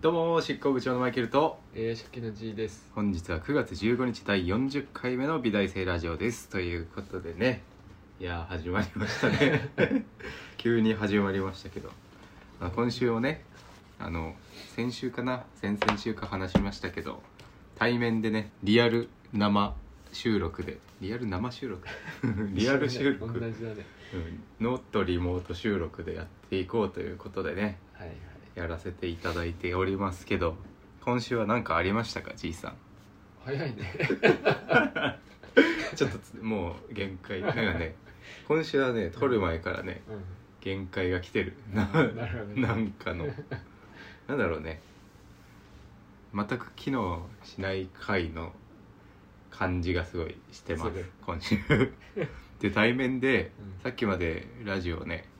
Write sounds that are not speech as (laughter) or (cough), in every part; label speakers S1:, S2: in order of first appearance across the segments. S1: どうも執行部長のマイケルと
S2: えー、初期の G です
S1: 本日は9月15日第40回目の美大生ラジオですということでねいやー始まりましたね (laughs) 急に始まりましたけど、まあ、今週をねあの先週かな先々週か話しましたけど対面でねリアル生収録でリアル生収録リアル収録、
S2: 同
S1: うん、
S2: じだね
S1: ノットリモート収録でやっていこうということでね
S2: はいはい
S1: やらせていただいておりますけど今週は何かありましたかじいさん
S2: 早い
S1: (laughs)
S2: ね
S1: ちょっとつもう限界なんかね (laughs) 今週はね撮る前からね
S2: う
S1: 限界が来てる
S2: ん
S1: な
S2: なるほど
S1: な
S2: ね
S1: んかのなんだろうね全く機能しない回の感じがすごいしてます
S2: する
S1: 今週
S2: (laughs)
S1: で対面で、
S2: うん
S1: さっきまでラジオね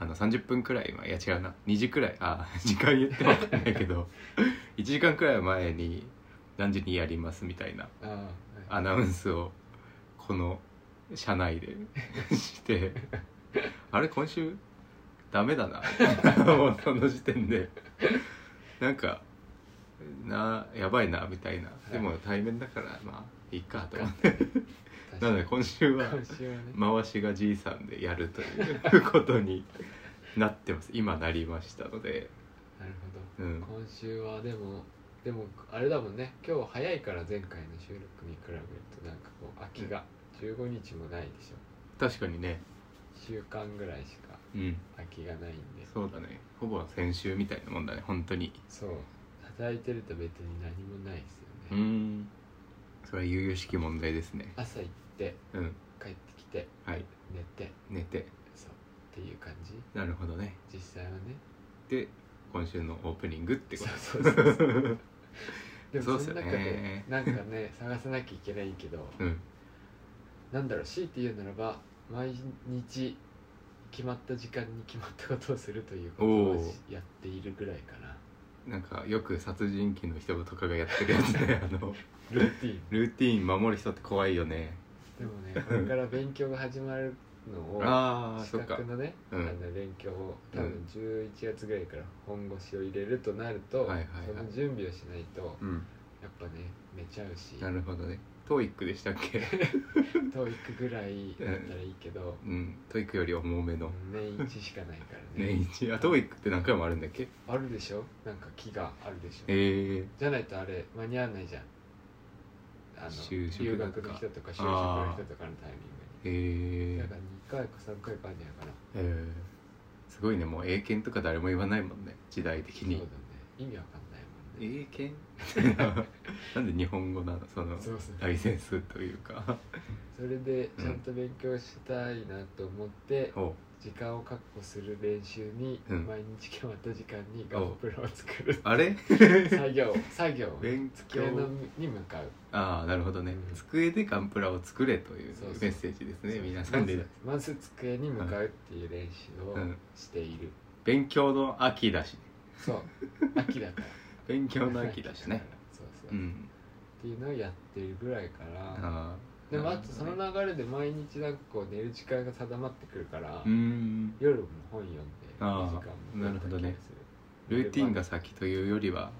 S1: あの30分くらい前いや違うな2時くらいあ (laughs) 時間言っても分かんないけ
S2: (laughs)
S1: ど1時間くらい前に何時にやりますみたいな
S2: あーはい
S1: アナウンスをこの社内 (laughs) でしてあれ今週ダメだ (laughs) なもうその時点でなんかなやばいなみたいなでも対面だからまあいいかと思って
S2: 確か
S1: (laughs) な
S2: に
S1: ので今週は
S2: 今週はね
S1: 回しがじいさんでやるという (laughs) ことになってます今なりましたので
S2: なるほ
S1: うん
S2: ど今週はでもでもあれだもんね今日早いから前回の収録に比べるとなんかこう空きが15日もないでしょ
S1: 確かにね
S2: 1週間ぐらいしか
S1: うん
S2: 空きがないんで
S1: そうだねほぼ先週みたいなもんだね本当に
S2: そう働いてると別に何もないです
S1: う
S2: よね
S1: んそれは悠々しき問題ですね
S2: 朝行って
S1: うん
S2: 帰ってきて
S1: はい
S2: 寝て
S1: 寝て
S2: そうっていう感じ
S1: なるほどね
S2: 実際はね
S1: で今週のオープニングってこと
S2: そうそうそうそう (laughs) で
S1: そう
S2: も
S1: っす
S2: そ
S1: よ
S2: の
S1: ね
S2: 中でなんかね探さなきゃいけないけど
S1: うん
S2: なんだろう強いて言うならば毎日決まった時間に決まったことをするということ
S1: お
S2: を
S1: ー
S2: しやっているぐらいかな
S1: なんかよく殺人鬼の人とかがやってるやつ (laughs) ねあの
S2: ルーティ
S1: (laughs)
S2: ーン
S1: ルーティーン守る人って怖いよね
S2: でもねこれから勉強が始まるのを
S1: ああ
S2: 資
S1: そっか
S2: 格のね、
S1: うん
S2: あの勉強を多
S1: うん
S2: 分11月ぐらいから本腰を入れるとなると、
S1: はいはいはい
S2: その準備をしないと
S1: うん
S2: やっぱね寝ちゃうし
S1: なるほどねトーイックでしたっけ (laughs)
S2: トーイックぐらいだったらいいけど、
S1: うんトーイックより重めの
S2: 年一しかないからね
S1: 年一あトーイックって何回もあるんだっけ
S2: あるでしょなんか木があるでしょ
S1: え
S2: じゃないとあれ間に合わないじゃんあの
S1: 就職
S2: 留
S1: と
S2: 学
S1: か
S2: の人とか就職の人とかのタイミ
S1: ー、
S2: ン
S1: え
S2: グにだ
S1: ー
S2: から2回か3回かあるんじゃないかな
S1: えー、すごいねもう英検とか誰も言わないもんね時代的
S2: そうだ
S1: に
S2: ね意味わかんないもんね
S1: 英検 (laughs) なんで日本語なのその
S2: そうそう
S1: ライセンスという
S2: (laughs)
S1: か
S2: それでちゃんと勉強したいなと思って、
S1: お
S2: 時間を確保する練習に、
S1: うん
S2: 毎日決まった時間にガンプラを作
S1: (laughs)
S2: る
S1: あれ
S2: 作業作業
S1: 勉
S2: 机の
S1: 強
S2: に向かう
S1: ああなるほどね、
S2: うん
S1: 机でガンプラを作れという
S2: そうそう
S1: メッセージですね
S2: そう
S1: 皆さんで
S2: まずまず机に向かうっていう練習を
S1: うん
S2: している、
S1: 勉強の秋だし
S2: そう秋だから
S1: 勉強の秋だしね
S2: そうそう、
S1: う
S2: っ
S1: ん
S2: ていうのをやってるぐらいから
S1: あー
S2: でも
S1: な
S2: あ
S1: るほ
S2: と
S1: ど
S2: その
S1: ね
S2: 流れで毎日なんかこう寝る時間が定まってくるから、
S1: うーん
S2: 夜も本読んで
S1: あー
S2: 時間も取った気がす
S1: ルーティンが先というよりは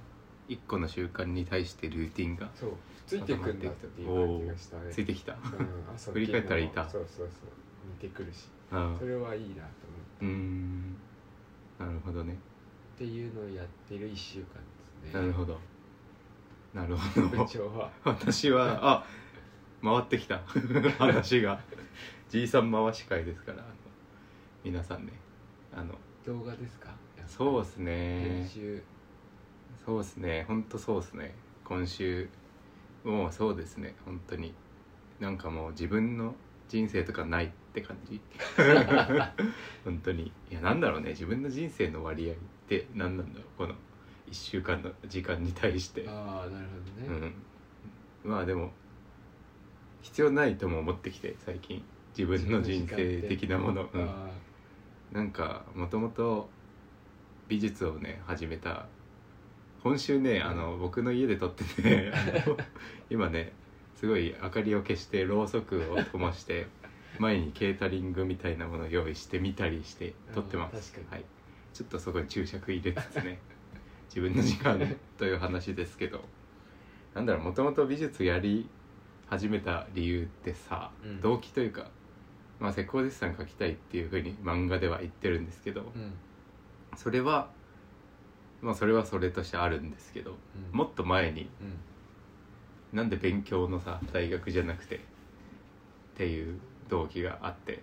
S1: 一個の習慣に対してルーティンが
S2: そうついてくんだっていう感じがしたね
S1: ついてきた
S2: うん朝
S1: 振り返ったらいた
S2: そうそうそう似てくるし
S1: あ
S2: それはいいなと思
S1: うーんなるほどね
S2: うっていうのをやってる1週間ですね
S1: なるほどなるほど
S2: 部長は
S1: 私はあ回ってきた話がじいさん回し会ですからあの皆さんねあの
S2: 動画ですか
S1: そう
S2: で
S1: です
S2: 編
S1: ね
S2: 集
S1: そうですねほんとそうですね今週もうそうですね本当になんかもう自分の人生とかないって感じ本当にいやなんだろうね自分の人生の割合って何なんだろうこの1週間の時間に対して
S2: ああなるほどね、
S1: うん、まあでも必要ないとも思ってきて最近自分の人生的なもの、うん
S2: あ
S1: なんかもともと美術をね始めた今週ねあの僕の家で撮って
S2: (laughs)
S1: てあの今ねすごい明かりを消してろうそくを灯して前にケータリングみたいなものを用意してみたりして撮ってます
S2: あー確か (laughs)
S1: はい、ちょっとそこに注釈入れつつね自分の時間という話ですけどなんだろうもともと美術やり始めた理由ってさ、
S2: うん
S1: 動機というか、まあ、施工デッサン描きたいっていうふうに漫画では言ってるんですけど、
S2: うんうん
S1: それはまあそれはそれとしてあるんですけどもっと前に
S2: うん
S1: なんで勉強のさ大学じゃなくてっていう動機があって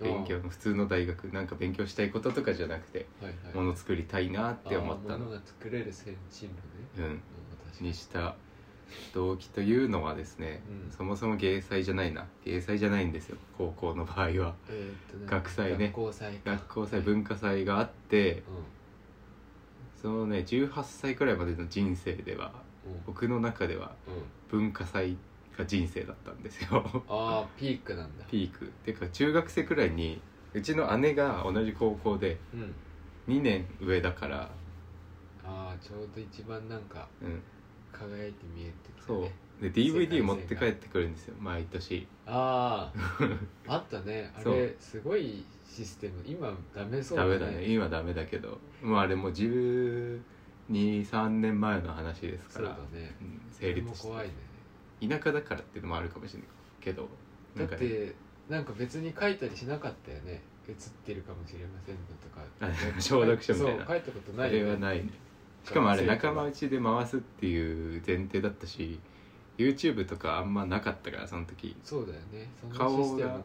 S1: 勉強の普通の大学なんか勉強したいこととかじゃなくて
S2: はいはい
S1: もの作りたいなって思った
S2: あー
S1: の
S2: 物、が作れる先進部ね
S1: うん、
S2: うん確かに
S1: にした動機というのはですね、
S2: うん
S1: そもそも芸祭じゃないな芸祭じゃないんですよ高校の場合は
S2: えーっとね
S1: 学祭ね
S2: 学校祭か
S1: 学校祭文化祭があって
S2: うん
S1: そのね18歳くらいまでの人生では
S2: う
S1: 僕の中では
S2: んうん
S1: 文化祭が人生だったんですよ (laughs)
S2: ああピークなんだ
S1: ピークっていうか中学生くらいにうちの姉が同じ高校で
S2: うん
S1: 2年上だから、
S2: ああちょうど一番なんか
S1: うん、
S2: 輝いて見えてきた
S1: そ
S2: ね
S1: うで DVD 持って帰ってくるんですよ毎年
S2: あああったねあ
S1: そ
S2: れ
S1: う
S2: すごいシステム今ダメそう
S1: ダメだね今ダメだけどもうあれもう123年前の話ですか
S2: そうだ
S1: ら、
S2: ね
S1: うん、
S2: そ
S1: 成
S2: れも
S1: 立し
S2: 怖いね
S1: て田舎だからっていうのもあるかもしれないけど
S2: だ
S1: なん
S2: っ
S1: かね
S2: てなんか別に書いたりしなかったよね映ってるかもしれませんとか
S1: あ承諾書みたいな
S2: そう書いたこと
S1: そ
S2: ない
S1: れ
S2: よね
S1: はないねしかもあれ仲間内で回すっていう前提だったし YouTube とかあんまなかったからその時
S2: そうだよねそんな
S1: 顔が
S2: システムが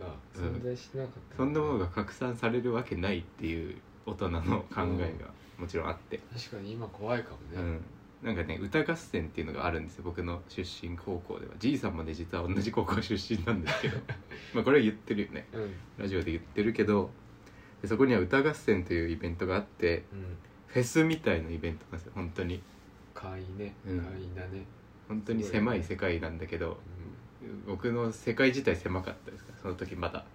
S2: 存在しなかった、
S1: そんなものが拡散されるわけないっていう大人の考えがもちろんあって、
S2: 確かに今怖いかも
S1: う
S2: ね、
S1: ん、なんかね歌合戦っていうのがあるんですよ僕の出身高校ではじいさんもね実は同じ高校出身なんですけどまあこれは言ってるよね
S2: うんうん
S1: ラジオで言ってるけどでそこには歌合戦というイベントがあってフェスみたいなイベントなんですよ本当に
S2: 会員ね会
S1: うん
S2: 員だね、
S1: 本当に狭い世界なんだけど僕の世界自体狭かったですからその時まだ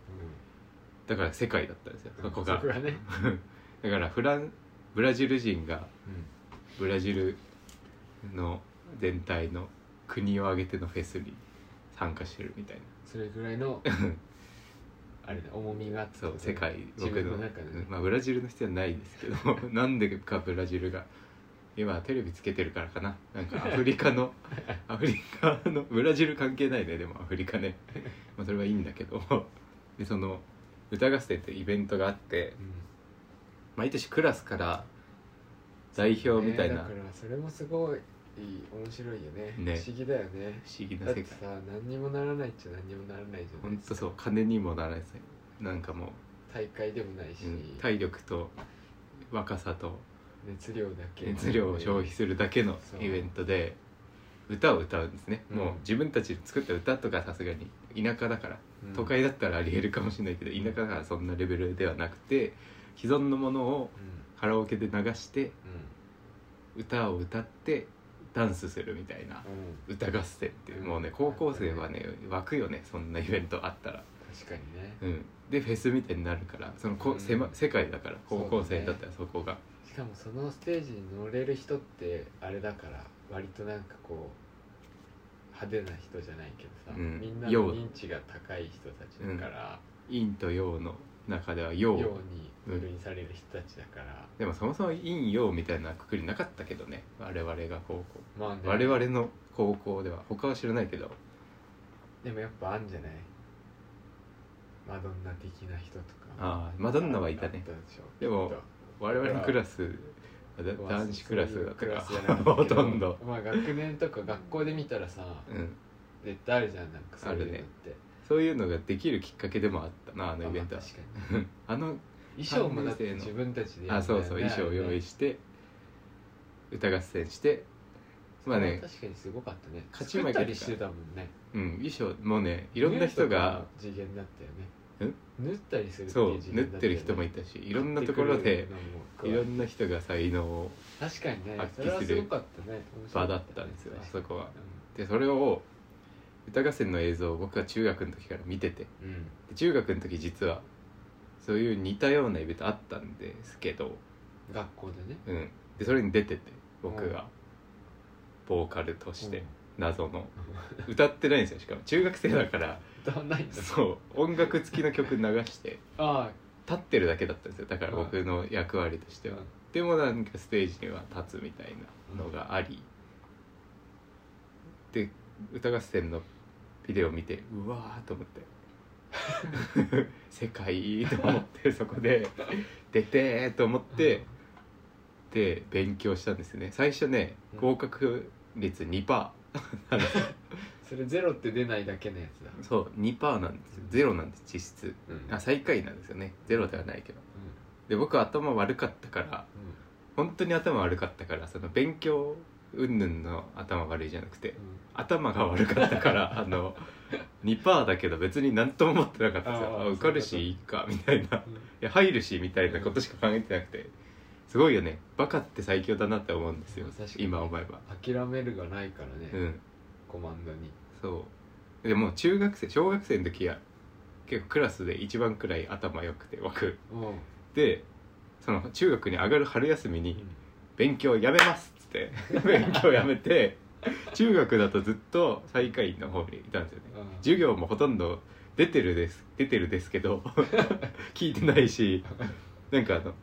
S1: だから世界だったんですよ
S2: うん、
S1: そこが
S2: そこがね、
S1: (laughs) だからフランブラジル人がブラジルの全体の国を挙げてのフェスに参加してるみたいな
S2: それぐらい
S1: (laughs)
S2: のあれだ重みがあって
S1: そう世界
S2: 自分の中でね、
S1: うんまあ、ブラジルの必要はないです
S2: (laughs)
S1: けどなんでかブラジルが今テレビつけてるからかななんかアフリカ
S2: (laughs)
S1: のアフリカのブラジル関係ないねでもアフリカね、まあ、それはいいんだけどでその歌合戦ってイベントがあって
S2: うん
S1: 毎年クラスから代表みたい
S2: ね
S1: な
S2: だからそれもすごい面白いよね
S1: ね
S2: 不思議だよね
S1: 不思議な
S2: だっ
S1: 世
S2: て
S1: 界
S2: さ何にもならないっちゃ何にもならないじゃな
S1: 本
S2: い
S1: 当そう金にもならないなんかもう
S2: 大会でもないし、
S1: うん体力と若さと
S2: 熱量だけ
S1: 熱量を消費するだけの
S2: そう
S1: イベントで歌を歌うんですね、
S2: うん
S1: もう自分たちで作った歌とかさすがに田舎だから
S2: うん
S1: 都会だったらありえるかもしれないけど田舎だからそんなレベルではなくて既存のものを
S2: うん
S1: カラオケで流して歌を歌ってダンスするみたいな
S2: うん、うん、
S1: 歌合戦っていう
S2: うん
S1: もうね高校生はね湧くよねそんなイベントあったら。
S2: 確かにね
S1: うん、でフェスみたいになるからそのこ、
S2: うん
S1: 狭世界だから
S2: そ
S1: 高
S2: うだね
S1: 校生だったらそこが
S2: しかもそのステージに乗れる人ってあれだから割となんかこう派手な人じゃないけどさ、
S1: うん
S2: みんな
S1: よ
S2: の
S1: う
S2: 認知が高い人たちだから、
S1: 陰と陽の中では陽
S2: ように分類される人たちだから、
S1: でもそもそも陰陽みたいなくくりなかったけどね我々が高校
S2: まあね
S1: 我々の高校では他は知らないけど
S2: でもやっぱあんじゃないマドンナ的な人とか
S1: ああマドンナはいた
S2: あっ
S1: ね
S2: たでしょ
S1: でも
S2: きっと
S1: 我々のクラスだ
S2: まあ
S1: 男子クラスだったから
S2: そういうクラスじゃなか
S1: ほ
S2: ったけ
S1: とんど、
S2: まあ学年とか学校で見たらさ
S1: うん、
S2: 絶対あるじゃんなんかそうい
S1: あ
S2: うのって
S1: るねそういうのができるきっかけでもあったなあのイベント
S2: あ
S1: は
S2: まあ確かに
S1: あの
S2: 衣装もだって自分たちでや
S1: あ
S2: るんだ
S1: そ
S2: よ
S1: う
S2: ね
S1: そう衣装を用意して歌合戦してまあね
S2: それは確かにすごかったね
S1: 勝
S2: 勝
S1: ち
S2: ち
S1: 負け
S2: 負
S1: とか
S2: けしてたもんね
S1: うん、衣装もうねいろんな人が
S2: 縫うとこも次元だったよね縫ったりするって
S1: そう
S2: いう次
S1: 縫っ
S2: 元だ
S1: てる人もいたしいろんなところでいろ
S2: なん
S1: な人が才能を
S2: 確かにね
S1: 発揮する
S2: それはすごかったね
S1: 場だったんですよあそ
S2: こ
S1: こは。でそれを歌合戦の映像を僕は中学の時から見てて
S2: うん
S1: で中学の時実はそういう似たようなイベントあったんですけど、
S2: 学校でね
S1: うん、でそれに出てて僕
S2: う
S1: がボーカルとして謎の
S2: う
S1: 歌ってないんですよしかも中学生だから
S2: ん (laughs) 歌わないんだ
S1: (laughs) そう音楽付きの曲流して
S2: あ
S1: 立ってるだけだったんですよだから
S2: うん
S1: 僕の役割としては
S2: あ
S1: ってもなんかステージには立つみたいなのがあり、で歌合戦のビデオ見てうわーと思って (laughs) 世界と思ってそこ
S2: (laughs)
S1: で出てーと思って、で勉強したんですね最初ね
S2: うん
S1: 合格率2%パ
S2: それゼロって出ないだけのやつだ
S1: ーそう2%パーなんですよゼロなんです実質
S2: うん
S1: あ最下位なんですよねゼロではないけどで僕は頭悪かったから
S2: う
S1: 本当に頭悪かったからその勉強云々の頭悪いじゃなくて
S2: んうん
S1: 頭が悪かったから
S2: (laughs)
S1: あの2%だけど別に何とも思ってなかったんですよ
S2: あ
S1: あ
S2: ー
S1: 受かる
S2: そう
S1: しい
S2: い
S1: いかみたいない
S2: うん
S1: や入るしみたいなことしか考えてなくてすごいよねバカって最強だなって思うんですよ
S2: 確かに
S1: 今思えば
S2: 諦めるがないからね、
S1: うん
S2: コマンドに
S1: そうでも中学生小学生の時は結構クラスで一番くらい頭良くて僕
S2: うん
S1: でその中学に上がる春休みに「勉強やめます」っつって (laughs) 勉強やめて中学だとずっと最下位の方にいたんですよね授業もほとんど出てるです出てるですけど (laughs) 聞いてないしなんかあの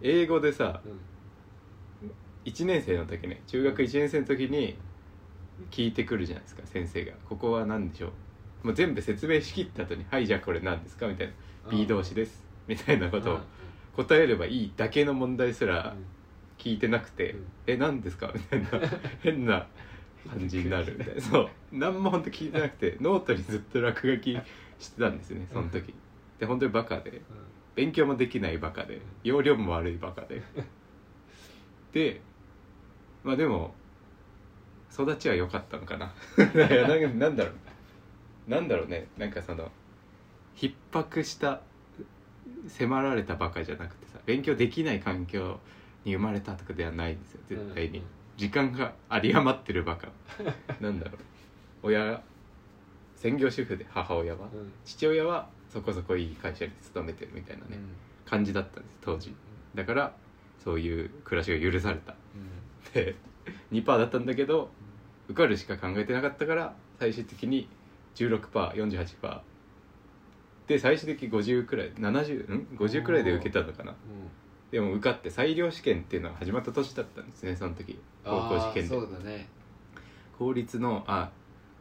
S1: 英語でさ
S2: うん
S1: 1年生の時ね中学1年生の時に聞いてくるじゃないですか先生が「ここは何でしょう?」もう全部説明しきった後に「はいじゃあこれ何ですか?」みたいな「B 動詞です」みたいなことを答えればいいだけの問題すら聞いてなくて
S2: うん
S1: 「え何ですか?」み (laughs) たいな変な感じになるみたいな (laughs) そう何も本当聞いてなくてノートにずっと落書きしてたんですよねその時で本当にバカで勉強もできないバカで容量も悪いバカ (laughs) ででまあでも育ちは良かったのか (laughs) ないやなんなんだろうなんだろうねなんかその逼迫した迫られたバカじゃなくてさ勉強できない環境に生まれたとかではないんですよ絶対に、時間が有り余ってるバカなんだろう親専業主婦で母親は
S2: うんうんうん
S1: 父親はそこそこいい会社に勤めてるみたいなね、感じだったんです当時だからそういう暮らしが許された
S2: うん
S1: で2%だ (laughs) ったんだけど受かるしか考えてなかったから最終的に 16%48% で最終的に50くらい70ん50くらいで受けたのかな
S2: うん
S1: でも受かって裁量試験っていうのが始まった年だったんですねその時高校試験で
S2: あーそうだね
S1: 公立のあ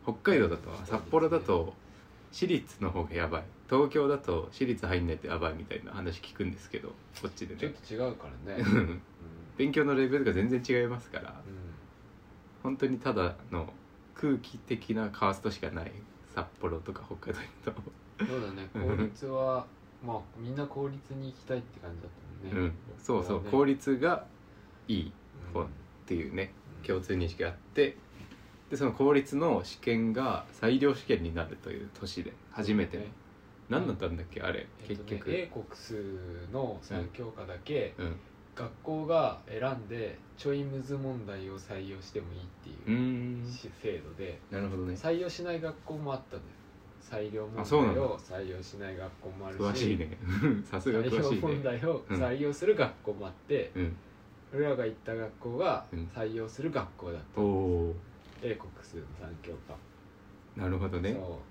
S1: 北海道だと札幌だと私立の方がやばい東京だと私立入んないとやばいみたいな話聞くんですけどこっちで
S2: ちょっ
S1: ね
S2: と違うからね
S1: うん
S2: うん
S1: (laughs) 勉強のレベルが全然違いますから
S2: うん
S1: 本当にただの空気的なカーストしかない札幌とか北海道と
S2: そうだね公立はまあみんな公立に行きたいって感じだったも
S1: うん
S2: ね、
S1: ん、そうそう
S2: ね
S1: 効率がいいこう
S2: うん
S1: っていうね共通認識があってでその公立の試験が裁量試験になるという年で初めて、
S2: そうだね
S1: 何だったんだっけあれ
S2: えっ
S1: 結
S2: とね
S1: 局、
S2: 英国数の3教科だけ
S1: うん
S2: 学校が選んでちょいムズ問題を採用してもいいっていう
S1: ー
S2: うん制度で
S1: なるほどね
S2: 採用しない学校もあったんだよ採用問
S1: あそうなん
S2: 題
S1: だ
S2: を採用しない学校もあるし
S1: 詳しいね (laughs) さすが
S2: 採
S1: 詳
S2: 用
S1: しい
S2: 問
S1: ね
S2: 題を
S1: うん
S2: 採用する学校もあって、
S1: うん
S2: 俺らが行った学校が
S1: うん
S2: 採用する学校だった、
S1: おお
S2: 英国数の3教科
S1: ーなるほどね
S2: そ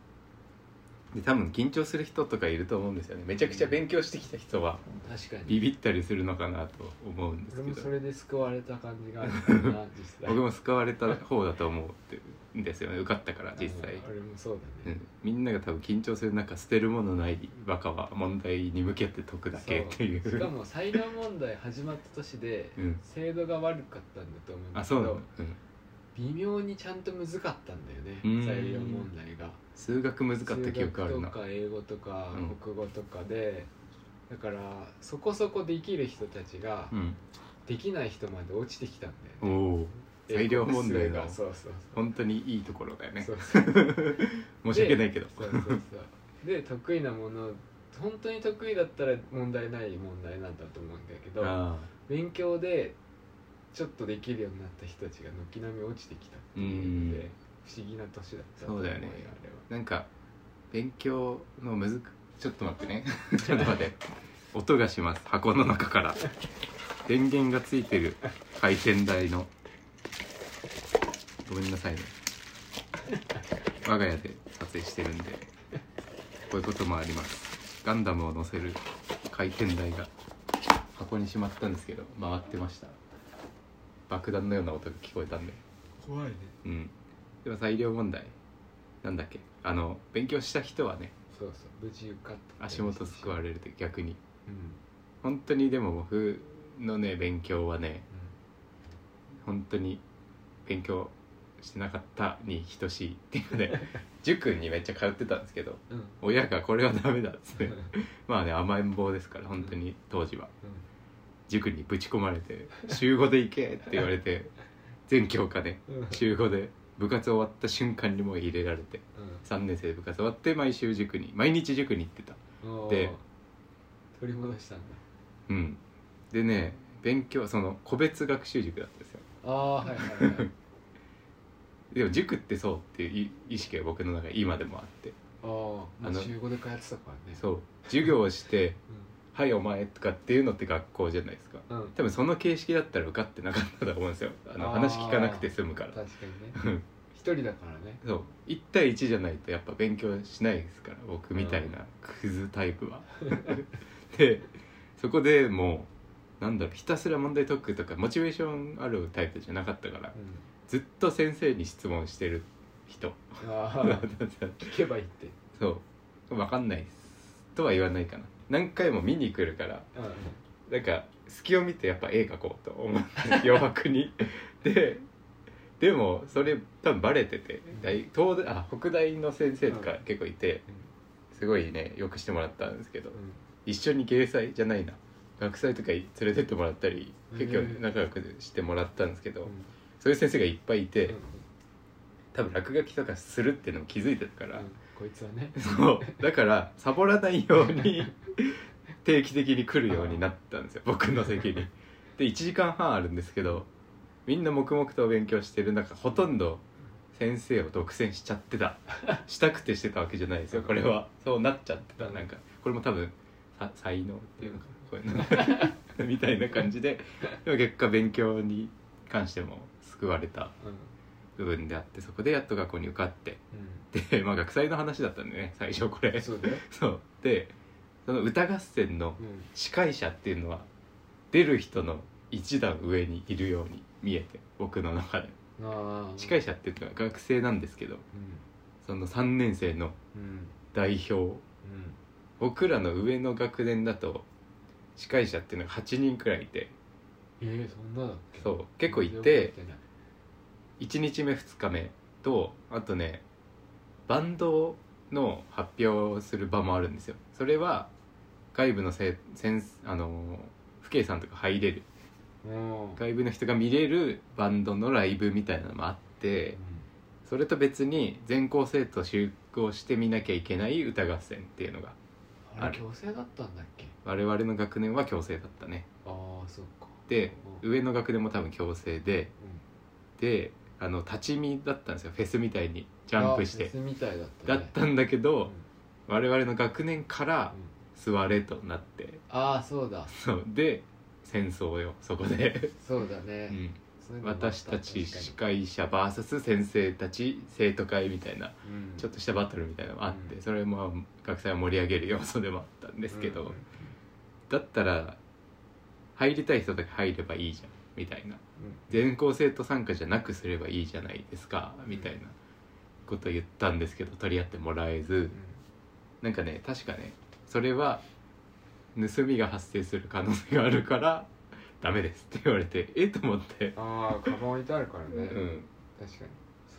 S1: で多分緊張する人とかいると思うんですよねめちゃくちゃ勉強してきた人は
S2: う確かに
S1: ビビったりするのかなと思うんです
S2: 俺
S1: け
S2: もそ
S1: ど
S2: れで救われた感じがあるからな実際
S1: 僕も救われた方だと思うってんですよね受かったから実際
S2: うん、俺もそう
S1: う
S2: だね、
S1: ん、みんなが多分緊張する中捨てるものないバカは問題に向けて解くだけっていう
S2: そうしかも裁量問題始まった年で
S1: うん
S2: 制度が悪かったんだと思うんだ
S1: あ
S2: け
S1: そうな
S2: ど
S1: の、うん、
S2: 微妙にちゃんと難かったんだよね
S1: うーん
S2: 裁量問題が
S1: 数学難かった記憶あるな
S2: 数学とか英語とか
S1: うん
S2: 国語とかで、だからそこそこできる人たちが
S1: うん
S2: できない人まで落ちてきたん
S1: お
S2: だ
S1: お
S2: よね
S1: 裁量問題
S2: 英
S1: の
S2: 国数がそうそうそう
S1: 本当にいいところだよね
S2: そうそう
S1: 申し訳ないけど
S2: そうそうそうで得意なもの本当に得意だったら問題ない問題なんだと思うんだけど
S1: あ
S2: 勉強でちょっとできるようになった人たちが軒並み落ちてきたっていうの
S1: う
S2: で
S1: ん
S2: 不思議な年だったと
S1: そ
S2: 思
S1: うだよね
S2: あれは
S1: ーなんか勉強のむずくちょっと待って
S2: (laughs)
S1: ねちょっと待って音がします箱の中から電源がついてる回転台のごめんなさいね我が家で撮影してるんでこういうこともありますガンダムを乗せる回転台が箱にしまったんですけど回ってました爆弾のような音が聞こえたんで
S2: 怖いね
S1: うんでも裁量問題なんだっけあの勉強した人はね
S2: そうそう無事受かった
S1: 足元すくわれると逆に
S2: うん、うん、
S1: 本当にでも僕のね勉強はね本当に勉強してなかったに等しいっていうね塾にめっちゃ通ってたんですけど
S2: うん
S1: 親がこれはダメだっつっ
S2: う
S1: て
S2: ん
S1: まあね甘えん坊ですから本当に当時は塾にぶち込まれて週5で行けって言われて全教科で
S2: うんうん
S1: 週5で部活終わった瞬間にもう入れられて3年生で部活終わって毎週塾に毎日塾に行ってた
S2: おー
S1: で
S2: 取り戻したんだ
S1: うんでね勉強その個別学習塾だったんですよ
S2: ああはいはいはい
S1: でも塾ってそうっていう意識が僕の中に今でもあって
S2: ああも
S1: あ
S2: う
S1: の
S2: 週5で通ってたからねう、
S1: そう授業をして (laughs) 「はいお前」とかっていうのって学校じゃないですか
S2: うんうん、
S1: 多分その形式だったら受かってなかったと思うんですよあの
S2: あー
S1: 話聞かなくて済むから
S2: 確かにね
S1: うん
S2: 一人だからね
S1: そう1対1じゃないとやっぱ勉強しないですから僕みたいなクズタイプはでそこでもうなんだろうひたすら問題解くとかモチベーションあるタイプじゃなかったから
S2: うん
S1: ずっと先生に質問してる人 (laughs)
S2: ああ聞けばいいって
S1: そう分かんないっすとは言わないかな何回も見に来るから
S2: うん
S1: なんか隙を見てやっぱ絵描こうと思
S2: (laughs)
S1: って余白にででもそれ多分バレてて大東大あ北大の先生とか結構いてすごいねよくしてもらったんですけど
S2: うん
S1: 一緒に芸祭じゃないな学祭とか連れてってもらったり結
S2: へ
S1: 構
S2: ー
S1: 仲良くしてもらったんですけど、
S2: うん
S1: そういう先生がいっぱいいて、
S2: うん
S1: 多分落書きとかするっていうのも気づいてたから、
S2: うんこいつはね
S1: そうだからサボらないように定期的に来るようになったんですよ僕の席にで1時間半あるんですけどみんな黙々とお勉強してる中ほとんど先生を独占しちゃってたしたくてしてたわけじゃないですよこれはそうなっちゃってたなんかこれも多分さ才能っていうのかこういうの (laughs) みたいな感じででも結果勉強に関しても救われた
S2: うんうん
S1: 部分であってそこでやっと学校に受かってでまあ学祭の話だったんでね最初これ
S2: そうだよ
S1: そうでその歌合戦の
S2: うん
S1: 司会者っていうのは出る人の一段上にいるように見えて僕の中で
S2: ああ
S1: 司会者っていうのは学生なんですけど
S2: うん
S1: その3年生の
S2: うん
S1: 代表
S2: うん
S1: 僕らの上の学年だと司会者っていうのが8人くらいいて
S2: ええそんなだっけ
S1: そう結構いて1日目2日目とあとねバンドの発表をする場もあるんですよそれは外部のせ先あのー父兄さんとか入れる
S2: うん
S1: 外部の人が見れるバンドのライブみたいなのもあってそれと別に全校生徒集合して見なきゃいけない歌合戦っていうのが
S2: あれ強制だったんだっけ
S1: 我々の学年は強制だったね
S2: ああそっか
S1: で
S2: うん
S1: 上の学年も多分強制で
S2: うん
S1: であの立ち見だったんですよフェスみたいにジャンプし
S2: あ
S1: て
S2: フェスみたいだった
S1: だ
S2: ね
S1: ったんだけど、
S2: うん
S1: 我々の学年から
S2: うん
S1: 座れとなって
S2: ああそうだ
S1: そうで戦争よそこで、
S2: そうだ
S1: う
S2: ね
S1: ん、
S2: そういうのもあった
S1: 私たち
S2: 確か
S1: 司会
S2: に
S1: 者 VS 先生たち生徒会みたいな
S2: うん
S1: ちょっとしたバトルみたいなのがあって、
S2: うん
S1: それも学祭を盛り上げる要素でもあったんですけど、
S2: うん
S1: だったら入りたい人だけ入ればいいじゃんみたいな
S2: うん
S1: 全校生徒参加じゃなくすればいいじゃないですかみたいなことを言ったんですけど取り合ってもらえず。なんかね確かねそれは盗みが発生する可能性があるからダメですって言われてえと思って、
S2: ああカバン置いてあるからね、
S1: うん、
S2: 確かに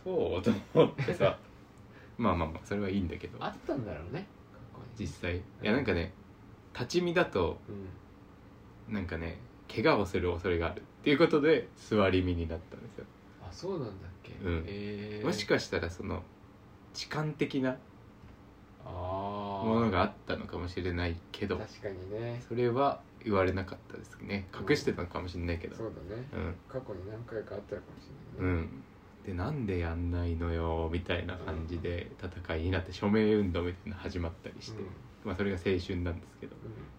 S1: そうと思ってさ (laughs) まあまあまあそれはいいんだけど
S2: あったんだろうね過去
S1: 実
S2: に
S1: 際いやなんかね立ち見だと
S2: うん
S1: なんかね怪我をする恐れがあるっていうことで座り身になったんですよ、
S2: あそうなんだっけ、
S1: うん
S2: ええ
S1: もしかしたらその痴漢的な
S2: ああ
S1: ものがあったのかもしれないけど
S2: 確かにね
S1: それは言われなかったですね隠してたのかもしれないけど
S2: そうだね
S1: うん
S2: 過去に何回かあったかもし
S1: う
S2: れないね、
S1: ん、でなんでやんないのよみたいな感じで戦いになって署名運動みたいなの始まったりして、まあ、それが青春なんですけど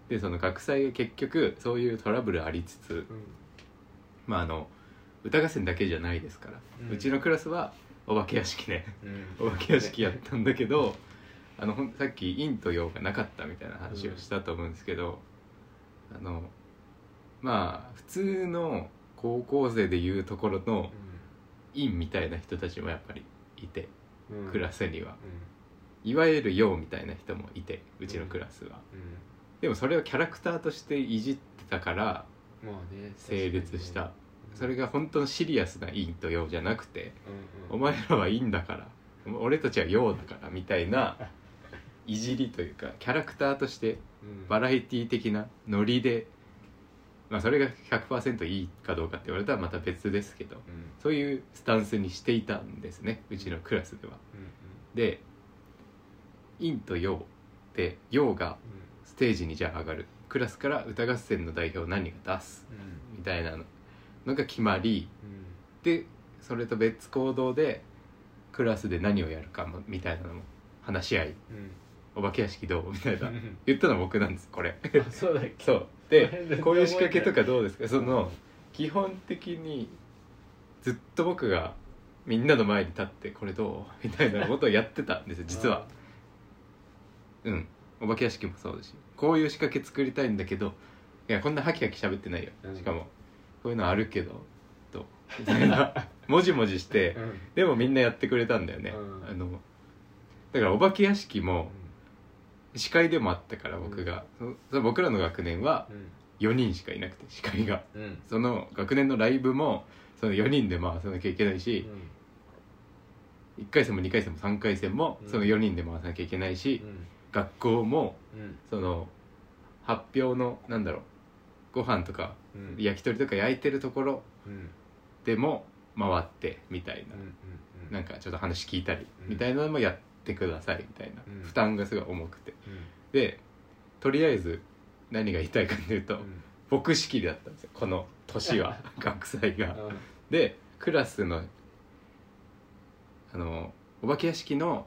S1: でその学祭が結局そういうトラブルありつつ、
S2: うんうん
S1: まあ、あの歌合戦だけじゃないですから、う
S2: うん
S1: ちのクラスはお化け屋敷ね
S2: うん
S1: お化け屋敷やったんだけどあのほんさっき陰と陽がなかったみたいな話をしたと思うんですけど、あのまあ普通の高校生でいうところの
S2: う
S1: 院みたいな人たちもやっぱりいて
S2: んうん
S1: クラスには
S2: う
S1: いわゆる陽みたいな人もいてうちのクラスは、
S2: ん
S1: でもそれをキャラクターとしていじってたから
S2: うんまあね
S1: 成立したそれ
S2: が
S1: が本当のシリアスな陰と陽じゃなくて
S2: うん
S1: お前らは陰だから俺たちは陽だからみたいないじりというかキャラクターとして
S2: うん
S1: バラエティ的なノリで、まあ、それが100%いいかどうかって言われたらまた別ですけど
S2: うん
S1: そういうスタンスにしていたんですねうちのクラスでは。
S2: うん
S1: で陰と陽で陽がステージにじゃあ上がるクラスから歌合戦の代表を何が出す
S2: うんうん
S1: みたいなののが決まり
S2: うん
S1: でそれと別行動でクラスで何をやるかもみたいなのも話し合い
S2: うん
S1: お化け屋敷どうみたいな
S2: うん
S1: 言ったの僕なんですこれ
S2: (laughs) あそうだっけ
S1: そうでこういう仕掛けとかどうですかその基本的にずっと僕がみんなの前に立ってこれどうみたいなことをやってたんですよ実はうんお化け屋敷もそうだしこういう仕掛け作りたいんだけどいやこんなハキハキ喋ってないよ、
S2: うん
S1: しかもこういうのあるけどとみたい
S2: (laughs)
S1: なもじもじして
S2: うん
S1: でもみんなやってくれたんだよね、
S2: うん
S1: あのだからお化け屋敷も司会でもあったから僕が、そそ僕らの学年は
S2: うん
S1: 4人しかいなくて司会が
S2: うんうん
S1: その学年のライブもその4人で回さなきゃいけないし、1回戦も2回戦も3回戦も
S2: うん
S1: その4人で回さなきゃいけないし、
S2: うん
S1: 学校も
S2: うん
S1: その発表のなんだろうご飯とか
S2: うん
S1: 焼き鳥とか焼いてるところ
S2: うんうん
S1: でも回ってみたいな
S2: う、んうん
S1: なんかちょっと話聞いたり
S2: うん
S1: みたいなのもやってくださいみたいな、
S2: うん
S1: 負担がすごい重くて
S2: うん
S1: でとりあえず何が言いたいかっていうと、
S2: うん
S1: 僕仕切りだったんですよこの年
S2: (laughs)
S1: は学祭が。
S2: うん
S1: でクラスのあのお化け屋敷の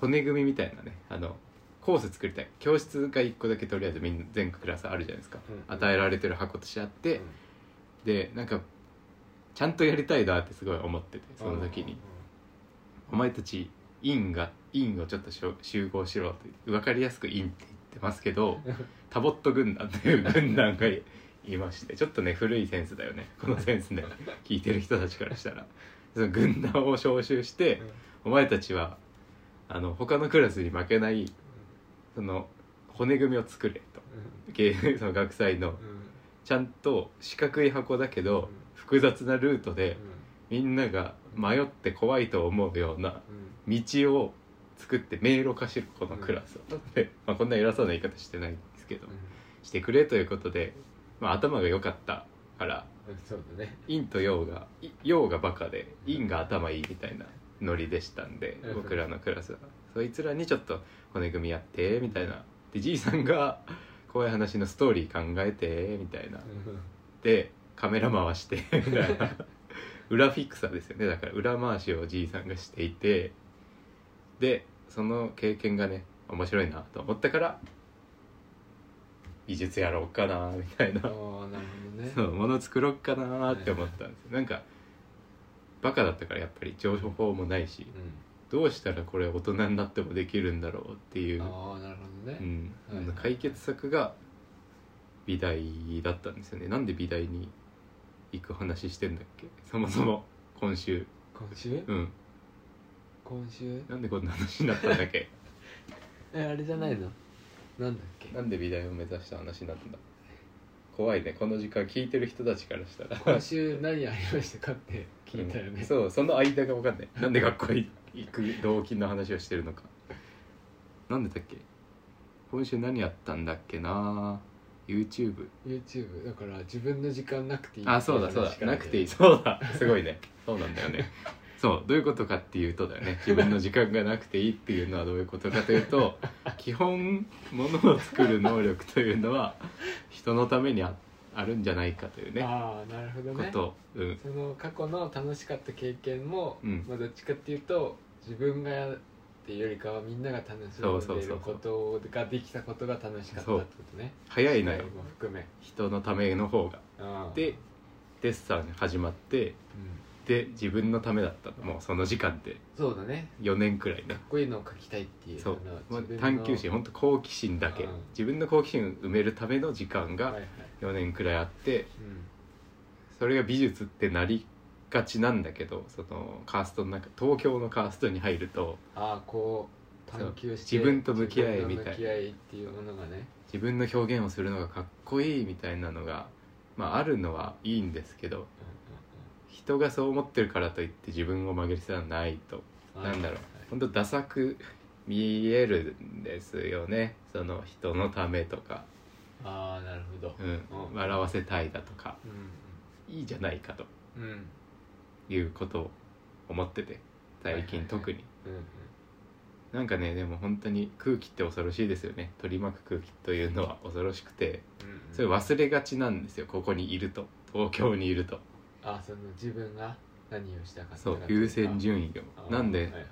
S1: 骨組みみたいなねあのコース作りたい教室が1個だけとりあえずみんな全クラスあるじゃないですか、
S2: うん
S1: 与えられてる箱としてあって、
S2: うん
S1: でなんかちゃんとやりたいなってすごい思っててその時に「お前たち陰が陰をちょっとしょ集合しろ」って分かりやすく陰って言ってますけどタボット軍団という軍団がいいましてちょっとね古いセンスだよねこのセンスね聞いてる人たちからしたらその軍団を招集して
S2: う
S1: お
S2: ん
S1: 前たちはあの他のクラスに負けないその骨組みを作れとゲーその学祭の
S2: うんうん
S1: ちゃんと四角い箱だけど複雑なルートでみんなが迷って怖いと思うような
S2: うんうん
S1: 道を作って迷路化しろこのクラスを、で (laughs) まあ、こんな偉そうな言い方してないんですけど、してくれということで、まあ、頭が良かったから
S2: うんそうだね
S1: 陰と陽がい陽がバカで陰が頭いいみたいなノリでしたんで
S2: うん
S1: 僕らのクラスはそいつらにちょっと骨組みやってみたいなでじいさんがこういう話のストーリー考えてみたいな
S2: うん
S1: でカメラ回して (laughs) みたいな裏フィクサーですよねだから裏回しをおじいさんがしていてでその経験がね面白いなと思ったから美術やろうかなみたいな
S2: ああなるほどね
S1: そうもの作ろうかなって思ったんですよなんかバカだったからやっぱり情報もないし
S2: う
S1: どうしたらこれ大人になってもできるんだろうってい
S2: ん
S1: う、
S2: ああなるほど
S1: う
S2: ね
S1: ん
S2: はいはいはい
S1: 解決策が美大だったんですよねなんで美大に行く話してんだっけそもそも今週
S2: 今週
S1: うん
S2: 今週
S1: なんでこんな話になったんだっけ
S2: えあれじゃないのなんだっけ
S1: (laughs) なんで美大を目指した話になったんだ怖いねこの時間聞いてる人たちからしたら
S2: 今週何ありましたかって聞いたよ
S1: うん
S2: ね
S1: そうその間が分かんないなんで学校に行く動機の話をしてる (laughs) のかなんでだっけ今週何やったんだっけな YouTube
S2: YouTube だから自分の時間なくていい
S1: あそうだそう
S2: って
S1: だ
S2: 話
S1: なくていい
S2: か
S1: そうだすごいねそうなんだよ
S2: (laughs)
S1: ねそうどういうことかっていうとだよね自分の時間がなくていいっていうのはどういうことかという
S2: (laughs)
S1: と基本ものを作る能力というのは人のためにああるんじゃないかという
S2: らね
S1: ね
S2: ああなるほど
S1: こ
S2: ね
S1: とうん
S2: その過去の楽しかった経験も、
S1: うん
S2: まあ、どっちかっていうと自分がやっていうよりかはみんなが楽し
S1: そうそ
S2: ん
S1: う
S2: でい
S1: そう
S2: ることができたことが楽しかったってことね
S1: 早いの
S2: 最
S1: よ
S2: 後も含め
S1: 人のための方が
S2: あー
S1: でデッサン始まって
S2: う
S1: で自分のためだったのもうその時間で
S2: そうだね
S1: 4年くらいな
S2: かっこいいのを描きたいっていう
S1: そう
S2: あの、
S1: まあ
S2: 自分の
S1: 探求心本当好奇心だけ
S2: うん
S1: 自分の好奇心を埋めるための時間
S2: はい
S1: が
S2: はい
S1: 4年くらいあって
S2: うん
S1: それが美術ってなりがちなんだけどそのカーストの中東京のカーストに入ると
S2: ああこう探求し
S1: そ
S2: て
S1: う自分と向き合え
S2: 自分
S1: み
S2: の
S1: たいな
S2: 向き合いっていうものがね
S1: 自分の表現をするのがかっこいいみたいなのが、まあ、あるのはいいんですけど人がそう思ってるからといって自分を曲げる必要はないと
S2: うう
S1: なんだろう
S2: はい
S1: 本当ダサく見えるんですよねその人のためとか、
S2: ああなるほど
S1: うん
S2: うん
S1: 笑わせたいだとか
S2: う
S1: いいじゃないかと
S2: んうんうん
S1: いうことを思ってて最近特に、
S2: うん
S1: なんかねでも本当に空気って恐ろしいですよね取り巻く空気というのは恐ろしくて
S2: うんうん
S1: それ忘れがちなんですよここにいると東京にいると
S2: あその自分が何をしたかったか
S1: そう
S2: といか
S1: 優先順位
S2: あ
S1: をなん
S2: はい
S1: で
S2: はいはい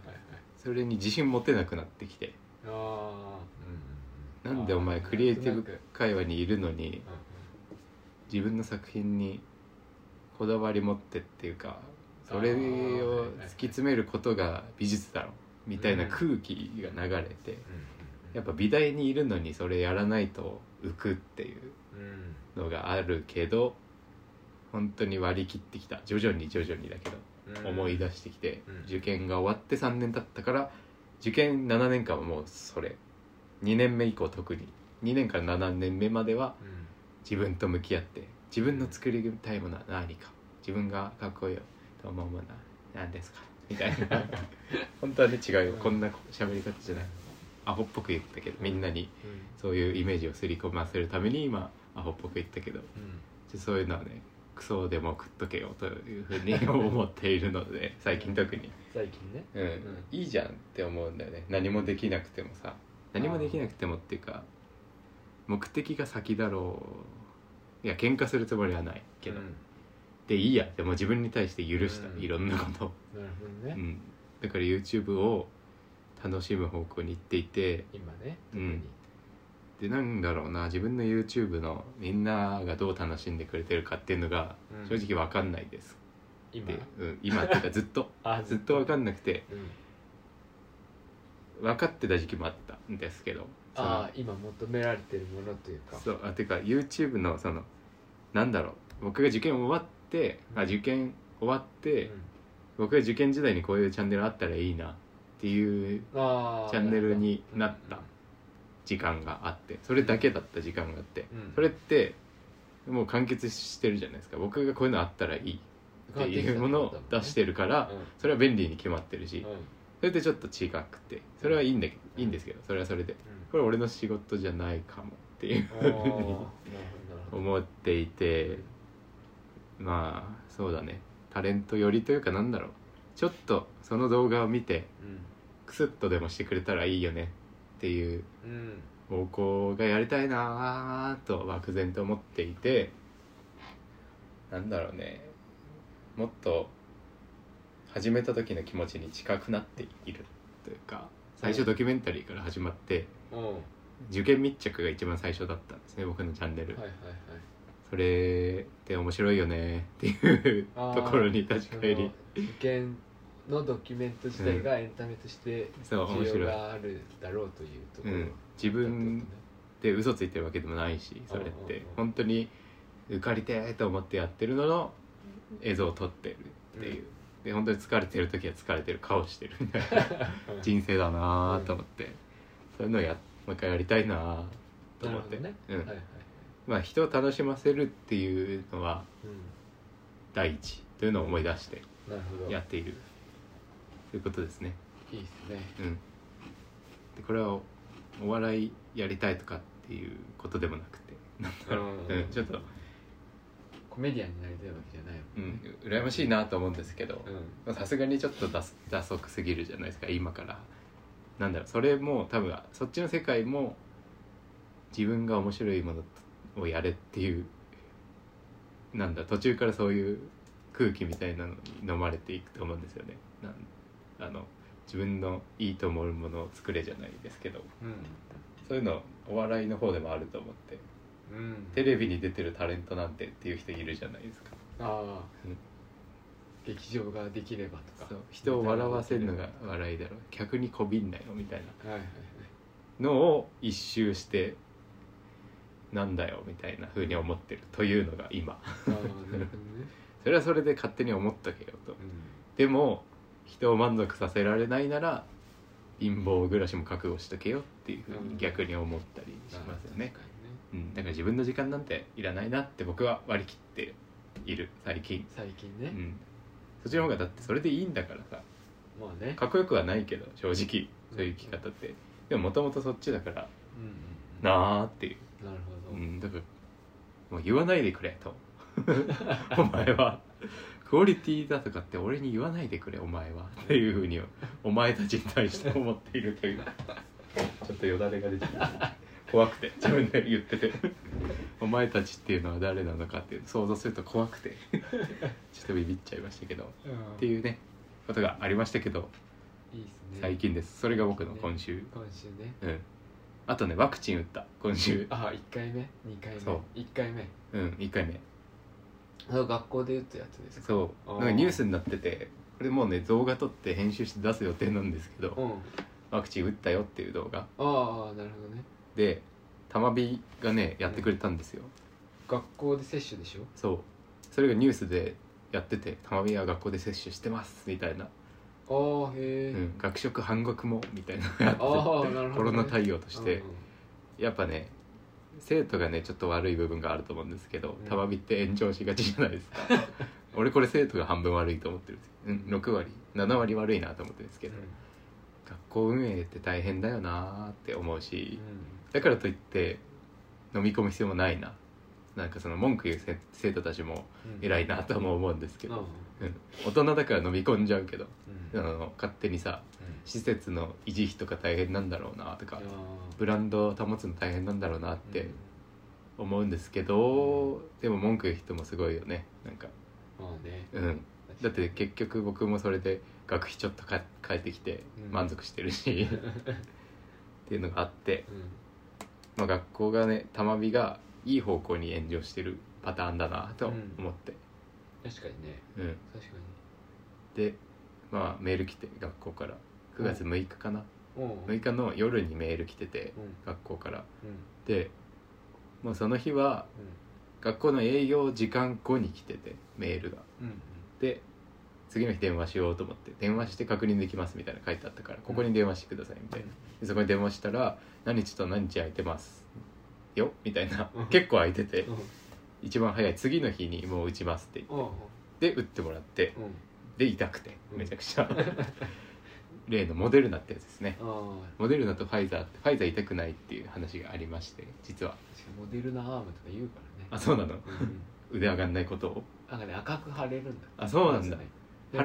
S1: それに自信持てなくなってきて
S2: あーうんうんうん
S1: なんでお前
S2: あ
S1: クリエイティ
S2: なんと
S1: ブ
S2: なく
S1: 会話にいるのに
S2: うんうん
S1: 自分の作品にこだわり持ってっていうかそれ
S2: あーはいは
S1: を
S2: い
S1: 突き詰めることが美術だろみたいな空気が流れて
S2: うんうんうん
S1: やっぱ美大にいるのにそれやらないと浮くっていう
S2: うん
S1: のがあるけど本当に割り切ってきた徐々に徐々にだけど
S2: うん
S1: 思い出してきて、
S2: うん
S1: 受験が終わって3年経ったから受験7年間はもうそれ2年目以降特に2年から7年目までは
S2: うん
S1: 自分と向き合って自分の作りたいものは何か自分がかっこいいよと思うものは何ですかみたい
S2: (laughs)
S1: な本当はね違うよこんな喋り方じゃないアホっぽく言ったけどみんなに
S2: う
S1: そういうイメージをすり込ませるために今アホっぽく言ったけど
S2: んうん
S1: ちょそういうのはねクソでも食っとけよというふうに思っているの (laughs) で最近特に、
S2: 最近ね
S1: うんいいじゃんって思うんだよね何もできなくてもさ何もできなくてもっていうか目的が先だろういや喧嘩するつもりはないけど、
S2: うん
S1: でいいやでも自分に対して許した、
S2: うん
S1: いろんなことを、
S2: なるほど
S1: う
S2: ね
S1: ん、だから YouTube を楽しむ方向に行っていて
S2: 今ね
S1: う
S2: 特に
S1: んでなんだろうな自分の YouTube のみんながどう楽しんでくれてるかっていうのが
S2: うん
S1: 正直わかんないです、
S2: 今
S1: で、うん、今っていうかずっ
S2: (laughs)
S1: と
S2: あ
S1: ずっと分か
S2: ん
S1: んなくて
S2: うん
S1: 分かってた時期もあったんですけどその
S2: ああ今求められてるものというか
S1: そうあてか YouTube のそのなんだろう僕が受験終わってあ受験終わって、
S2: うん
S1: 僕が受験時代にこういうチャンネルあったらいいなっていう
S2: あー
S1: チャンネルになった時間があってそれだけだった時間があって、
S2: うん
S1: それってもう完結してるじゃないですか僕がこういうのあったらいいっていうものを出しててるから、それは便利に決まってるし、
S2: うんうん
S1: それってちょっと違くてそれはいいんだけど、いいんですけどそれはそれでこれ俺の仕事じゃないかもっていう
S2: うんあーなるほどなるほど
S1: 思っていてまあそうだねタレント寄りというかなんだろうちょっとその動画を見てクスッとでもしてくれたらいいよねっていう
S2: うんうん
S1: 方向がやりたいなぁと漠然と思っていてなんだろうねもっと始めた時の気持ちに近くなっているというか最初ドキュメンタリーから始まって
S2: うんは
S1: 受験密着が一番最初だったんですね僕のチャンネ
S2: い
S1: ル、
S2: はいはい
S1: それって面白いよねっていう
S2: あー
S1: ところに立ち返り
S2: その受験のドキュメント自体がエンタメとして
S1: そう面
S2: 需要
S1: 白い、
S2: があるだろうというとこ
S1: う
S2: ろ
S1: ん、自分で嘘ついてるわけでもないしそれっ
S2: うんうんうん
S1: て本当に受かりてえと思ってやってるのの映像を撮ってるっていう、で本当に疲れてる時は疲れてる顔してるみ
S2: (laughs)
S1: たいな
S2: うん
S1: 人生だなーと思って、そういうのをやもう一回やりたいなーと思って、
S2: なる
S1: う
S2: ほど
S1: ん
S2: ねはいはい
S1: まあ人を楽しませるっていうのは
S2: うん
S1: 第一というのを思い出して
S2: なるほど
S1: やっているということですね。
S2: いいですね
S1: うん、でこれはおお笑いやりたいとかっていうことでもなくてなんだろう、
S2: うん
S1: うんちょっと、
S2: コメディアンになりたいわけじゃないも
S1: うん
S2: ね
S1: ん、羨ましいなと思うんですけど
S2: うん
S1: まあさすがにちょっと打足打足すぎるじゃないですか今からなんだろうそれも多分そっちの世界も自分が面白いものをやれっていうなんだ途中からそういう空気みたいなのに飲まれていくと思うんですよねなんあの自分のいいと思うものを作れじゃないですけどそういうのお笑いの方でもあると思って
S2: うんうん
S1: テレビに出てるタレントなんてっていう人いるじゃないですか
S2: ああ
S1: うん
S2: 劇場ができればとか
S1: そう人を笑わせるのが笑いだろ客にこびんなよみたいな
S2: はいはいはい
S1: のを一周してなんだよみたいな風に思ってるというのが今
S2: ああなるほどね、
S1: それはそれで勝手に思ったけどと
S2: う
S1: でも人を満足させられないなら貧乏暮らしも覚悟しとけよっていう風に逆に思ったり
S2: ん、
S1: しますよね、
S2: 確かに
S1: うん、だから自分の時間なんていらないなって僕は割り切っている最近、
S2: 最近
S1: う
S2: ね、
S1: ん、そっちの方がだってそれでいいんだからさ
S2: まあね
S1: かっこよくはないけど正直そういう生き方ってでももともとそっちだから
S2: うんうんうん
S1: なあっていう、
S2: なるほ
S1: う
S2: ど、
S1: ん、だからもう言わないでくれと (laughs) お前はクオリティだとかって俺に言わないでくれお前はっていうふうにお前たちに対して思っているというちょっとよだれが出てきた怖くて自分で言っててお前たちっていうのは誰なのかっていう想像すると怖くてちょっとビビっちゃいましたけど
S2: うん
S1: っていうねことがありましたけど
S2: いいですね
S1: 最近ですそれが僕の今週、
S2: 今週ね
S1: うんあとねワクチン打った今週
S2: ああ1回目2回
S1: そう
S2: 目1回目
S1: うん1回目
S2: あの学校で打ったやつですか
S1: そう
S2: あー
S1: なんかニュースになっててこれもうね動画撮って編集して出す予定なんですけ
S2: う
S1: ど
S2: ん
S1: ワクチン打ったよっていう動画
S2: ああなるほどね
S1: でたまびがねやってくれたんですよ
S2: 学校で接種でしょ
S1: そうそれがニュースでやっててたまびは学校で接種してますみたいな、
S2: ああへ
S1: う
S2: え、
S1: ん、学食半額もみたいなのやってて
S2: ああなるほど、ね、
S1: コロナ対応として
S2: うんうん
S1: やっぱね生徒がねちょっと悪い部分があると思うんですけど
S2: うん
S1: たまびって延長しがちじゃないです
S2: (laughs)
S1: か俺これ生徒が半分悪いと思ってるんですよ、うん、6割7割悪いなと思ってるんですけど、学校運営って大変だよなーって思う
S2: うん
S1: しだからといって飲み込む必要もないななんかその文句言うせ生徒たちも
S2: うん
S1: 偉いなとも思うんですけ
S2: うん
S1: ど、うん、大人だから飲み込んじゃうけど、
S2: う
S1: あ
S2: んうん
S1: の勝手にさ施設の維持費とか大変なんだろうなとか
S2: いやー
S1: ブランドを保つの大変なんだろうなっ
S2: う
S1: て
S2: ん
S1: 思うんですけど、でも文句言う人もすごいよねなんか
S2: まあね
S1: うんだって結局僕もそれで学費ちょっとか変えてきて
S2: うん
S1: 満足してる
S2: (laughs)
S1: し、っていうのがあって、
S2: うん
S1: まあ、学校がねたまびがいい方向に炎上してるパターンだなと思って、
S2: 確かにね
S1: うん
S2: 確か
S1: で、まあ、メール来て学校から9月6日かな、
S2: にうん
S1: 6日の夜にメール来てて
S2: うん
S1: 学校から
S2: うん
S1: でもうその日は学校の営業時間後に来ててメールが
S2: うんうん
S1: で次の日電話しようと思って電話して確認できますみたいな書いてあったからここに電話してくださいみたいな、でそこに電話したら「何日と何日空いてますよ」みたいな
S2: うん
S1: 結構空いてて
S2: うん
S1: 一番早い次の日にもう打ちますって
S2: うんうん
S1: 言って打ってもらって
S2: うん
S1: で痛くて
S2: うん
S1: めちゃくちゃ (laughs) 例のモデルナってやつですね
S2: ああ
S1: モデルナとファイザーってファイザー痛くないっていう話がありまして実は
S2: 確かにモデルナアームとか言うからね
S1: あそうなの
S2: うんうん
S1: 腕上がんないことを
S2: なんかね赤く腫れるんだ
S1: あそうなんだ
S2: でも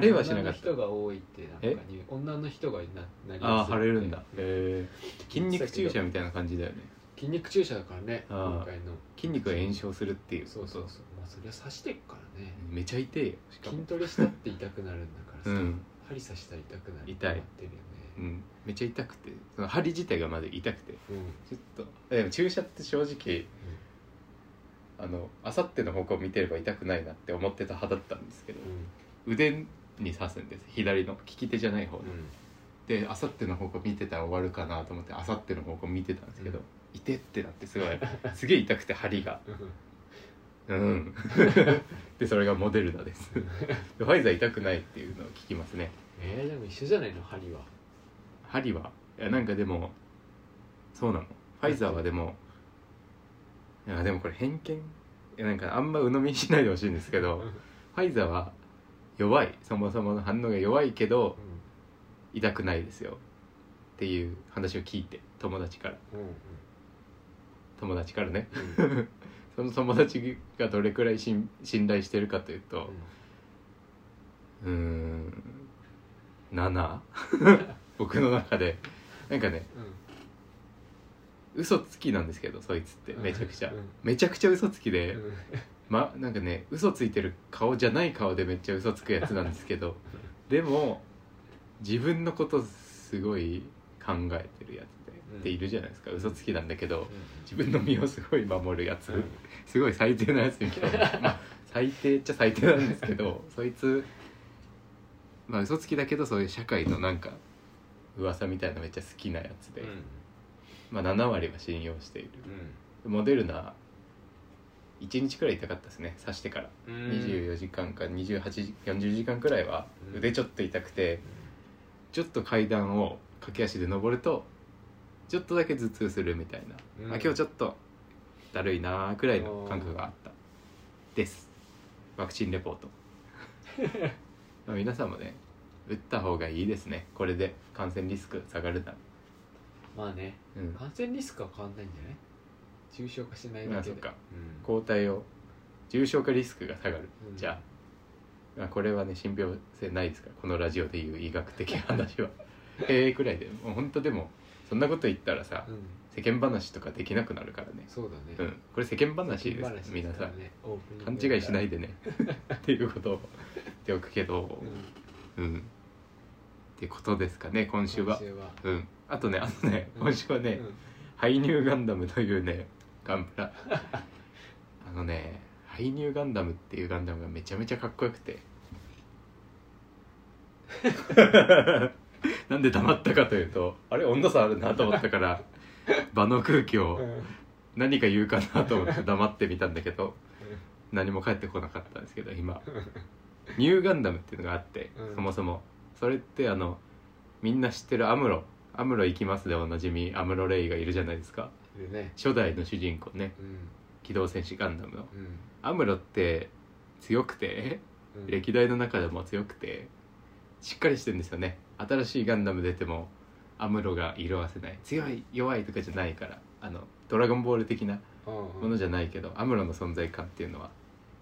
S1: 腫れはしなかった
S2: 女の人が多いってなんか
S1: え
S2: に女の人がななり
S1: あ
S2: や
S1: あ
S2: すい
S1: 腫れるんだ
S2: うん
S1: へえ筋肉注射みたいな感じだよね
S2: 筋肉注射だからね
S1: あー
S2: 今回の
S1: 筋肉が炎症するっていう
S2: そうそうそうまあそりゃ刺してくからね
S1: めちゃ痛えよしか
S2: 筋
S1: も、
S2: トレしたって痛くなるんだから
S1: う
S2: さ、
S1: ん
S2: 針刺したら痛くなる
S1: 痛い
S2: ってなってるよ
S1: う
S2: ね
S1: ん、めちゃ痛くてその針自体がまず痛くて
S2: うん、
S1: ちょっとでも注射って正直あの明後日の方向を見てれば痛くないなって思ってた派だったんですけど腕に刺すんです左の利き手じゃない方の、
S2: うん
S1: で明後日の方向見てたら終わるかなと思って明後日の方向見てたんですけど、
S2: うん
S1: 痛ってなってすごいすげえ痛くて針が
S2: うんうん
S1: うんでそれがモデルナですでファイザー痛くないっていうのを聞きますね
S2: えー、でも一緒じゃないの針は
S1: 針はいやなんかでもそうなのファイザーはでもいやでもこれ偏見いやなんかあんま鵜呑みにしないでほしいんですけどファイザーは弱いそもそもの反応が弱いけど痛くないですよっていう話を聞いて友達から
S2: うんうんうん
S1: 友達からね
S2: うん
S1: その友達がどれくらい信信頼してるかというとうーん7僕の中でなんかね
S2: うんうん
S1: 嘘つきなんですけどそいつってめちゃくちゃ
S2: うん
S1: めちゃくちゃ嘘つきで、
S2: うん
S1: ま、なんかね嘘ついてる顔じゃない顔でめっちゃ嘘つくやつなんですけどでも自分のことすごい考えてるやつで
S2: うん
S1: っているじゃないですか嘘つきなんだけど自
S2: う
S1: 分の身をすごい守るやつ、
S2: んうん (laughs)
S1: すごい最低なやつに来た、まあ、最低っちゃ最低なんですけどそいつまあ嘘つきだけどそういう社会のなんか噂みたいなめっちゃ好きなやつで、
S2: うん
S1: まあ7割は信用しているモデルナ1日くらい痛かったですね刺してから
S2: うん
S1: 24時間か28時40時間くらいは
S2: うん
S1: 腕ちょっと痛くて、ちょっと階段を駆け足で登るとちょっとだけ頭痛するみたいな、
S2: うん
S1: まあ、今日ちょっとだるいなーくらいの感覚があったですワクチンレ
S2: (laughs)
S1: ポートまあ皆さんもね打った方がいいですねこれで感染リスク下がるなら、
S2: まあね
S1: うん、
S2: 感染リスクは変わんないんじゃない重症化しない
S1: ま
S2: だ
S1: あ
S2: け
S1: そっ
S2: で
S1: か
S2: うん
S1: 抗体を重症化リスクが下がる、
S2: うん
S1: じゃあ,、まあこれはね信憑性ないですからこのラジオでいう医学的話は
S2: (laughs)
S1: へえくらいでもう本当でもそんなこと言ったらさ
S2: うん
S1: 世間話とかできなくなるからね、
S2: そうだね
S1: うん、これ世間話です
S2: 世間話
S1: 皆
S2: か
S1: さ
S2: ら
S1: ん
S2: ねオープニン
S1: 勘
S2: グ
S1: 違いしないでねっていうことを言っておくけど
S2: う、ん
S1: うんってことですかね今週は
S2: 今週は
S1: うんあとねあとね
S2: うん
S1: 今週はね、
S2: うん
S1: ハイニューガンダムというねガンプラあのねハイニューガンダムっていうガンダムがめちゃめちゃかっこよく
S2: (laughs)
S1: てなんで黙ったかというとあれ温度差あるなと思ったから場の空気を
S2: うん
S1: 何か言うかなと思って黙ってみたんだけど何も返ってこなかったんですけど今ニューガンダムっていうのがあって、
S2: うん
S1: そもそもそれってあのみんな知ってるアムロアムロ行きますでおなじみアムロレイがいるじゃないですか
S2: でね
S1: 初代の主人公ね
S2: うん
S1: 機動戦士ガンダムの
S2: うん
S1: アムロって強くて
S2: うん
S1: 歴代の中でも強くてしっかりしてるんですよね新しいガンダム出てもアムロが色あせない強い弱いとかじゃないからあのドラゴンボール的な
S2: うん
S1: ものじゃないけどアムロの存在感っていうのは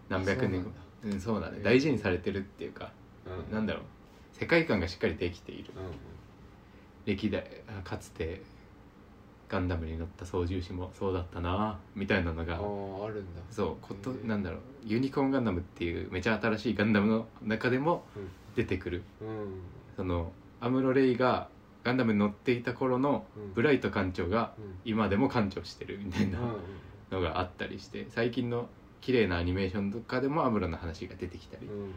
S1: 何百年後うんそうだね
S2: へえ
S1: 大事にされてるっていうか
S2: うん
S1: なんだろう世界観がしっかりできている
S2: うんうん
S1: 歴代あかつてガンダムに乗った操縦士もそうだったなみたいなの
S2: あ
S1: が
S2: ーあるんだ
S1: そうこと
S2: へー
S1: なんだろうユニコーンガンダムっていうめちゃ新しいガンダムの中でも
S2: うん
S1: 出てくる
S2: うん
S1: そのアムロ・レイがガンダムに乗っていた頃の
S2: うん
S1: ブライト艦長が
S2: うん
S1: 今でも艦長してるみたいな
S2: うん
S1: のがあったりして最近の綺麗なアニメーションとかでもアムロの話が出てきたり、
S2: うん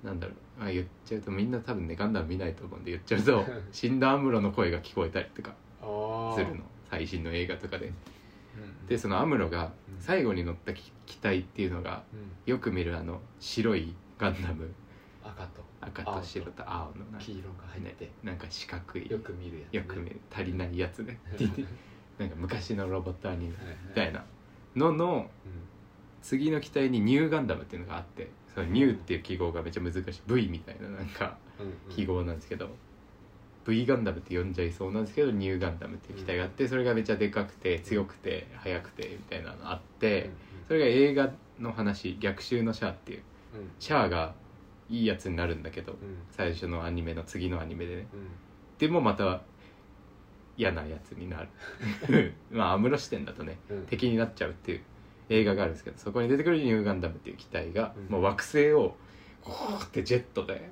S1: なんだろう、あ、言っちゃうとみんな多分ねガンダム見ないと思うんで言っちゃう
S2: (laughs)
S1: と死んだアムロの声が聞こえたりとか
S2: ああ
S1: するの最新の映画とかで
S2: うん
S1: でそのアムロが
S2: うん
S1: 最後に乗った機機体っていうのが
S2: うん
S1: よく見るあの白いガンダム
S2: 赤と
S1: 赤
S2: 青
S1: と
S2: と
S1: 白と青のなんか
S2: 黄色が入って
S1: ねなんか四角い
S2: よく見るやつね
S1: よく見る足りないやつね
S2: (laughs) は
S1: なんか昔のロボットアニメ
S2: いはい
S1: みたいなのの
S2: うん
S1: 次の機体にニューガンダムっていうのがあってそのニューっていう記号がめっちゃ難しい V みたいななんか
S2: うんうん
S1: 記号なんですけど、V ガンダムって呼んじゃいそうなんですけどニューガンダムっていう機体があってそれがめちゃでかくて強くて速くてみたいなのあっ
S2: うん
S1: て、それが映画の話「逆襲のシャア」っていう
S2: うん
S1: シャアがいいやつになるんだけど、
S2: うん
S1: 最初のアニメの次のアニメでね
S2: うん
S1: でもまた嫌なやつにな
S2: (laughs)
S1: るまあ安室視点だとね
S2: うん
S1: 敵になっちゃうっていう映画があるんですけどそこに出てくるニューガンダムっていう機体が、
S2: うん
S1: もう惑星をこうってジェット
S2: (laughs)
S1: で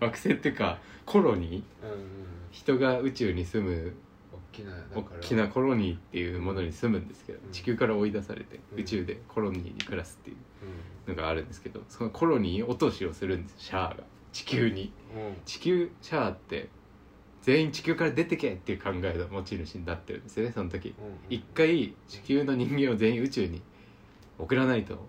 S1: 惑星っていうかコロニー
S2: うんうん
S1: 人が宇宙に住む
S2: 大きなだ
S1: 大
S2: から
S1: きなコロニーっていうものに住むんですけど、
S2: うん
S1: 地球から追い出されて
S2: うん
S1: 宇宙でコロニーに暮らすっていう
S2: う
S1: のがあるんですけどそのコロニー落としをするんですシャアが地球に。
S2: んうん
S1: 地球シャアって全員地球から出てけっていう考えの持ち主になってるんですよねその時
S2: うん
S1: 一回地球の人間を全員宇宙に送らないと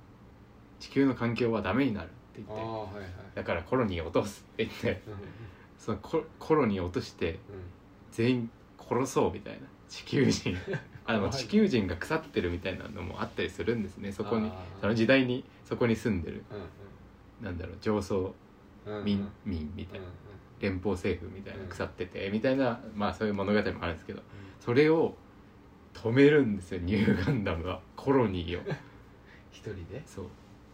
S1: 地球の環境はダメになるって
S2: あ
S1: 言
S2: あ
S1: って
S2: はいはい
S1: だからコロニーを落とすって言って
S2: うん
S1: そのココロニーを落として全員殺そうみたいな地球
S2: (laughs)
S1: 人あの
S2: はい
S1: 地球人が腐ってるみたいなのもあったりするんですねそこに
S2: あー
S1: その時代にそこに住んでる
S2: うん
S1: なんだろう上層
S2: うんうん
S1: 民民みたいな連邦政府みたいな
S2: うん
S1: 腐っててみたいなまあそういう物語もあるんですけどそれを止めるんですよニューガンダムはコロニ
S2: (laughs)
S1: ーを
S2: 一人で
S1: そう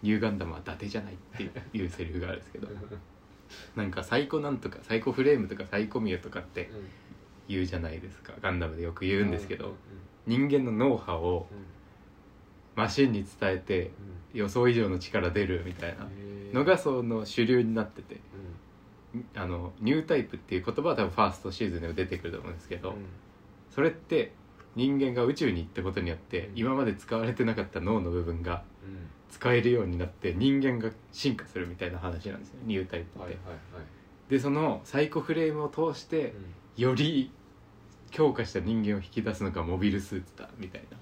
S1: ニューガンダムは伊達じゃないっていうセリフがあるんですけどなんかサイコなんとかサイコフレームとかサイコミューとかって言うじゃないですかガンダムでよく言うんですけど人間の脳波をマシンに伝えて予想以上の力出るみたいなのがその主流になっててあのニュータイプっていう言葉は多分ファーストシーズンでも出てくると思うんですけど、それって人間が宇宙に行ったことによって
S2: うん
S1: 今まで使われてなかった脳の部分が
S2: うん
S1: 使えるようになって人間が進化するみたいな話なんですよニュータイプって、
S2: はいはいは
S1: でそのサイコフレームを通し
S2: い、
S1: て
S2: う
S1: より強化した人間を引き出すのがモビルスーツだみたいな、
S2: ん、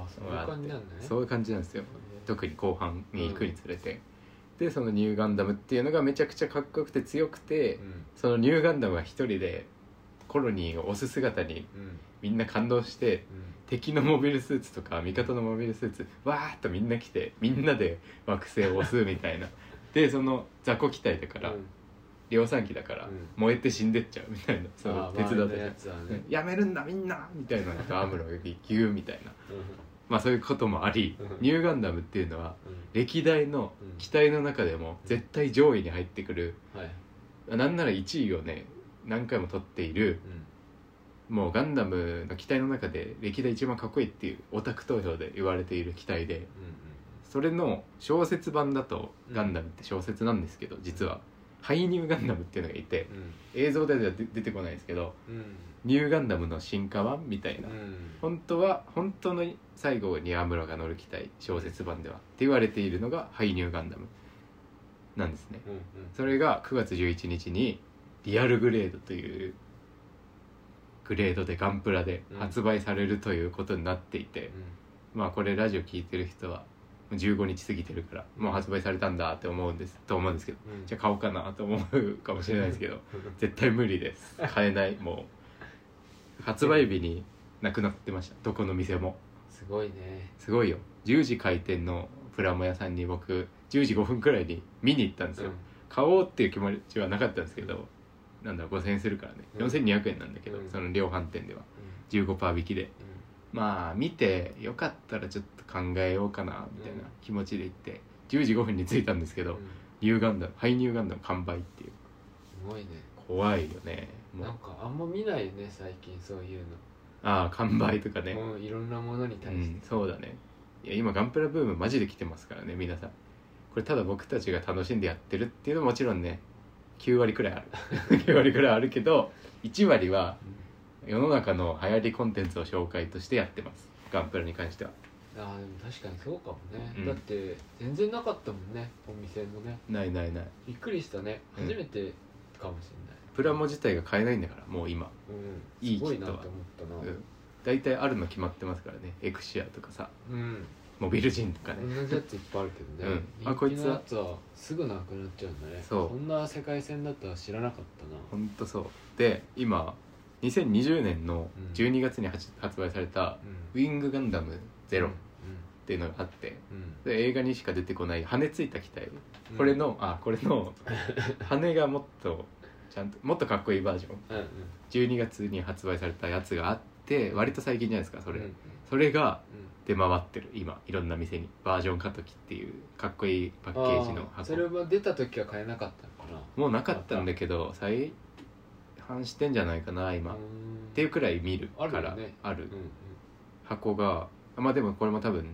S2: ああそういう感じなんだね
S1: そう
S2: う
S1: いう感じなんですよ特に後半に行くにつれて、でそのニューガンダムっていうのがめちゃくちゃかっこよくて強くて、
S2: うん
S1: そのニューガンダムが一人でコロニーを押す姿に
S2: うん
S1: みんな感動して
S2: うん
S1: 敵のモビルスーツとか味方のモビルスーツわーっとみんな来てみんなで惑星を押すみたいなでその雑魚機体だから、
S2: うん
S1: 量産機だから、
S2: うん
S1: 燃えて死んでっちゃうみたいなそ
S2: あ
S1: の
S2: あ
S1: 手伝っ
S2: 周りのや
S1: て
S2: つはね、
S1: やめるんだみんなみたいなのとアムロがギューみたいな
S2: うん
S1: まあそういうこともあり
S2: うん
S1: ニューガンダムっていうのは
S2: うん
S1: 歴代の機体の中でも絶対上位に入ってくる
S2: はい、
S1: なんなら1位をね何回も取っている
S2: うん、
S1: もうガンダムの機体の中で歴代一番かっこいいっていうオタク投票で言われている機体で
S2: うん
S1: それの小説版だと
S2: うん
S1: ガンダムって小説なんですけど実はハイニューガンダムっていうのがいて
S2: うん
S1: 映像では出出てこないですけど
S2: うん
S1: ニューガンダムの進化版みたいな
S2: うん
S1: 本当は本当の最後にアムロが乗る機体小説版ではって言われているのがハイニューガンダムなんですね
S2: うんうん
S1: それが9月11日にリアルグレードというグレードでガンプラで発売されるということになっていて、まあこれラジオ聞いてる人は15日過ぎてるからもう発売されたんだって思うんですと思うんですけど
S2: うんうん
S1: じゃあ買おうかなと思うかもしれないですけど絶対無理です買えないもう発売日になくなってましたどこの店も
S2: すごいね
S1: すごいよ10時開店のプラモ屋さんに僕10時5分くらいに見に行ったんですよ、買おうっていう気持ちはなかったんですけどなんだろう5000円するからね
S2: うん
S1: 4200円なんだけど、
S2: うん
S1: その量販店では15%引きでまあ見てよかったらちょっと考えようかなみたいな
S2: うん
S1: 気持ちで行って10時5分に着いたんですけ
S2: うん
S1: ど、
S2: うん
S1: ニューガンダムハイニューガンダム完売っていう
S2: すごいね
S1: 怖いよねもう
S2: なんかあんま見ないね最近そういう
S1: ああ完売とか
S2: の
S1: ね、
S2: もういろんなものに
S1: う
S2: 対して
S1: ん、そうだねいや今ガンプラブームマジで来てますからね皆さんこれただ僕たちが楽しんでやってるっていうのはもちろんね9割くらいある (laughs) 9割くらいあるけど1割は世の中の流行りコンテンツを紹介としてやってますガンプラに関しては
S2: ああでも確かにそうかもね、
S1: うん
S2: だって全然なかったもんねお店もね
S1: ないないない
S2: びっくりしたね
S1: うん
S2: 初めてかもし
S1: プラモ自体が買えないんだからもう今、
S2: れない、うん、
S1: いい
S2: すごい
S1: キッ
S2: な
S1: ト
S2: と
S1: は
S2: 思ったな
S1: うん、大体あるの決まってますからねエクシアとかさ
S2: うん、
S1: モビルジンとかね
S2: 同じやついっぱいあるけどね、
S1: うんあ
S2: 人
S1: こい
S2: 気
S1: つ
S2: の
S1: は
S2: やつはすぐなくなっちゃうんだね
S1: そうん
S2: な世界線だったら知らなかったな
S1: ほんとそうで今2020年の12月に発発売された「ウィングガンダムゼロ
S2: う
S1: っ
S2: ん
S1: ていうのがあって
S2: うん
S1: で映画にしか出てこない羽ついた機体
S2: うん
S1: これのあこれの羽がもっとちゃんともっとかっこいいバージョン
S2: うんうん
S1: 12月に発売されたやつがあって割と最近じゃないですかそれ、
S2: うんうん
S1: それが出回ってる今いろんな店にバージョンカトキっていうかっこいいパッケージの
S2: あーそれ
S1: 箱
S2: は出た時は買えなかったのかな
S1: もうなかったんだけど再販してんじゃないかな今、
S2: う
S1: っ
S2: ん
S1: ていうくらい見るか
S2: あるよね
S1: らある
S2: うんうん
S1: 箱がまあでもこれも多分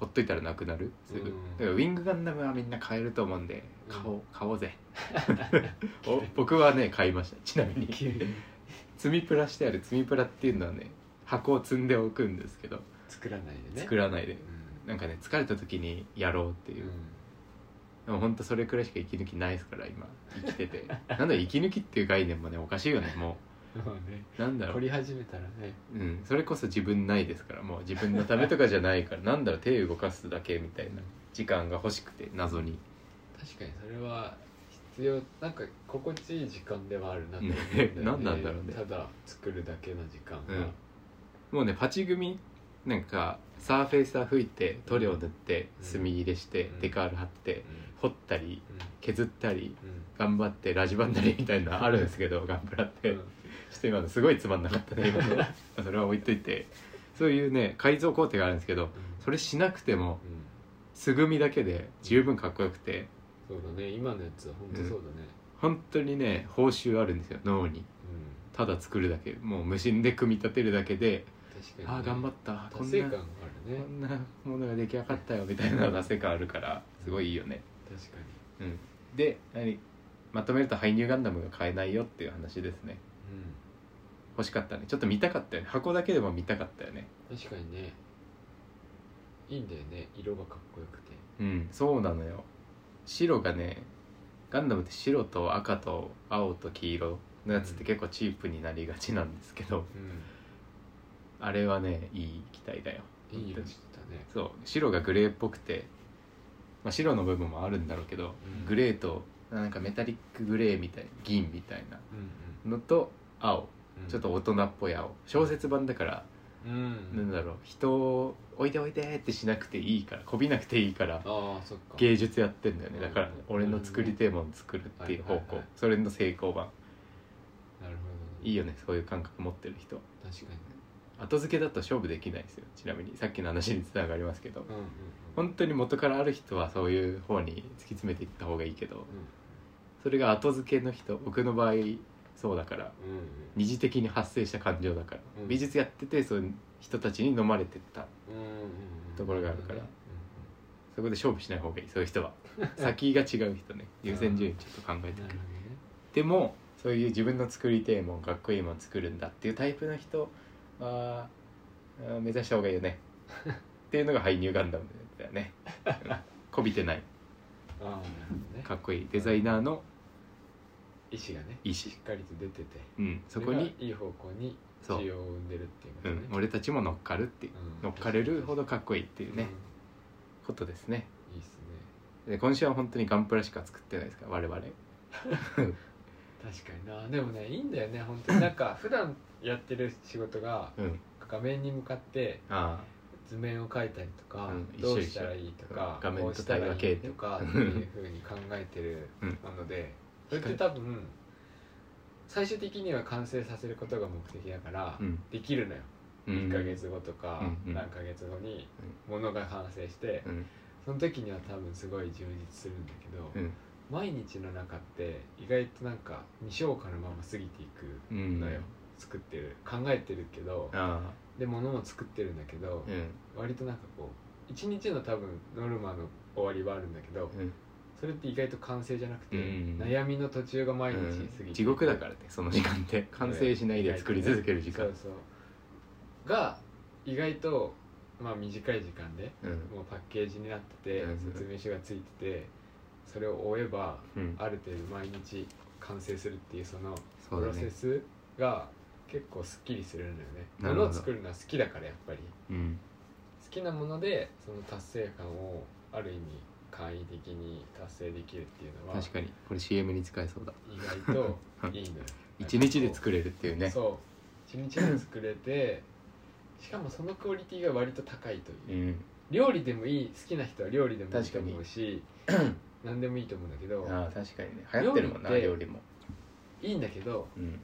S1: ほっといたらなくなるすぐ、
S2: うん
S1: だからウィングガンダムはみんな買えると思うんで
S2: うん
S1: 買お
S2: (laughs)
S1: う,、買おうぜ (laughs) お僕はね買いましたちなみに積みプラしてある積みプラっていうのはね箱を積んでおくんですけど
S2: 作らないでね
S1: 作らないで
S2: うん
S1: なんかね疲れた時にやろうっていう、でもほんとそれくらいしか息抜きないですから今生きてて (laughs) なんだろう息抜きっていう概念もねおかしいよねも
S2: うんまあね
S1: うなんだろ
S2: 凝
S1: う、
S2: り始めたらね
S1: うん、それこそ自分ないですからもう自分のためとかじゃないから (laughs) なんだろう手動かすだけみたいな時間が欲しくて謎に
S2: 確かにそれは必要なんか心地いい時間ではあるなと思うんだよ
S1: ね何なん (laughs) だろうね
S2: ただ作るだけの時間
S1: うん
S2: が
S1: もうねパチ組なんかサーフェイサー吹いて塗料塗って
S2: うん
S1: 墨入れして、
S2: うん
S1: デカール貼って彫ったり削ったり
S2: うん
S1: 頑張ってラジバンダリみたいなのあるんですけどガンプラって、
S2: うん
S1: ちょっと今のすごいつまんなかった
S2: (laughs)
S1: ね今のまあそれは置いといてそういうね改造工程があるんですけどそれしなくても
S2: うん
S1: 素組みだけで十分かっこよくて
S2: そうだね今のやつは本当そうだね
S1: 本当にね報酬あるんですよ脳に
S2: うん
S1: ただ作るだけもう無心で組み立てるだけで、
S2: 確か
S1: あ
S2: に
S1: あ頑張
S2: っ
S1: ったこん
S2: 達成
S1: な
S2: 感がある
S1: こ
S2: ね
S1: んなものが出来上がったよみたいな達成感あるからすごいいいよね、
S2: 確かに
S1: うん、で何まとめると「ハイニューガンダム」が買えないよっていう話ですね
S2: う
S1: 欲しかったねちょっと見たかったよね箱だけでも見たかったよね
S2: ん確かにねいいんだよね色がかっこよくて
S1: うんそうなのよ白がねガンダムって白と赤と青と黄色のやつって結構チープになりがちなんですけど
S2: う
S1: あれはねいい機体だよ
S2: んいい色してたね
S1: そう白がグレーっぽくて、まあ、白の部分もあるんだろうけど、
S2: うん
S1: グレーとなんかメタリックグレーみたいな銀みたいな
S2: うん
S1: のと青
S2: うん
S1: ちょっと大人っぽい青小説版だから、
S2: うん
S1: なんだろう人を「置いておいて」ってしなくていいからこびなくていいから
S2: ああそっか
S1: 芸術やってんだよね
S2: うん
S1: だから俺の作り手も作るっていう方
S2: はいはい
S1: 向
S2: はい
S1: それの成功版
S2: なるほど
S1: いいよねそういう感覚持ってる人
S2: 確かに
S1: 後付けだと勝負できないですよちなみにさっきの話につながりますけど
S2: うんうんうん
S1: 本当に元からある人はそういう方に突き詰めていった方がいいけど
S2: う
S1: それが後付けの人僕の場合そうだから
S2: んうん
S1: 二次的に発生した感情だから、
S2: うん
S1: 美術やっててそういう人たちに飲まれてった
S2: うんうんうんうん
S1: ところがあるから
S2: うんうん
S1: そこで勝負しない方がいいそういう人 (laughs) は先が違う人ね優先順位ちょっと考えて
S2: な
S1: く
S2: る
S1: るでもそういう自分の作り手もかっこいいもの作るんだっていうタイプの人はあー目指した方がいいよ (laughs) ねっていうのが「ハイニューガンダム」だよねうんこびてない
S2: ほどねああなるほどね
S1: かっこいいデザイナーの
S2: 意思がね
S1: 意
S2: し
S1: 思
S2: っかりと出てて
S1: うん、そこに
S2: れがいい方向に
S1: そう
S2: 需要を生んでるっていうこ
S1: う
S2: とね
S1: ん、俺たちも乗っかるっていう
S2: うん
S1: 乗っかれるほどかっこいいっていうね、
S2: う
S1: ことですね
S2: んいいっすね
S1: で今週は本当にガンプラしか作ってないですから我々
S2: 確かになでもねいいんだよね本当になんか普段やってる仕事が
S1: うん
S2: 画面に向かって
S1: あ
S2: 図面を描いたりとか、
S1: うん
S2: どうしたらいいとか、
S1: 一緒一緒うん画面と
S2: こうしたらいい
S1: 対話系
S2: とかっていうふうに考えてる
S1: うん
S2: ので、それって多分最終的には完成させることが目的だから、
S1: あうん
S2: できるのよ、
S1: うん
S2: 1ヶ月後とか、
S1: うんうん
S2: 何ヶ月後にものが完成して、
S1: うん
S2: その時には多分すごい充実するんだけど、
S1: うん
S2: 毎日の中って意外となんか未消化のまま過ぎてい
S1: う
S2: く
S1: ん
S2: のよ、作ってる考えてるけど
S1: あ
S2: で物も作ってるんだけど
S1: あ、うん
S2: 割となんかこう一日の多分ノルマの終わりはあるんだけど
S1: うん
S2: それって意外と完成じゃなくて、
S1: うん
S2: 悩みの途中が毎日過ぎて、
S1: 地獄だからねその時間って完成しないで作り続ける時間
S2: そうそうが意外とまあ短い時間で
S1: うん
S2: もうパッケージになってて、
S1: うん
S2: 説明書がついててそれを追えば
S1: うん
S2: ある程度毎日完成するっていうその
S1: そ
S2: プ
S1: う
S2: ロ
S1: だ
S2: セ
S1: ね
S2: スが結構すっきりするんだよね
S1: なるほ
S2: 物
S1: ど
S2: を作るのは好きだからやっぱり
S1: うん
S2: 好きなものでその達成感をある意味簡易的に達成できるっていうのは
S1: 確かにこれ CM に使えそうだ
S2: 意外といいのよ
S1: 一日で
S2: る
S1: 作れるっていうね
S2: そう一日で作れてしかもそのクオリティが割と高いという、
S1: うん
S2: 料理でもいい好きな人は料理でもいい
S1: 確
S2: と
S1: かに
S2: 思うし (clears throat) 何でもいいと思うんだけど
S1: ああ確かにね流行ってるもんな
S2: 料
S1: 料
S2: 理
S1: 理も
S2: いいんだけど
S1: うん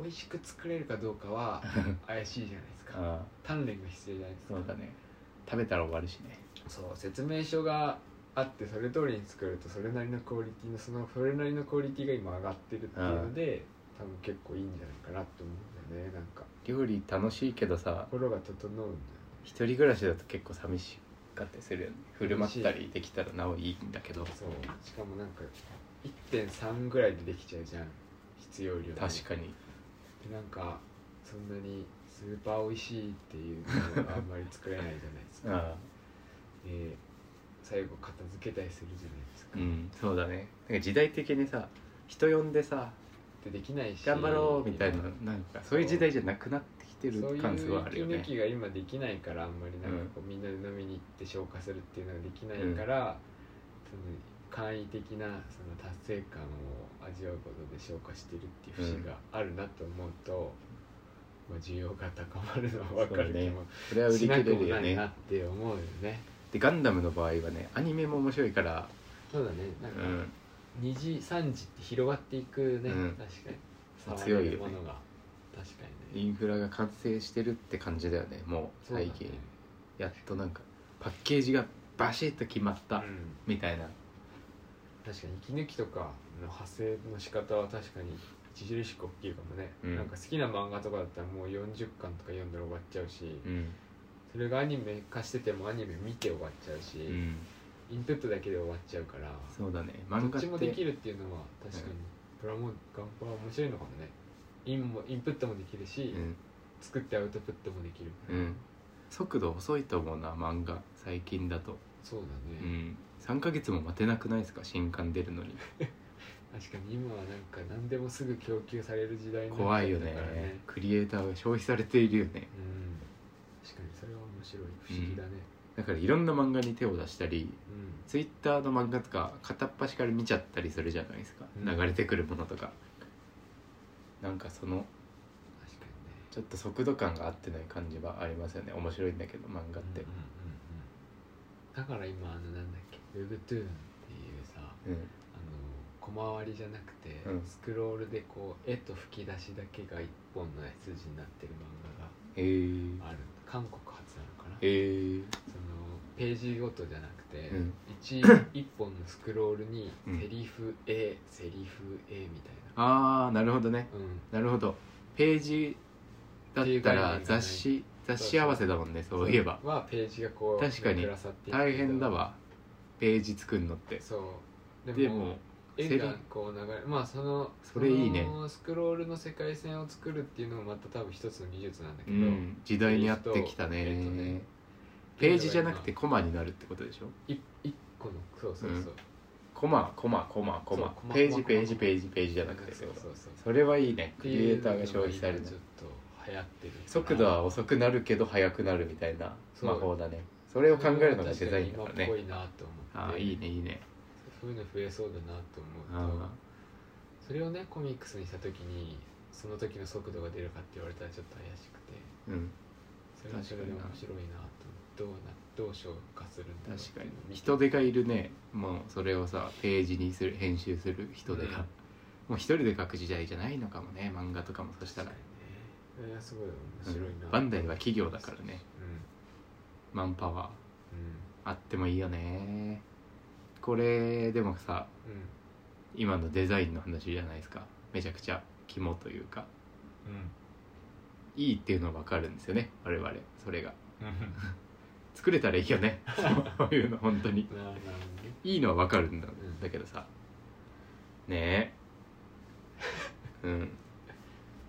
S2: 美味しく作れるかどうかは怪しいじゃないですか
S1: ああ
S2: 鍛錬が必要じゃないですか
S1: そうだね食べたら終わるしね
S2: そう説明書があってそれ通りに作るとそれなりのクオリティのそのそれなりのクオリティが今上がってるっていうので多分結構いいんじゃないかなって思うんだよねなんか
S1: 料理楽しいけどさ
S2: 心が整うんだよね
S1: 一人暮らしだと結構寂しかったりするよね振る舞ったりできたらなおいいんだけど
S2: そうしかもなんか1.3ぐらいでできちゃうじゃん必要量で
S1: 確かに
S2: でなんかそんなにスーパー美味しいっていうのはあんまり作れないじゃない
S1: (laughs)
S2: ですか
S1: ああ
S2: で最後片付けたりするじゃないですか、
S1: うんそうだねなんか時代的にさ人呼んでさ
S2: でできないし
S1: 頑張ろうみたいななんかそういう時代じゃなくなってきて
S2: そうい
S1: る
S2: う
S1: 感すごいあるよ
S2: 息抜
S1: ね
S2: きが今できないからあんまりなんかこう、みんなで飲みに行って消化するっていうのができないから、その簡易的なその達成感を味わうことで消化してるっていう節があるなと思うと、まあ、需要が高まるのは分かる気も
S1: それは売り
S2: し
S1: 切
S2: な
S1: れ
S2: くも
S1: る
S2: な
S1: よ
S2: いな
S1: ね
S2: って思うよね。
S1: でガンダムの場合はねアニメも面白いから
S2: そうだねなん
S1: う
S2: か
S1: ん
S2: 2時3時って広がっていくね、
S1: うん
S2: 確かに
S1: 強いよね
S2: 触れるものが確かにね
S1: インフラが完成してるって感じだよねもう
S2: そうだ
S1: 最
S2: ね
S1: 近、やっとなんかパッケージがバシッと決まっ
S2: う
S1: た
S2: ん
S1: みたいな
S2: 確かに息抜きとかの派生の仕方は確かに著しく大きいかもね、
S1: うん
S2: なんか好きな漫画とかだったらもう40巻とか読んだら終わっちゃうし、
S1: うん、
S2: それがアニメ化しててもアニメ見て終わっちゃうし、
S1: うん、
S2: インプットだけで終わっちゃうから
S1: そうだね
S2: ど
S1: 漫
S2: っ
S1: 画
S2: ちもで
S1: っ
S2: き
S1: て
S2: るっていうのは確かに、プラモガンプラは面白いのかもねインもインプットもできるし、
S1: うん
S2: 作ってアウトプットもできる
S1: うん速度遅いと思うな漫画最近だと
S2: そうだ
S1: う
S2: ね、
S1: ん3ヶ月も待てなくないですか新刊出るのに
S2: 確かに今はなんか何でもすぐ供給される時代になっちゃった
S1: 怖いよね
S2: からね
S1: クリエイターが消費されているよね
S2: うん確かにそれは面白い不思議だね
S1: だからいろんな漫画に手を出したり
S2: うん、
S1: ツイッターの漫画とか片っ端から見ちゃったりするじゃないですか、
S2: うん
S1: 流れてくるものとかなんかその
S2: 確か
S1: ちょっと速度感が合ってない感じはありますよね面白いんだけど漫画っ
S2: に
S1: て
S2: ねうんうんうんうんだから今あのなんだっけ Webtoon っていうさ
S1: うん、
S2: あの小回りじゃなくて、
S1: うん
S2: スクロールでこう絵と吹き出しだけが一本の筋になってる漫
S1: えー
S2: 画、がある韓国発なのかな
S1: えー、
S2: そのページごとじゃなくて、
S1: うん (coughs)
S2: 一一本のスクロールに
S1: うん
S2: セリフ A、セリフ A みたいな
S1: ああなるほどね
S2: うん
S1: なるほどページだったら雑誌雑誌合わせだもんねそういえば
S2: はページがこう
S1: 確かに
S2: めくらさっていくけど
S1: 大変だわページ作るのって
S2: そう
S1: で
S2: でも
S1: もセリ
S2: 絵がこう流れまあその
S1: それいいね
S2: そのスクロールの世界線を作るっていうのもまた多分一つの技術なんだけ
S1: う
S2: ど、
S1: ん時代に合ってきた
S2: えっと
S1: ね
S2: ね
S1: ページじゃなくてコマになるってことでしょ
S2: 一一個のそうそうそう、
S1: コマコマコマコ
S2: そう
S1: マ
S2: コマ
S1: ページ
S2: コマ
S1: ページページページじゃなくて
S2: そうそうそう
S1: それはいいね
S2: っ
S1: ク
S2: て
S1: リエ
S2: い
S1: イ
S2: う
S1: タ
S2: の
S1: ー
S2: が
S1: が消費される
S2: 今ちょっと流行ってるから
S1: 速度は遅くなるけど速くなるみたいな
S2: そう
S1: 魔法だねそれを考えるのがデザインだから
S2: 今っぽ
S1: ね
S2: いなと思
S1: あ
S2: っ
S1: あ
S2: て
S1: いいねいいね
S2: そういうの増えそうだなと思うと
S1: あ
S2: それをねコミックスにした時にその時の速度が出るかって言われたらちょっと怪しくて
S1: ーうん
S2: それはそれで面白いなと思うどうなどう消化するんだろう
S1: 確かに人手がいるねもうそれをさページにする編集する人手が、
S2: うん
S1: もう一人で書く時代じゃないのかもね漫画とかもそしたら、
S2: いやすごい面
S1: うん
S2: 白いな、
S1: バンダイは企業だからね
S2: う
S1: マンパワ
S2: ん
S1: ーあってもいいよねこれでもさ
S2: うん
S1: 今のデザインの話じゃないですかめちゃくちゃ肝というかいいっていうのは分かるんですよね我々それが
S2: うんうん
S1: 作れたらいいよね (laughs) そういうの本当に
S2: ななるほどね
S1: いいのは分かるんだ,、
S2: ん
S1: だけどさねえうん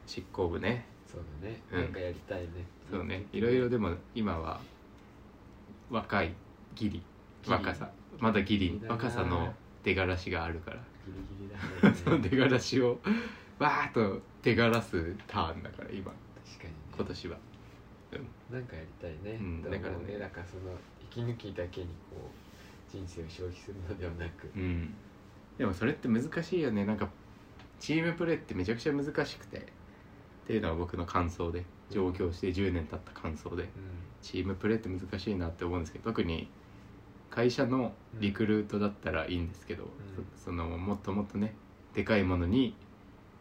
S1: 執行部ね
S2: そうだね、
S1: うん
S2: なんかやりたいね
S1: そうねいろいろ
S2: で
S1: でも今は若いギリ若さまだギ
S2: ギ
S1: リ
S2: リだな
S1: 若さの出がらしがある (laughs) から
S2: ギリギリだから、ね、
S1: その出がらしをわーっと出がらすターンだから今
S2: 確かに、ね、
S1: 今年は
S2: なんかやりたいね、
S1: うん
S2: だか
S1: だからら
S2: ね
S1: ね
S2: だからその息抜きだけにこう人生を消費するのではなく、
S1: うんでもそれって難しいよねなんかチームプレーってめちゃくちゃ難しくてっていうのは僕の感想で上京して10年経った感想で
S2: う
S1: チームプレーって難しいなって思うんですけど特に会社のリクルートだったらいいんですけど、そそのもっともっとねでかいものに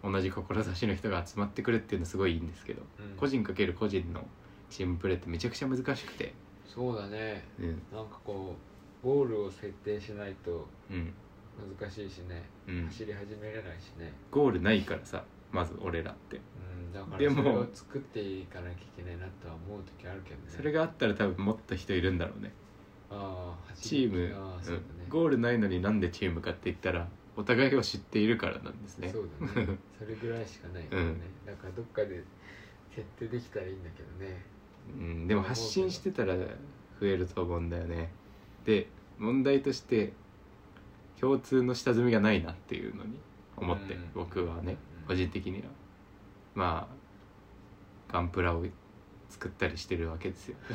S1: 同じ志の人が集まってくるっていうのすごいいいんですけど、
S2: んうん
S1: 個人かける個人のチームプレーってめちゃくちゃ難しくて、
S2: そうだね
S1: うん
S2: なんかこうゴールを設定しないと
S1: うん
S2: 難しいしね
S1: うん、
S2: 走り始めれないしね、
S1: ゴールないからさまず俺らって
S2: うん、だか
S1: で
S2: ら
S1: も
S2: それを作っていかなきゃいけないなとは思う時あるけどね
S1: それがあったら多分もっと人いるんだろうね
S2: ああ走
S1: チーム、
S2: ああ
S1: う
S2: そうだ
S1: ん
S2: ね、
S1: ゴールないのになんでチームかって言ったらお互いを知っているからなんですね
S2: そうだねそれぐらいしかないからね、だからどっかで設定できたらいいんだけどね
S1: うん、でも発信してたら増えると思うんだよねで問題として共通の下積みがないなっていうのに思って、
S2: うん
S1: 僕はね
S2: うん
S1: 個人的にはまあガンプラを作ったりしてるわけですよ (laughs)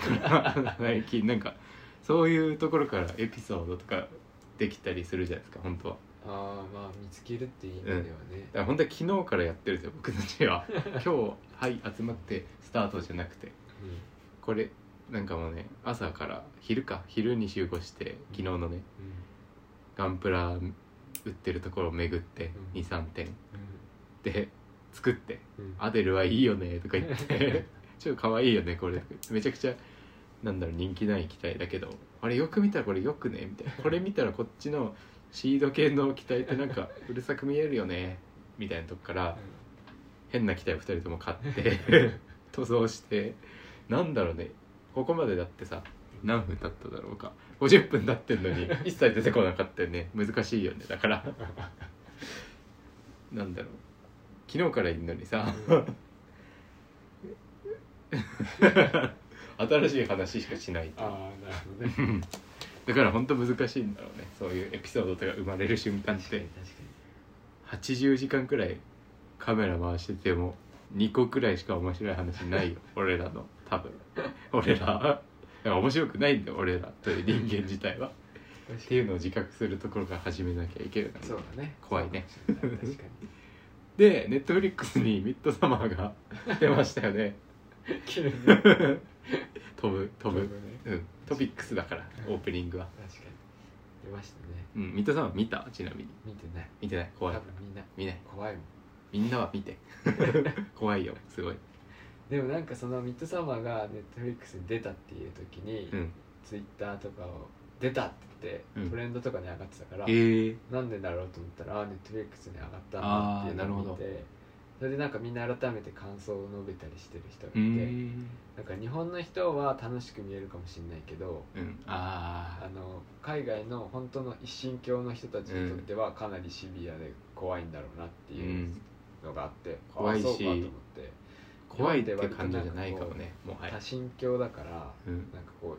S1: 最近なんかそういうところからエピソードとかできたりするじゃないですか本当は
S2: ああまあ見つけるっていう意味ではね、
S1: だから本当は昨日からやってるんですよ僕たち
S2: (laughs)
S1: は今日はい集まってスタートじゃなくて
S2: うん
S1: これなんかもうね朝から昼か昼に集合して昨日のねガンプラ売ってるところを巡って
S2: うん
S1: 23点
S2: う
S1: で作って
S2: んうん
S1: 「アデルはいいよね」とか言って
S2: (laughs)
S1: ちょっと可愛いよねこれめちゃくちゃなんだろう人気ない機体だけどあれよく見たらこれよくねみたいなこれ見たらこっちのシード系の機体ってなんかうるさく見えるよねみたいなとこから変な機体を2人とも買って (laughs) 塗装してなんだろうねここまでだってさ何分経っただろうか50分経ってんの (laughs) に一切出てこなかったよね難しいよねだ (laughs) からなんだろう昨日からいるのにさ
S2: うん
S1: 新しい話しかしない
S2: ああなるほどね
S1: だから本当難しいんだろうねそういうエピソードとか生まれる瞬間っ
S2: 確かに
S1: て
S2: 確かに
S1: 80時間くらいカメラ回してても2個くらいしか面白い話
S2: (laughs)
S1: ないよ俺らの多分俺らいや面白くないんだよ俺らという人間自体はっていうのを自覚するところから始めなきゃいけるな
S2: そうだね
S1: 怖いね
S2: そうかもしれない確かに
S1: でネットフリックスにミッドサマー
S2: (laughs)
S1: が出ましたよね (laughs)
S2: 切るね
S1: 飛ぶ飛ぶ、
S2: ね
S1: うん、トピックスだからオープニングは、
S2: 確かに出ましたね
S1: うん、ミッドサマー見たちなみに
S2: 見てない
S1: 見てない
S2: 多
S1: 怖い
S2: 分みんな
S1: 見ない
S2: 怖いもん
S1: みんなは
S2: (laughs)
S1: 見て怖いよすごい
S2: でもなんかそのミッドサマーがネットフリックスに出たっていう時に、
S1: うん
S2: ツイッターとかを出たって言
S1: う
S2: っ
S1: ん
S2: てトレンドとかに上がってたから、
S1: えー、
S2: なんでだろうと思ったらあネットフリックスに上がったんだっていうのを見
S1: あー
S2: てそれでなんかみんな改めて感想を述べたりしてる人がいうて、
S1: ーん
S2: なんか日本の人は楽しく見えるかもしれないけど
S1: うん
S2: あ
S1: あ
S2: の海外の本当の一神教の人たちにとってはかなりシビアで怖いんだろうなって
S1: ーう
S2: いうんのがあって、あ
S1: 怖いし
S2: そうかと思って
S1: 怖いって感じじゃないかもねもは
S2: 多
S1: や、
S2: 神教だから
S1: うん、
S2: なんかこう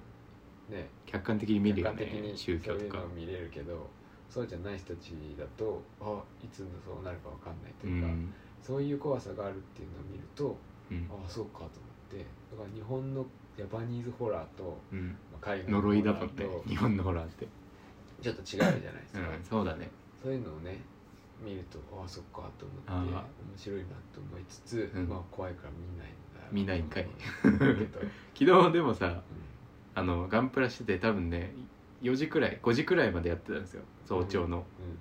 S2: ね
S1: 客観的に見る
S2: 客
S1: よ
S2: 観的
S1: ね
S2: にそう
S1: 宗教
S2: い
S1: と
S2: う
S1: か
S2: のを見れるけどそうじゃない人たちだとあいつそうなるかわかんないと
S1: う
S2: いうか、
S1: ん、
S2: そういう怖さがあるっていうのを見ると
S1: うん
S2: ああそうかと思ってだから日本のジャパニーズホラーと
S1: うん、
S2: まあ海外のホ
S1: 呪
S2: ラ
S1: いだ
S2: ー
S1: もんね
S2: と
S1: 日本のホラーって、
S2: ちょっと違うじゃないです
S1: う
S2: か、
S1: ん、そうだね
S2: そういうのをね見るとああそっかと
S1: ああ
S2: 思って面白いなと思いつつ、
S1: うん
S2: まあ怖いから見ないんだ
S1: 見ないんかい
S2: と思うけど
S1: 昨日でもさ
S2: うん
S1: あのガンプラしてて多分ね4時くらい5時くらいまでやってたんですよ早朝の、
S2: うん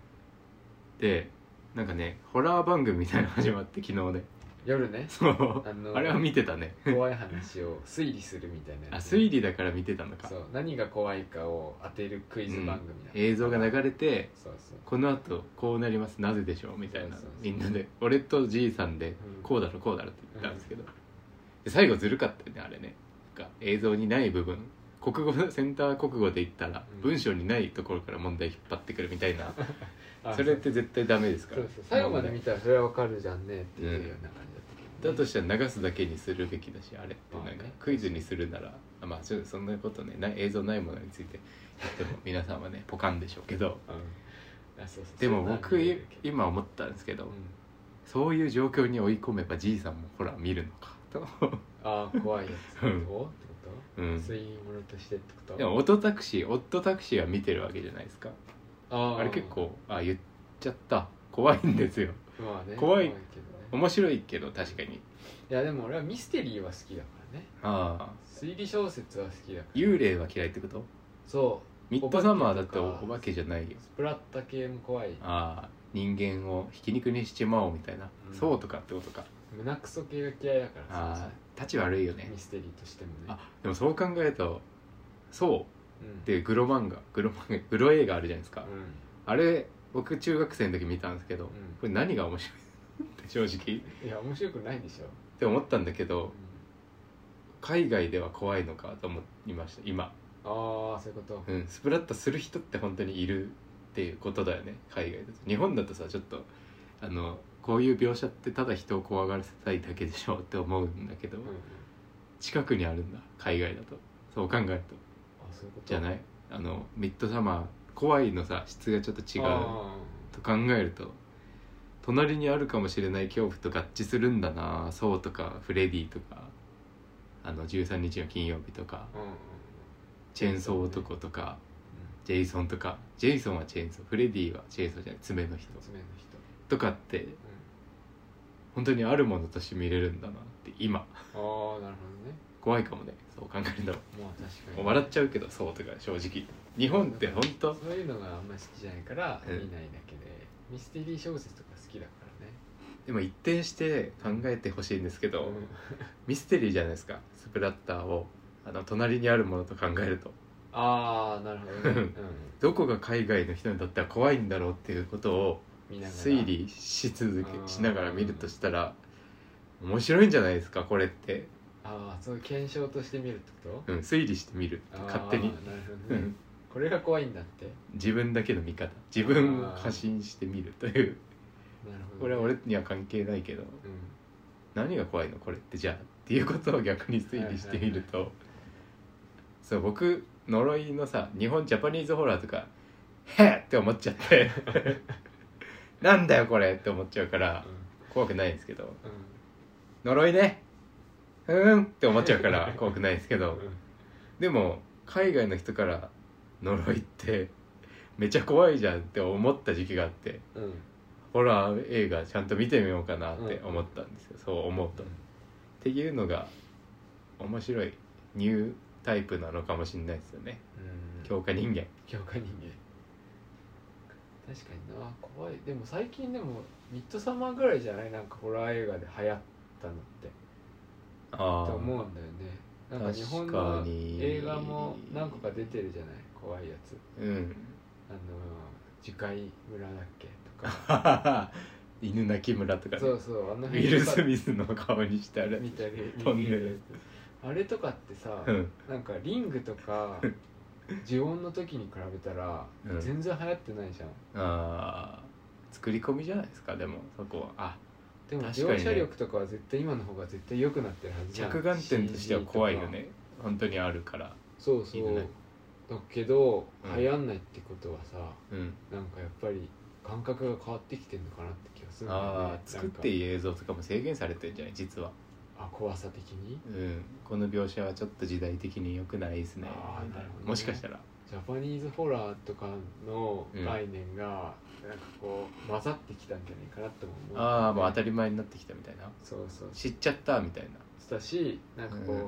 S1: でなんかねホラー番組みたいなの始まって昨日ね
S2: 夜ね
S1: そう
S2: あの
S1: あれは見てたね
S2: 怖い話を推理するみたいな
S1: あ
S2: やつ
S1: 推理だから見てたのか
S2: そう何が怖いかを当てるクイズ番組なの
S1: 映像が流れて
S2: そうそう
S1: このあとこうなりますなぜでしょうみたいな
S2: そうそうそ
S1: み
S2: う
S1: んなで俺とじいさんで
S2: うん
S1: こうだろこうだろって言ったんですけどで最後ずるかったよねあれねなんか映像にない部分国語センター国語で言ったら
S2: うん
S1: 文章にないところから問題引っ張ってくるみたいな
S2: あ
S1: それって絶対ダメですか
S2: そ
S1: ら
S2: うそうそう最後まで見たらそれはわかるじゃんねっていうような感じだ
S1: だ
S2: ったけどね
S1: としたら流すだけにするべきだしあれってなん
S2: ま
S1: か
S2: あね
S1: クイズにするならあまあちょっとそんなことねない映像ないものについて言っても皆さんはねポカンでしょうけど
S2: うんあそうそう
S1: でも
S2: そう
S1: 僕
S2: いうのは見えるけど
S1: 今思ったんですけど、
S2: うん
S1: そういう状況に追い込めばじいさんもほら見るのか
S2: (laughs)
S1: と、
S2: ああ怖いやつ
S1: う
S2: を
S1: ん
S2: ってこ
S1: う
S2: と
S1: ん、
S2: そういうものとしてってこと
S1: でもオトタクシーオットタクシーは見てるわけじゃないですか
S2: あ
S1: あ
S2: ー
S1: れ結構あ言っちゃった怖いんです
S2: (laughs)
S1: よ
S2: まあね
S1: 怖い
S2: けどね
S1: 面白いけど確かに
S2: いやでも俺はミステリーは好きだからね
S1: ああ
S2: 推理小説は好きだから
S1: 幽霊は嫌いってこと
S2: そう
S1: ミッドサマーだってお
S2: お化けとか
S1: 化けじゃないよ
S2: スプラッタ系も怖い
S1: ああ人間をひき肉にしちまおうみたいな、
S2: うん
S1: そうとかってことか
S2: 胸クソ系が嫌いだから
S1: ああ
S2: さ
S1: たち悪いよね
S2: ミステリーとしてもね
S1: あでもそう考えるとそう
S2: うん
S1: ってグロ漫画グロ漫画グロ映画あるじゃないです
S2: う
S1: か
S2: ん、うん
S1: あれ僕中学生の時見たんですけど、これ何が面白い (laughs) って正直っ
S2: いや面白くないでしょ、
S1: て思ったんだけ
S2: う
S1: ど海外では怖いのかと思いました今、
S2: ん、ああそういうこと
S1: うん、スプラッタする人って本当にいるっていうことだよね海外だと日本だとさちょっとあのこういう描写ってただ人を怖がらせたいだけでしょって思うんだけど、
S2: うん、うん、
S1: 近くにあるんだ海外だとそう考えると
S2: あそういうこと
S1: じゃないいあのミッドサマー怖いのさ質がちょっと違うと考えると隣にあるかもしれない恐怖と合致するんだなそうとかフレディとかあの13日の金曜日とか
S2: うんうんうん
S1: チェーンソー男とかジェイソンとかジェイソンはチェーンソーフレディはチェーンソーじゃない爪の人
S2: 一つ目の人、
S1: とかって本当にあるものとして見れるんだなって今
S2: うん、ああなるほどね
S1: 怖いかもねそう考えると
S2: まあ確か
S1: もう
S2: に
S1: 笑っちゃうけどそうとか正直日本って本当
S2: そういうのがあんまり好きじゃないから
S1: う
S2: 見
S1: ん
S2: ないだけで、ミステリー小説とか好きだからね
S1: でも一転して考えてほしいんですけど、
S2: うん
S1: ミステリーじゃないですかスプラッターをあの隣にあるものと考えると
S2: ああなる
S1: (laughs)
S2: ほどね、うん、
S1: どこが海外の人にとっては怖いんだろうっていうことを
S2: 見ながら
S1: 推理し続
S2: あー
S1: けしながら見るとしたら面白いんじゃないですかこれって、
S2: ああそういう検証として見るってこ
S1: うん、推理してみる
S2: と
S1: 勝手に
S2: あ、ーなるほ
S1: う
S2: どね、
S1: ん、
S2: これが怖いんだって
S1: 自分だけの見方自分を過信してみるという
S2: なるほど、ね、
S1: これは俺には関係ないけど
S2: うん
S1: 何が怖いのこれってじゃあっていうことを逆に推理してみるとそう僕呪いのさ日本ジャパニーズホラーとか「へっ!」って思っちゃって (laughs) なんだよこれって思っちゃうから怖くないんですけど呪いねうーんって思っちゃう
S2: (laughs)
S1: から怖くないんですけ
S2: うん
S1: ど
S2: うん
S1: でも海外の人から呪いってめちゃ怖いじゃんって思った時期があって
S2: うん
S1: ホラー映画ちゃんと見てみようかなって思ったんですよ、そう思うと、っていうのが面白いニュータイプなのかもしれないですよね
S2: うん
S1: 強化人間
S2: 強化人間確かにな怖いでも最近でもミッドサマーぐらいじゃないなんかホラー映画で流行ったのって
S1: あ
S2: と思うんだよねなんか日本
S1: 確
S2: の
S1: かに
S2: 映画も何個か出てるじゃない怖いやつ
S1: うん
S2: あの樹海村だっけとか
S1: 犬鳴き村とかね、
S2: そうそうあ
S1: (laughs)
S2: の
S1: ウィル・
S2: とか
S1: スミスの顔にしてあれ
S2: 見たり
S1: 飛んでる
S2: あれとかってさ、
S1: うん
S2: なんかリングとか
S1: (laughs)
S2: 呪音の時に比べたら
S1: うん
S2: 全然流行ってないじゃん、
S1: あー作り込みじゃないですかでもそこはあ
S2: でも
S1: 確かに
S2: 描
S1: ね
S2: 写力とかは絶対今の方が絶対良くなってるはずじゃん
S1: 着眼点としては怖いよ
S2: CG
S1: ね本当にあるから
S2: とかそう
S1: いい
S2: そ
S1: よ
S2: う
S1: ね
S2: だけど、
S1: うん
S2: 流行んないってことはさ
S1: うん
S2: なんかやっぱり感覚が変わってきてるのかなって気がするんだよね
S1: ああ作ってい
S2: い
S1: い映像とかも制限されてるんじゃない実は
S2: あ怖さ的に
S1: うんこの描写はちょっと時代的に良くないですね
S2: あーなるほどね
S1: もしかしたら
S2: ジャパニーズホラーとかの
S1: うん
S2: 概念がなんかこう混ざってきたんじゃないかなとも思う、
S1: ああもう当た
S2: り
S1: り前になってきたみたいな
S2: そうそう
S1: 知っちゃったみたいな
S2: だしなんかこう、
S1: うん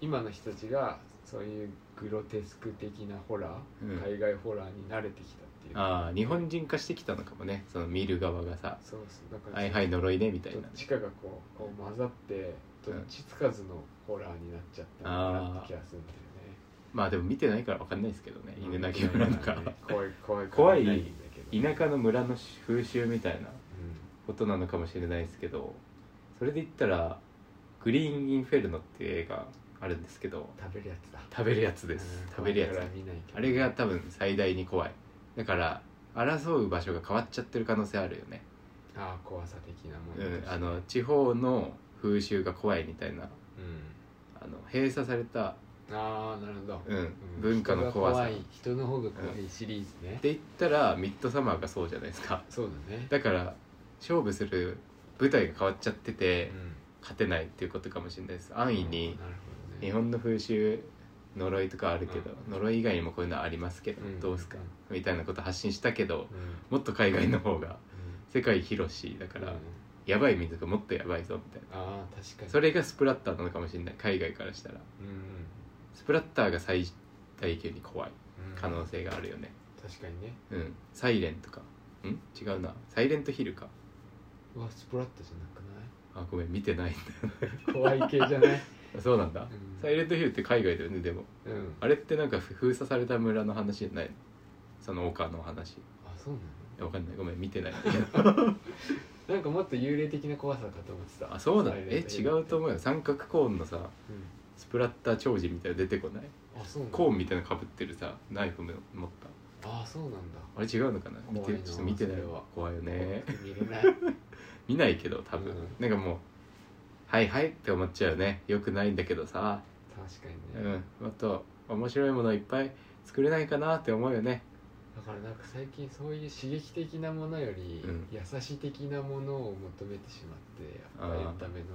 S2: 今の人たちがそういうグロテスク的なホラー、
S1: うん
S2: 海外ホラーに慣れてきたっていう
S1: ああ日本人化してきたのかもねその見る側がさ
S2: そうそうだ
S1: 「
S2: から
S1: はいはい呪いね」みたい
S2: どっ
S1: な
S2: ちかがこうこう混ざってどっちつかずのホラーになっちゃったのかなって気がするんだよね
S1: まあでも見てないから分かんないですけどね犬鳴き村とか
S2: 怖い怖い
S1: 怖い
S2: からないんだけど
S1: 田舎の村の風習みたいな
S2: うん
S1: ことなのかもしれないですけどそれで言ったら「グリーン・インフェルノ」っていう映画あるんですけど
S2: 食べるやつだ
S1: 食べるやつです
S2: うん
S1: 食べるやつ
S2: 怖いから見ないけど
S1: あれが多分最大に怖いだから争う場所が変わっちゃってる可能性あるよね、
S2: あー怖さ的なもの
S1: う
S2: として
S1: ん、あの地方の風習が怖いみたいな
S2: うん
S1: あの閉鎖された、
S2: ああなるほど
S1: うん
S2: うん
S1: 文化の怖さっ
S2: 人が怖い人の方が怖いシリーズね
S1: て言ったらミッドサマーがそうじゃないですか
S2: そうだね
S1: だから勝負する舞台が変わっちゃってて
S2: うん
S1: 勝てないっていうことかもしれないです安易に
S2: なるほどね
S1: 日本の風習呪いとかあるけど
S2: うん
S1: 呪い以外にもこういうのありますけど
S2: うん
S1: どうすかみたいなこと発信したけど
S2: うんうん
S1: もっと海外の方が世界広しだから
S2: うん
S1: やばい民族もっとやばいぞみたいな
S2: ああ確かに
S1: それがスプラッターなのかもしれない海外からしたら
S2: うんうん
S1: スプラッターが最大級に怖い
S2: うん
S1: 可能性があるよね
S2: 確かにね
S1: うんサイレンとかん違うなサイレントヒルか
S2: うわスプラットじゃ
S1: あごめん見てないん
S2: なくない怖い (laughs) 系じゃない、
S1: だそうなんだ
S2: うん
S1: サイレントヒルって海外だよねでも
S2: うん、あ
S1: あれってなんか封鎖された村の話じゃないのその丘の話
S2: そうな
S1: わかんないごめん見てない (laughs) んだけど
S2: のなんかもっと幽霊的な怖さかと思ってた
S1: あそうなの
S2: サイレン
S1: え
S2: トヒ
S1: 違
S2: ル
S1: うと思うよ三角コーンのさ
S2: うん
S1: スプラッター長寿みたいなの出てこない
S2: あそうなんだ
S1: コーンみたいなのかぶってるさナイフも持った
S2: あそうなんだ
S1: あれ違うのかな見
S2: 怖
S1: て
S2: いな
S1: ちょっと見てない
S2: それ
S1: わ
S2: は
S1: 怖いよね
S2: 怖くて見れない
S1: 見ないけど多分、
S2: うん
S1: なんかもう「はいはい」って思っちゃうよねよくないんだけどさ
S2: 確か
S1: う
S2: に
S1: ん
S2: ね、
S1: もっと面白いものいっぱい作れないかなって思うよね
S2: だからなんか最近そういう刺激的なものより、
S1: うん
S2: 優しい的なものを求めてしまってやっぱり
S1: あー
S2: エンタメの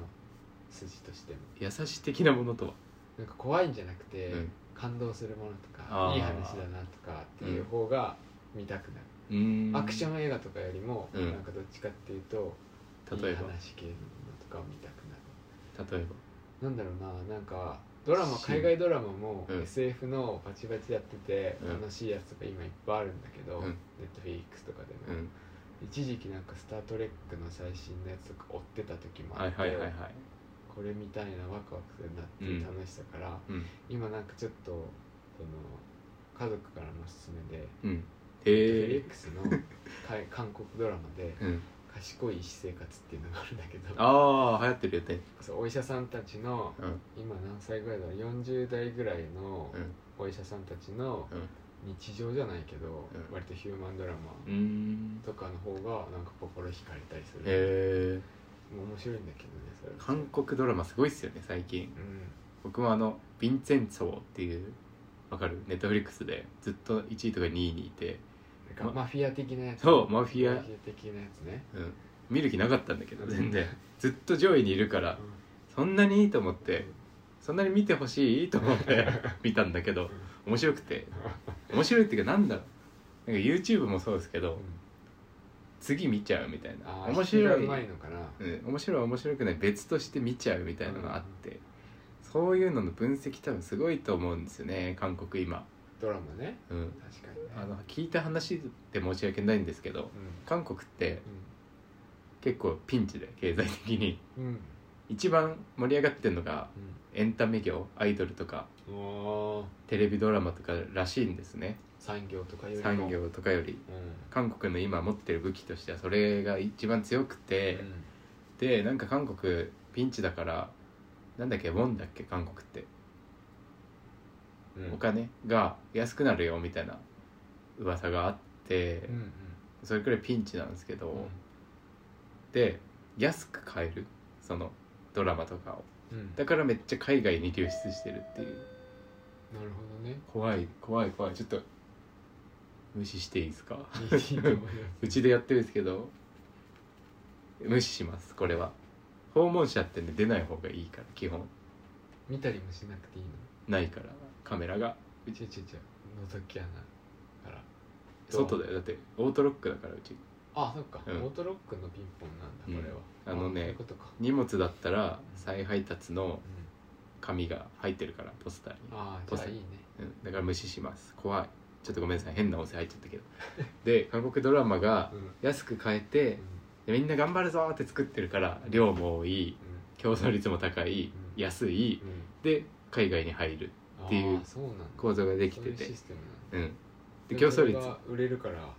S2: 筋としても
S1: 優し的なものとは、
S2: なんか怖いんじゃなくて、
S1: うん
S2: 感動するものと
S1: あ
S2: か
S1: ー
S2: いい話だなとかっていう方が見たくなる、
S1: うーん
S2: アクション映画とかよりも、
S1: うん
S2: なんかどっちかっていうと
S1: 例えば
S2: いい話系のものとかを見たくなる
S1: 例えば
S2: なんだろうななんかドラマ
S1: し
S2: 海外ドラマも
S1: うん
S2: SF のバチバチやってて、
S1: うん
S2: 楽しいやつとか今いっぱいあるんだけど、
S1: うん
S2: ネットフィリックスとかで
S1: う
S2: も、
S1: ん
S2: 一時期なんか「スター・トレック」の最新のやつとか追ってた時もあ
S1: はい
S2: って、
S1: はいはいはい
S2: これみたいなワクワクするなって
S1: う
S2: い
S1: ん
S2: う楽しさから、
S1: うん、
S2: 今なんかちょっとその家族からのおすすめで、
S1: うん、
S2: ネットフ
S1: へ
S2: リ
S1: え
S2: ックスの海 (laughs) 韓国ドラマで
S1: うん、
S2: 「賢い医師生活」っていうのがあるんだけど
S1: ああ流行ってるよね
S2: そうお医者さんたちの
S1: うん
S2: 今何歳ぐらいだろう40代ぐらいの
S1: うん
S2: お医者さんたちの
S1: うん
S2: 日常じゃないけど、
S1: うん
S2: 割とヒューマンドラマ
S1: うーん
S2: とかの方がなんか心惹かれたりする、
S1: へえ
S2: 面白いんだけどねそれ
S1: 韓国ドラマすごいっすよね最近
S2: うん
S1: 僕もあの「ヴィンチェンツォ」っていうわかるネットフリックスでずっと1位とか2位にいて、
S2: なんかマフィア的なやつ
S1: そうマフィア
S2: マフィア的なやつね、
S1: うん、見る気なかったんだけど全然ずっと上位にいるからそんなにいいと思ってそんなに見てほしいと思って (laughs) 見たんだけど面白くて面白いっていうかなんだろうなんか YouTube もそうですけど次見ちゃうみたいな面
S2: 面白
S1: 白
S2: い
S1: いう
S2: まいのかな
S1: うん、面白い面白くない別として見ちゃうみたいなのがあって、そういうのの分析多分すごいと思うんですよね韓国今、
S2: ドラマね
S1: うん、
S2: 確かにね
S1: あの聞いた話で申し訳ないんですけど韓国って結構ピンチで経済的に
S2: うんうん
S1: 一番盛り上がってるのがエンタメ業アイドルとか
S2: うんおー
S1: テレビドラマとからしいんですね
S2: 産業とかよりも
S1: 産業とかより
S2: うん
S1: 韓国の今持ってる武器としてはそれが一番強くて、
S2: うん
S1: でなんか韓国ピンチだからなんだっけウォンだっけ韓国って、
S2: うん
S1: お金が安くなるよみたいな噂があって、
S2: うんうん
S1: それくらいピンチなんですけど、
S2: うん
S1: で安く買えるそのドラマとかを
S2: うん
S1: だからめっちゃ海外に流出してるっていう
S2: なるほどね
S1: 怖い怖い怖いちょっと無視していいですか
S2: いいと思います
S1: うちでやってるんですけど無視しますこれは訪問者ってね出ない方がいいから基本
S2: 見たりもしなくていいの
S1: ないからカメラが
S2: うちうちうち覗き穴から
S1: 外だよだってオートロックだからうち
S2: あそっか、
S1: うん
S2: オートロックのピンポンなんだこれは、
S1: うんあのね
S2: そういうことか、
S1: 荷物だったら再配達の
S2: うん
S1: 紙が入ってるからポスターに、
S2: ああ
S1: ポ
S2: じ
S1: ス
S2: ゃあいいね
S1: うん、だから無視します怖いちょっとごめんなさい変な音声入っちゃったけど (laughs) で韓国ドラマが
S2: うん
S1: 安く買えてでみんな頑張るぞーって作ってるから量も多い競争率も高い
S2: うん
S1: 安いで海外に入る
S2: うん
S1: っていう
S2: あーそうなんだ
S1: 構造ができ
S2: そう
S1: て
S2: いう
S1: て
S2: システムなん
S1: う
S2: だ
S1: んで
S2: も
S1: 競争率
S2: それが売れるから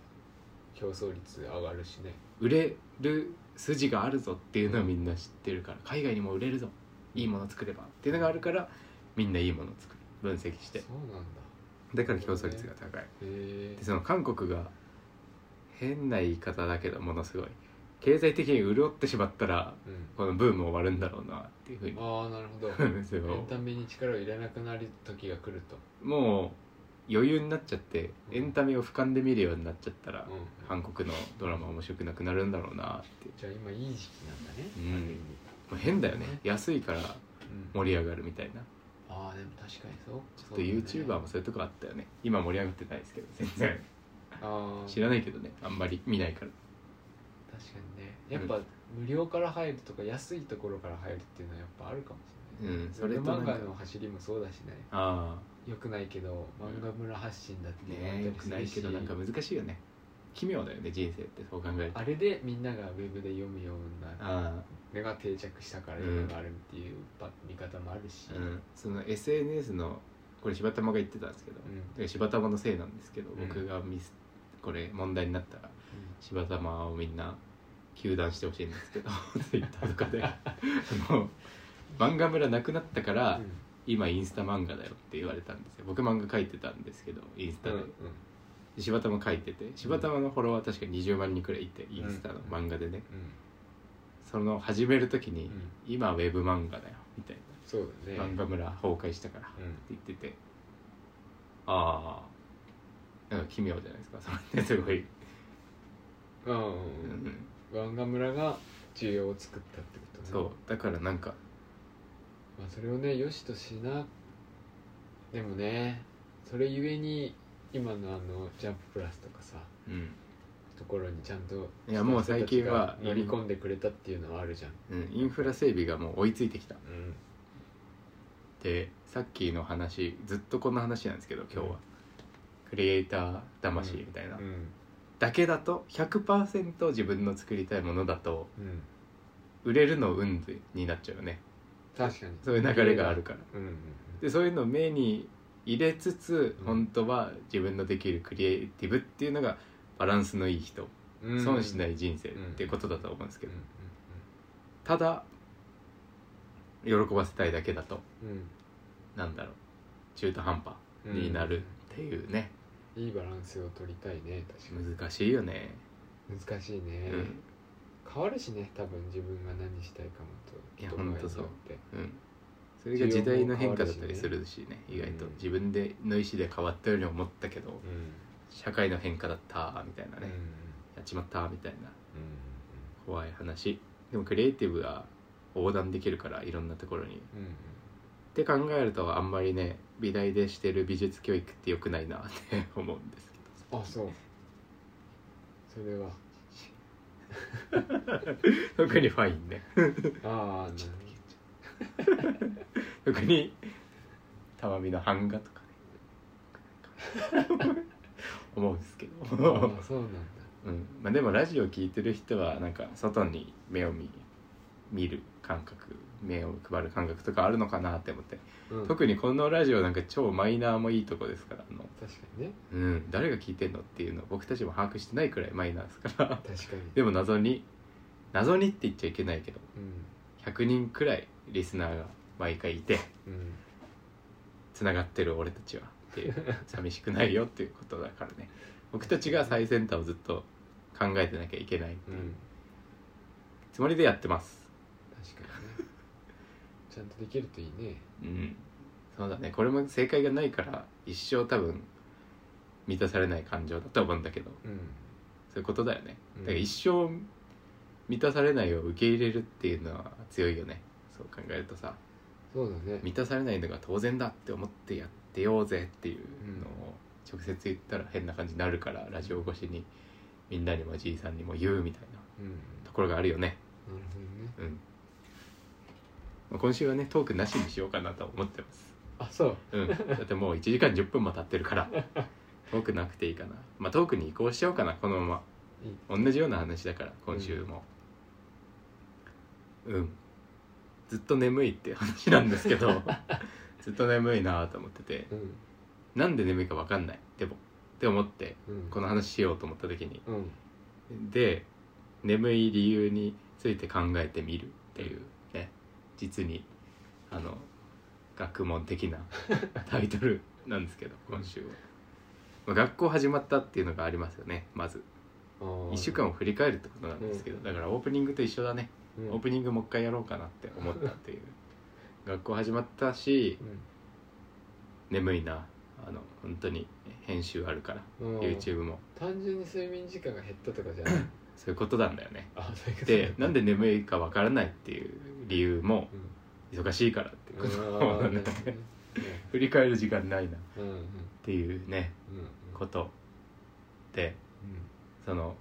S2: 競争率上がるしね
S1: 売れる筋があるぞっていうのはみんな知ってるから海外にも売れるぞいいもの作ればっていうのがあるからみんないいものを作る分析して
S2: そうなんだ
S1: だから競争率が高い
S2: へえ
S1: でその韓国が変な言い方だけどものすごい経済的に潤ってしまったら
S2: うん
S1: このブーム終わるんだろうなっていうふうに
S2: ああなるほど
S1: (laughs) それを
S2: エンタメに力を入れなくなる時が来ると、
S1: もう余裕になっちゃってエンタメを俯瞰で見るようになっちゃったら
S2: うん、
S1: 韓国のドラマ面白くなくなるんだろうなって
S2: じゃあ今いい時期なんだね、
S1: うん
S2: ある意味
S1: もう変だよね安いから
S2: うん
S1: 盛り上がるみたいな
S2: ああでも確かにそう
S1: ちょっと YouTuber もそういうとこあったよね今盛り上がってないですけど全然
S2: ああ
S1: 知らないけどねあんまり見ないから
S2: 確かにねやっぱ無料から入るとか安いところから入るっていうのはやっぱあるかもしれない、
S1: うん
S2: そ
S1: そ
S2: れ
S1: れ
S2: と
S1: となん
S2: 漫
S1: か
S2: 画の走りもそうだしね
S1: あ
S2: よくないけど漫画村発信だっ
S1: あ
S2: て
S1: ねえよくないけどなんか難しいよね奇妙だよね人生ってそう考えると
S2: あれでみんながウェブで読むような
S1: あ
S2: のが定着したから今があるっていう見方もあるし
S1: あ、うん、その SNS のこれ柴玉が言ってたんですけど、で柴玉のせいなんですけど
S2: うん
S1: 僕がミスこれ問題になったら柴玉をみんな糾弾してほしいんですけ
S2: (laughs)
S1: ど Twitter とかであの漫画村なくなったから、
S2: うん
S1: 今インスタ漫画だよって言われたんですよ僕漫画描いてたんですけどインスタで、で柴田も描いてて柴田のフォロワー確か20万人くらいいてインスタの漫画でねその始める時に、今ウェブ漫画だよみたい
S2: そうだね
S1: な、漫画村崩壊したから、って言っててああなんか奇妙じゃないですかそれってすごい、
S2: うんう
S1: うんん、
S2: 漫画村が需要を作ったってことね
S1: そうだからなんか
S2: まあ、それをねよしとしなでもねそれゆえに今のあのジャンププラスとかさ
S1: うん、
S2: ところにちゃんと
S1: いやもう最近は
S2: 乗り込んでくれたっていうのはあるじゃん、
S1: うん、インフラ整備がもう追いついてきた
S2: うん、
S1: でさっきの話ずっとこんな話なんですけど今日は、クリエイター魂みたいな、
S2: うん
S1: だけだと100%自分の作りたいものだと
S2: うん
S1: 売れるの運になっちゃうよね
S2: 確かに
S1: そういう流れがあるから
S2: うんうん
S1: でそういうのを目に入れつつ、
S2: うん
S1: 本当は自分のできるクリエイティブっていうのがバランスのいい人、
S2: うんうん
S1: 損しないい人生っていうことだと思うんですけ
S2: け
S1: ど、ただ喜ばせたいだけだとなんだろう中途半端になるっていうね、
S2: いいバランスを取りたいね確か
S1: 難しいよね、
S2: に難しいね、
S1: うん
S2: 変わるしね多分自分が何したいかもと
S1: いや
S2: 人前によ
S1: ほんとそう
S2: って
S1: うんそれが時代の変化だったりするしね
S2: うん
S1: 意外と自分での意思で変わったように思ったけど
S2: うん
S1: 社会の変化だったみたいな
S2: うんうん
S1: ねやっちまったみたいな怖い話でもクリエイティブが横断できるからいろんなところにっ
S2: うんうん
S1: て考えるとあんまりね美大でしてる美術教育って良くないなって思うんです
S2: あそうそれは
S1: けど特にファインね
S2: ああなる
S1: 特にたまみの版画とかね思うんですけ
S2: ほど
S1: ど
S2: あーそうなんだ
S1: うんまあ、でもラジオ聞いてる人はなんか外に目を見見る感覚目を配る感覚とかあるのかなって思って、
S2: うん
S1: 特にこのラジオなんか超マイナーもいいとこですからあの、
S2: 確かにね
S1: うん、誰が聞いてんのっていうのを僕たちも把握してないくらいマイナーですから (laughs)
S2: 確かに
S1: でも謎に謎にって言っちゃいけないけど
S2: うん
S1: 100人くらいリスナーが毎回いて
S2: うん
S1: つながってる俺たちはっていう寂しくないよっていうことだからね僕たちが最先端をずっと考えてなきゃいけないって
S2: う
S1: いうんつもりでやってます
S2: 確かにねちゃんとできるといいね
S1: うんそうだねこれも正解がないから一生多分満たされない感情だと思うんだけど
S2: うん
S1: そういうことだよね
S2: うん
S1: だから一生満たされないを受け入れるっていうのは強いよねそう考えるとさ
S2: そうだね
S1: 満たされないのが当然だって思ってやってようぜっていうのを直接言ったら変な感じになるからラジオ越しにみんなにもじいさんにも言うみたいな
S2: うん
S1: ところがあるよね
S2: なるほどね
S1: うんまあ今週はねトークなしにしようかなと思ってます
S2: あそう
S1: うん、だってもう1時間10分も経ってるから遠くなくていいかなまあ遠くに移行しようかなこのま
S2: いい
S1: ま同じような話だから今週もうん、ずっと眠いって話なんですけ
S2: (laughs)
S1: どずっと眠いなと思ってて
S2: うん
S1: なんで眠いか分かんないでもって思って
S2: うん
S1: この話しようと思った時に
S2: うん
S1: で眠い理由について考えてみるっていうね実にあの学問的
S2: (laughs)
S1: なタイトルなんですけど今週は、まあ、学校始まったっていうのがありますよねまず
S2: あー
S1: 1週間を振り返るってことなんですけどだからオープニングと一緒だね
S2: うん
S1: オープニングもう一回やろうかなって思ったっていう学校始まったし眠いなあの本当に編集あるから
S2: うんうん
S1: YouTube も
S2: 単純に睡眠時間が減ったとかじ
S1: (coughs)
S2: ゃない
S1: そういうことなんだよね
S2: あそういうこと
S1: でなんで眠いかわからないっていう理由も忙しいからって
S2: う
S1: こ
S2: ん
S1: と
S2: あーなるほどね
S1: 振り返る時間ないなっ
S2: うんうんうん
S1: ていうね
S2: うん
S1: ことで
S2: うん
S1: その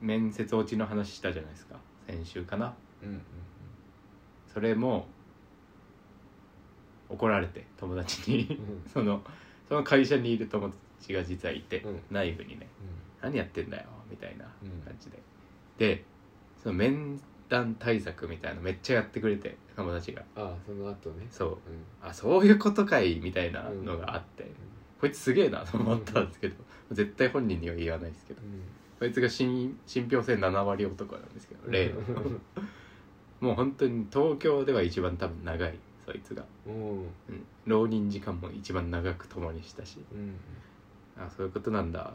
S1: 面接落ちの話したじゃないですか先週かな
S2: うんうん
S1: それも怒られて友達に (laughs)
S2: うん
S1: そのその会社にいる友達が実はいて、
S2: うん
S1: 内部にね
S2: うん
S1: 何やってんだよみたいな
S2: うん
S1: 感じで、でその面談対策みたいなのめっちゃやってくれて友達が
S2: ああその後ね
S1: そう
S2: うん
S1: あそういうことかいみたいなのがあって、こいつすげえなと思ったんですけど、絶対本人には言わないですけど
S2: う
S1: こいつが信信憑性7割男なんですけど
S2: ん
S1: 例のもう本当に東京では一番多分長いそいつが、
S2: うん
S1: うん、浪人時間も一番長く共にしたし
S2: うん
S1: あそういうことなんだ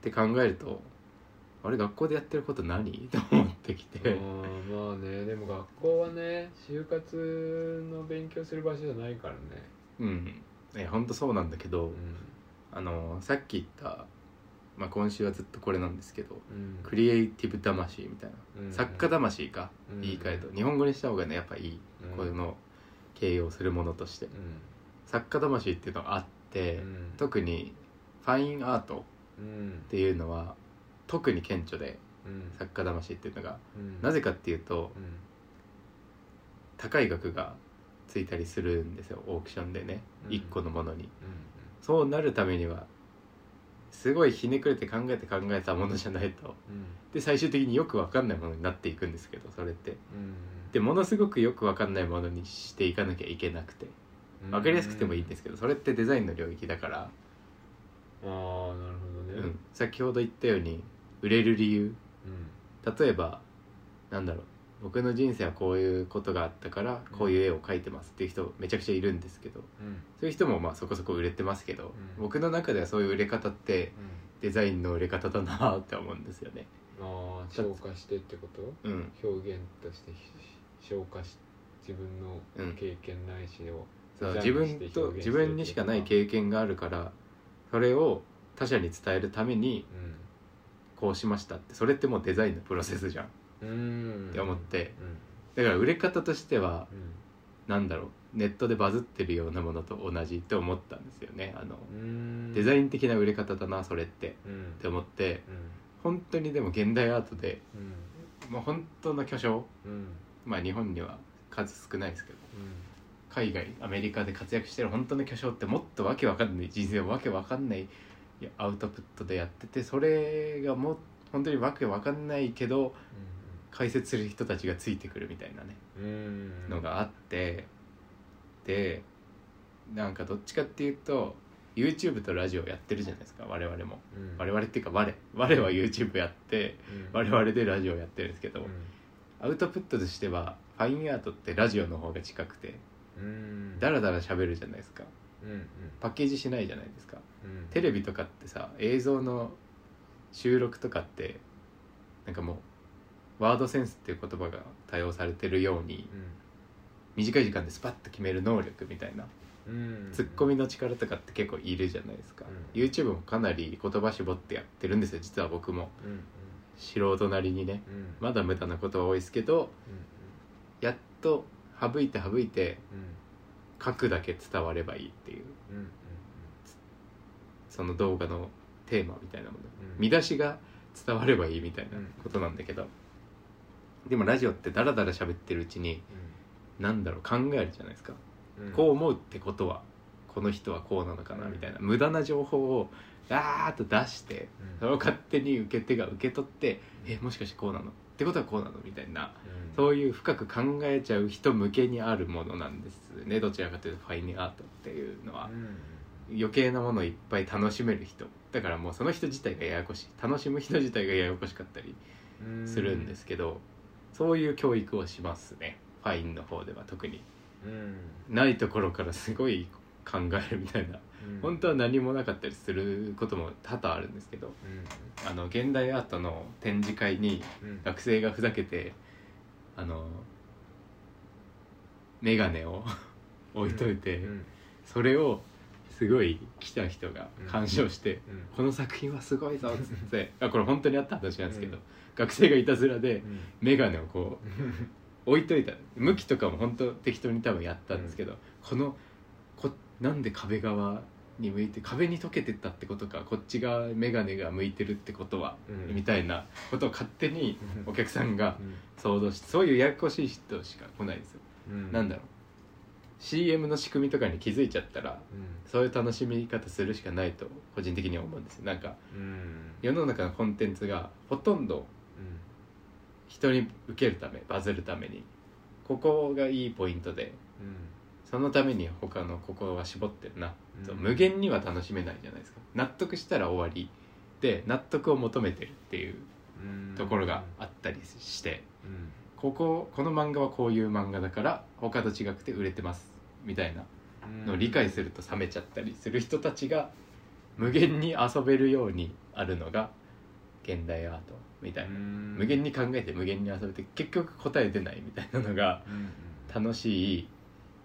S1: って考えるとあれ学校でやってること何 (laughs) と思ってき
S2: あ
S1: て、
S2: ーまあねでも学校はね就活の勉強する場所じゃないからね
S1: うん、え本当そうなんだけど、
S2: うん
S1: あのさっき言った、まあ、今週はずっとこれなんですけど
S2: うん
S1: クリエイティブ魂みたいな、
S2: うん
S1: 作家魂か、
S2: うん
S1: 言い換えると日本語にした方がねやっぱいい、
S2: うん
S1: こういうのを形容するものとして
S2: う
S1: 作家魂っていうのがあって、
S2: ん
S1: 特にファインアート
S2: うん
S1: っていうのは特に顕著で
S2: うん
S1: 作家魂っていうのが
S2: うん
S1: なぜかっていうと
S2: うん
S1: 高い額がついたりするんですよオークションでね
S2: うん
S1: 1個のものに。
S2: う
S1: そうなるためにはすごいひねくれて考えて考えたものじゃないと
S2: んうん
S1: で最終的によくわかんないものになっていくんですけどそれって
S2: うん
S1: でものすごくよくわかんないものにしていかなきゃいけなくてわかりやすくてもいいんですけどそれってデザインの領域だから、
S2: ああなるほど
S1: う
S2: ね
S1: ん、先ほど言ったように売れる理由
S2: うん
S1: 例えばなんだろう僕の人生はこういうことがあったからこういう絵を描いてますっていう人めちゃくちゃいるんですけど
S2: うん
S1: そういう人もまあそこそこ売れてますけど、
S2: うん
S1: 僕の中ではそういう売れ方ってデザインの売れ方だなって思うんですよね。
S2: うんああ消化してってこと
S1: うん、
S2: 表現として消化し自分の
S1: うん
S2: 経験ないしを
S1: そう
S2: ジ
S1: 自
S2: ャンルして
S1: 分と
S2: 表現す
S1: 自
S2: る
S1: 分にしかない経験があるからそれを他者に伝えるためにこうしましたってそれってもうデザインのプロセスじゃん
S2: うんうん
S1: って思って
S2: うん
S1: だから売れ方としては
S2: うん
S1: なんだろうネットでバズってるようなものと同じって思ったんですよねあの
S2: うん
S1: デザイン的な売れ方だなそれって
S2: うん
S1: って思って
S2: うん
S1: 本当にでも現代アートで
S2: うん
S1: もう本当の巨匠
S2: うん
S1: まあ日本には数少ないですけど海外アメリカで活躍してる本当の巨匠ってもっとわけわかんない人生をわけわかんないいやアウトプットでやっててそれがもう本当にわけわかんないけど解説する人たちがついてくるみたいなね
S2: うんうん
S1: のがあってでなんかどっちかっていうと YouTube とラジオやってるじゃないですか我々も
S2: うん
S1: 我々っていうか我我は YouTube やって
S2: うん
S1: 我々でラジオやってるんですけど、
S2: う
S1: アウトプットとしてはファインアートってラジオの方が近くて
S2: んうん
S1: ダラダラ喋るじゃないですか
S2: うんうん
S1: パッケージしないじゃないですか
S2: うん
S1: テレビとかってさ映像の収録とかってなんかもうワードセンスっていう言葉が多用されてるように短い時間でスパッと決める能力みたいな
S2: うん
S1: ツッコミの力とかって結構いるじゃないですか
S2: うん
S1: YouTube もかなり言葉絞ってやってるんですよ実は僕も
S2: うんうん
S1: 素人なりにね
S2: うん
S1: まだ無駄なことは多いですけど
S2: う
S1: やっと省いて省いて
S2: んうん
S1: 書くだけ伝わればいいっていう
S2: うんうん
S1: その動画のテーマみたいなもの
S2: うん
S1: 見出しが伝わればいいみたいなことなんだけど、でもラジオってダラダラ喋ってるうちに何だろう考えるじゃないですか、
S2: うんうん
S1: こう思うってことはこの人はこうなのかなみたいな無駄な情報をガーッと出して
S2: うん
S1: それを勝手に受け手が受け取ってえもしかしてこうなのってことはこうなのみたいなそういう深く考えちゃう人向けにあるものなんですねどちらかというとファインアートっていうのは
S2: うんうん
S1: 余計なものをいっぱい楽しめる人だからもうその人自体がややこしい楽しむ人自体がややこしかったり
S2: うん
S1: するんですけど、そういう教育をしますねファインの方では特に
S2: うん
S1: ないところからすごい考えるみたいな
S2: うん
S1: 本当は何もなかったりすることも多々あるんですけど
S2: う
S1: あの現代アートの展示会に
S2: んうん
S1: 学生がふざけてあの眼鏡を置いといて、
S2: うん
S1: それをすごい来た人が鑑賞して、
S2: うん
S1: この作品はすごい
S2: (laughs)
S1: ぞっつってあこれ本当にあった話なんですけど、
S2: うん
S1: 学生がいたずらで
S2: うん
S1: 眼鏡をこう置いといた向きとかも本当適当に多分やったんですけど、このこなんで壁側に向いて壁に溶けてったってことかこっち側眼鏡が向いてるってことは、
S2: うん
S1: みたいなことを勝手に
S2: うん
S1: お客さんが想像してそういうややこしい人しか来ないんですよ、
S2: うん
S1: なんだろう CM の仕組みとかに気づいちゃったら
S2: う
S1: そういう楽しみ方するしかないと個人的には思うんですよなんか
S2: んうん
S1: 世の中のコンテンツがほとんど
S2: うん
S1: 人に受けるためバズるためにここがいいポイントで
S2: うん
S1: そのために他のここは絞ってるな、と
S2: うん
S1: 無限には楽しめないじゃないですか納得したら終わりで納得を求めてるっていう
S2: うん
S1: ところがあったりして、
S2: うん
S1: こここの漫画はこういう漫画だから他と違くて売れてますみたいな
S2: うん
S1: のを理解すると冷めちゃったりする人たちが無限に遊べるようにあるのが現代アートみたいな
S2: うん
S1: 無限に考えて無限に遊べて結局答え出ないみたいなのが
S2: うんうん
S1: 楽しい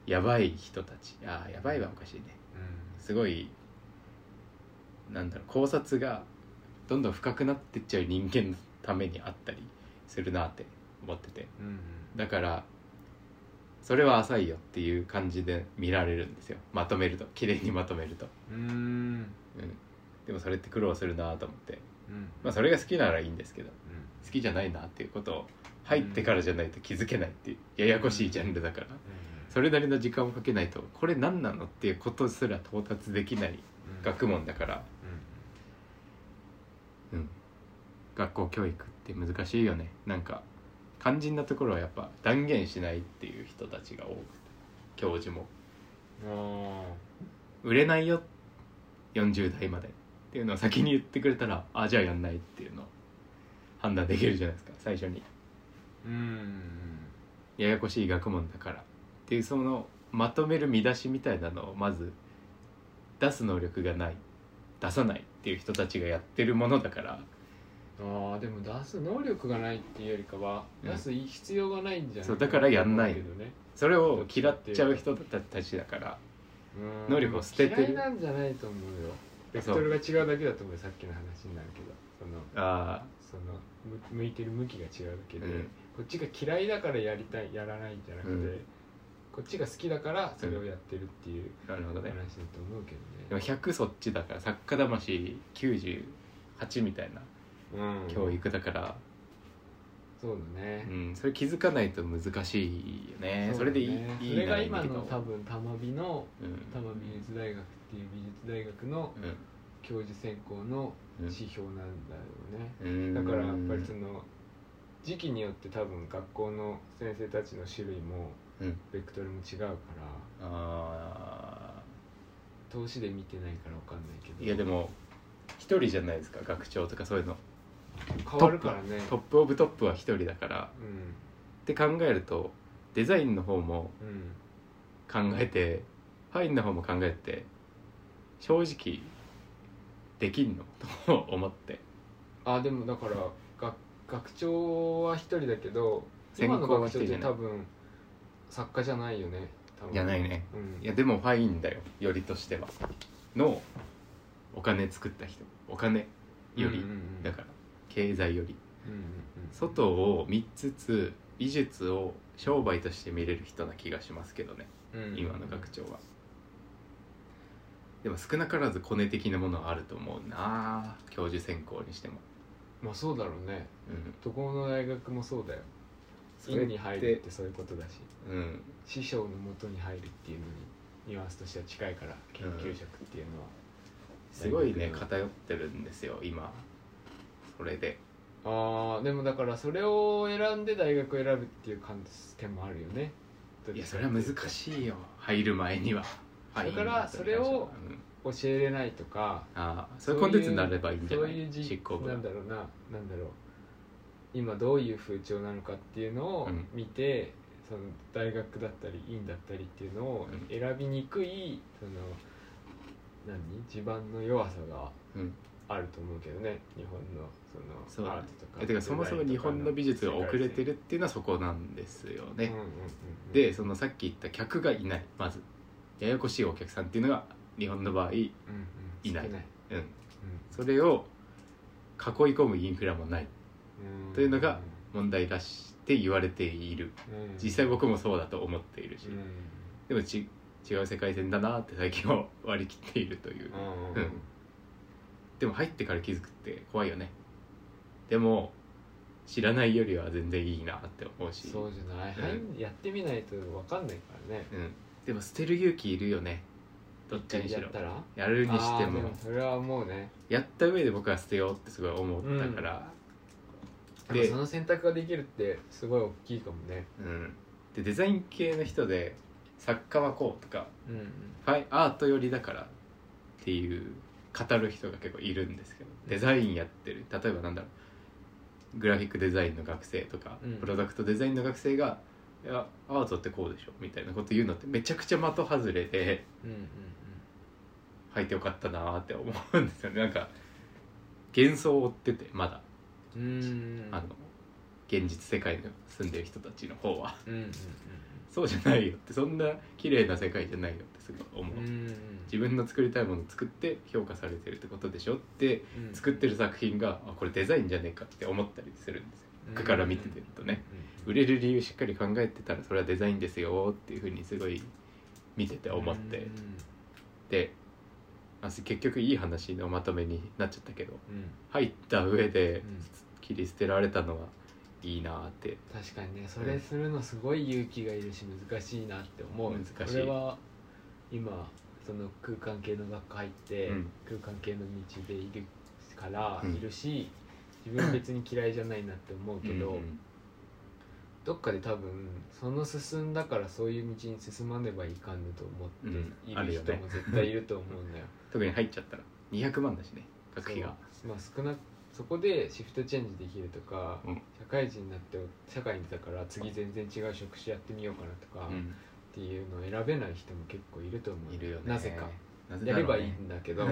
S1: やばい人たちああやばいはおかしいねすごいなんだろう考察がどんどん深くなってっちゃう人間のためにあったりするなって思ってて
S2: うんうん
S1: だからそれは浅いよっていう感じで見られるんですよまとめると綺麗にまとめると、
S2: うん
S1: うん、でもそれって苦労するなと思って
S2: うん
S1: まあそれが好きならいいんですけど
S2: うん
S1: 好きじゃないなっていうことを入ってからじゃないと気づけないっていうややこしいジャンルだからそれなりの時間をかけないとこれ何なのっていうことすら到達できない
S2: うん
S1: 学問だから、
S2: う
S1: うん、学校教育って難しいよねなんか肝心なところはやっぱ断言しないっていう人たちが多くて教授も
S2: んあ
S1: 売れないよ40代までっていうのを先に言ってくれたらあじゃあやんないっていうのを判断できるじゃないですか最初に。
S2: ーうん
S1: ややこしい学問だからっていうそのまとめる見出しみたいなのをまず出す能力がない出さないっていう人たちがやってるものだから
S2: ああでも出す能力がないっていうよりかは、
S1: うん
S2: 出す必要がないんじゃない
S1: そうだからやんない
S2: けどね
S1: それを嫌っちゃう人たちだから
S2: うん
S1: 能力を捨ててる
S2: 嫌いなんじゃないと思うよベクトルが違うだけだと思うよさっきの話になるけどその
S1: あ
S2: そのむ向いてる向きが違うだけで、
S1: うん
S2: こっちが嫌いだからやりたいやらないんじゃなくて、
S1: うん
S2: こっちが好きだからそれをやってるっていう
S1: あなるほど
S2: 話だ
S1: ね
S2: と思うけ
S1: で
S2: ど
S1: も
S2: ね、
S1: 100そっちだから作家魂98みたいな
S2: うん、
S1: 教育だから、
S2: そうだね、
S1: うん、それ気づかないと難しいよねそれでいいいい
S2: それが
S1: らいいんだ
S2: 今
S1: けど
S2: の多分玉美の
S1: うん
S2: 多摩美術大学っていう美術大学の教授選考の
S1: うん
S2: 指標なんだよね、
S1: うん
S2: だからやっぱりその時期によって多分学校の先生たちの種類も
S1: うん
S2: ベクトルも違うから
S1: あ
S2: 投資で見てないから分かんないけ
S1: ー
S2: ど
S1: いやでも一人じゃないですか学長とかそういうの
S2: 変わるからね
S1: トップオブトップは一人だから
S2: うん
S1: って考えるとデザインの方も
S2: うん
S1: 考えてファインの方も考えて正直できんのと思って
S2: あでもだから学学長は一人だけど
S1: 専
S2: 今の
S1: 攻は
S2: 学
S1: 一
S2: 長
S1: 人
S2: っ
S1: じ
S2: て
S1: ゃない
S2: 多分作家じゃないよね多分
S1: じゃないね
S2: うん
S1: いやでもファインだよよりとしてはのお金作った人お金より、
S2: うんうんうん
S1: だから経済より
S2: うんうんうん
S1: 外を見つつ美術を商売として見れる人な気がしますけどね
S2: うん
S1: 今の学長はでも少なからずコネ的なものはあると思うな教授選考にしても、
S2: まあそうだろうね
S1: うん、
S2: どこの大学もそうだよ
S1: それ
S2: 院
S1: っ
S2: に入
S1: て
S2: るってそういうことだし
S1: うん
S2: 師匠のもとに入るっていうのにニュアンスとしては近いから研究職っていうのは、
S1: すごいね
S2: 大学の
S1: 偏ってるんですよ今それで
S2: あーでもだからそれを選んで大学を選ぶっていう感じ点もあるよね
S1: いやそれは難しいよ入る前には
S2: それからそれを
S1: うん
S2: 教えれないとか
S1: ああそういうコンテンツになればいいんじゃない
S2: そういうじ
S1: 執行部
S2: なんだろうななんだろう今どういう風潮なのかっていうのを
S1: うん
S2: 見て、その大学だったり院だったりっていうのを
S1: うん
S2: 選びにくいその何地盤の弱さが
S1: うん
S2: あると思うけどね日本のそ
S1: そう
S2: の
S1: だね
S2: アートとか
S1: えてかそもそも日本の美術が遅れてる
S2: る
S1: っていうのはそこなんですよね、
S2: うんうんうんうん
S1: でそのさっき言った客がいないまずややこしいお客さんっていうのが日本の場合、うん、
S2: うんうん
S1: いない
S2: 少
S1: それを囲い込むインフラもない
S2: うん
S1: というのが問題らしって言われている
S2: うん
S1: 実際僕もそうだと思っているし、
S2: うん
S1: でもち違う世界線だなって最近は割り切っているという、
S2: うん
S1: うんでも入ってから気づくって怖いよねでも知らないよりは全然いいなって思うし
S2: そうじゃない、
S1: うん
S2: はいやってみないと分かんないからね
S1: うん、でも捨てる勇気いるよねどっちにし
S2: や
S1: ろ
S2: ったら
S1: やるにして
S2: あーで
S1: も
S2: もそれはもうね
S1: やった上で僕は捨てようってすごい思ったから、
S2: で
S1: で
S2: もその選択ができるってすごい大きいかもね
S1: うんでデザイン系の人で作家はこうとか
S2: うん
S1: ファイアート寄りだからっていう語る人が結構いるんですけどデザインやってる例えばなんだろうグラフィックデザインの学生とか、
S2: うん
S1: プロダクトデザインの学生が「いやアートってこうでしょ」みたいなこと言うのってめちゃくちゃ的外れで
S2: うんうん
S1: 入ってよかったなーって思うんですよねなんか幻想を追っててまだ
S2: うんうん
S1: あの現実世界の住んでる人たちの方は
S2: うんうん
S1: そうじゃないよってそんな綺麗な世界じゃないよってすごい思う、
S2: うんうんうん
S1: 自分の作りたいものを作って評価されてるってことでしょって
S2: うん
S1: 作ってる作品があこれデザインじゃねえかって思ったりするんですよ僕から見ててるとね
S2: うん
S1: 売れる理由しっかり考えてたらそれはデザインですよっていうふうにすごい見てて思って、
S2: うん
S1: であ結局いい話のまとめになっちゃったけど
S2: うん
S1: 入った上で
S2: うん
S1: 切り捨てられたのはいいなーって
S2: 確かにねそれするのすごい勇気がいるし難しいなって思う
S1: 難しい
S2: 俺は今その空間系の学科入って、
S1: うん
S2: 空間系の道でいるから、
S1: うん
S2: いるし自分別に嫌いじゃないなって思うけど、
S1: うんうん
S2: どっかで多分その進んだからそういう道に進まねばいかんのと思ってい
S1: うんある
S2: る
S1: よ
S2: 人
S1: ね
S2: も絶対いると思うんだよ。
S1: 特に入っちゃったら200万だしね学費が
S2: そうまあ少なそこでシフトチェンジできるとか、
S1: うん
S2: 社会人になって社会に出たから次全然違う職種やってみようかなとか、
S1: う
S2: っ
S1: ん
S2: ていうのを選べない人も結構いると思う
S1: いるよね
S2: なぜか
S1: なぜだ
S2: や
S1: ろ
S2: れ
S1: うね
S2: ばいいんだけど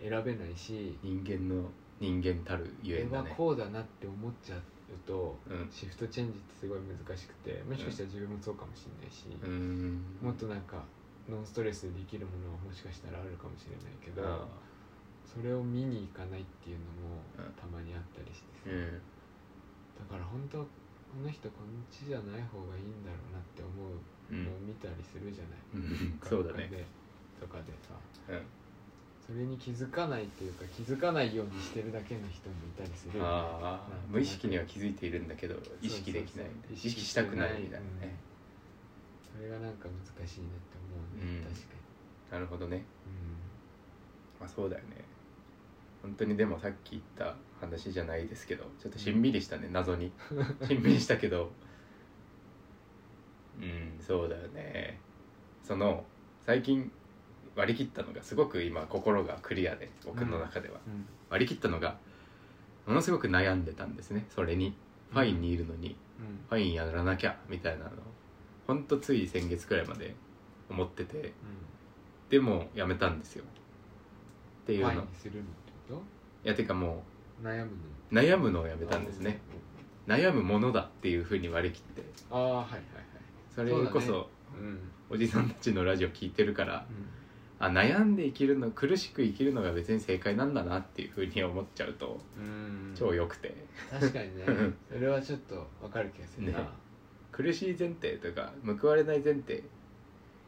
S2: 選べないし
S1: 人間の人間たるゆえ
S2: 俺
S1: んだ
S2: は
S1: ね
S2: こうだなって思っちゃうと
S1: うん
S2: シフトチェンジってすごい難しくてもしかしたら自分もそうかもしれないし、
S1: うん
S2: もっとなんかノンストレスでできるものはもしかしたらあるかもしれないけど、
S1: あ
S2: それを見に行かないっていうの
S1: う
S2: も
S1: ん
S2: たまにあったりして
S1: ーう
S2: さ、
S1: ん
S2: だから本当この人この地じゃない方がいいんだろうなって思う
S1: う
S2: のを
S1: ん
S2: 見たりするじゃない、
S1: うん
S2: 学
S1: そう
S2: 校
S1: だね
S2: でとかでさ
S1: うん
S2: それに気づかないっていうか気づかないようにしてるだけの人もいたりするよね
S1: ああ無意識には気づいているんだけど意識できない
S2: そうそうそう
S1: 意識したくないみたいなね、
S2: それがなんか難しいなって思うね、
S1: うん
S2: 確かに
S1: なるほどね
S2: う
S1: まあそうだよね本当にでもさっき言った話じゃないですけどちょっとしんみりしたね謎 (laughs) にしんみりしたけどうんそうだよねその最近割り切ったのがすごく今心がクリアで僕の中では、
S2: ん、
S1: 割り切ったのがものすごく悩んでたんですねそれにファインにいるのに、
S2: うん
S1: ファインやらなきゃみたいなのほんとつい先月くらいまで思っててでもやめたんですよって
S2: う
S1: い
S2: ん、
S1: う
S2: フ
S1: の
S2: ァイ
S1: い
S2: ンにするのってこと
S1: やてかも
S2: 悩む
S1: う悩むのをや
S2: の
S1: めたんですね悩むものだっていうふうに割り切って
S2: ああはいはいはい
S1: それこそ
S2: そううん、うん
S1: おじさんたちのラジオ聞いてるからあ悩んで生きるの苦しく生きるのが別に正解なんだなっていうふうに思っちゃうと
S2: うん、
S1: 超良くて、
S2: 確か
S1: (laughs)
S2: にね
S1: うん
S2: それはちょっとわかる気がするな、
S1: ね苦しい前提というか報われない前提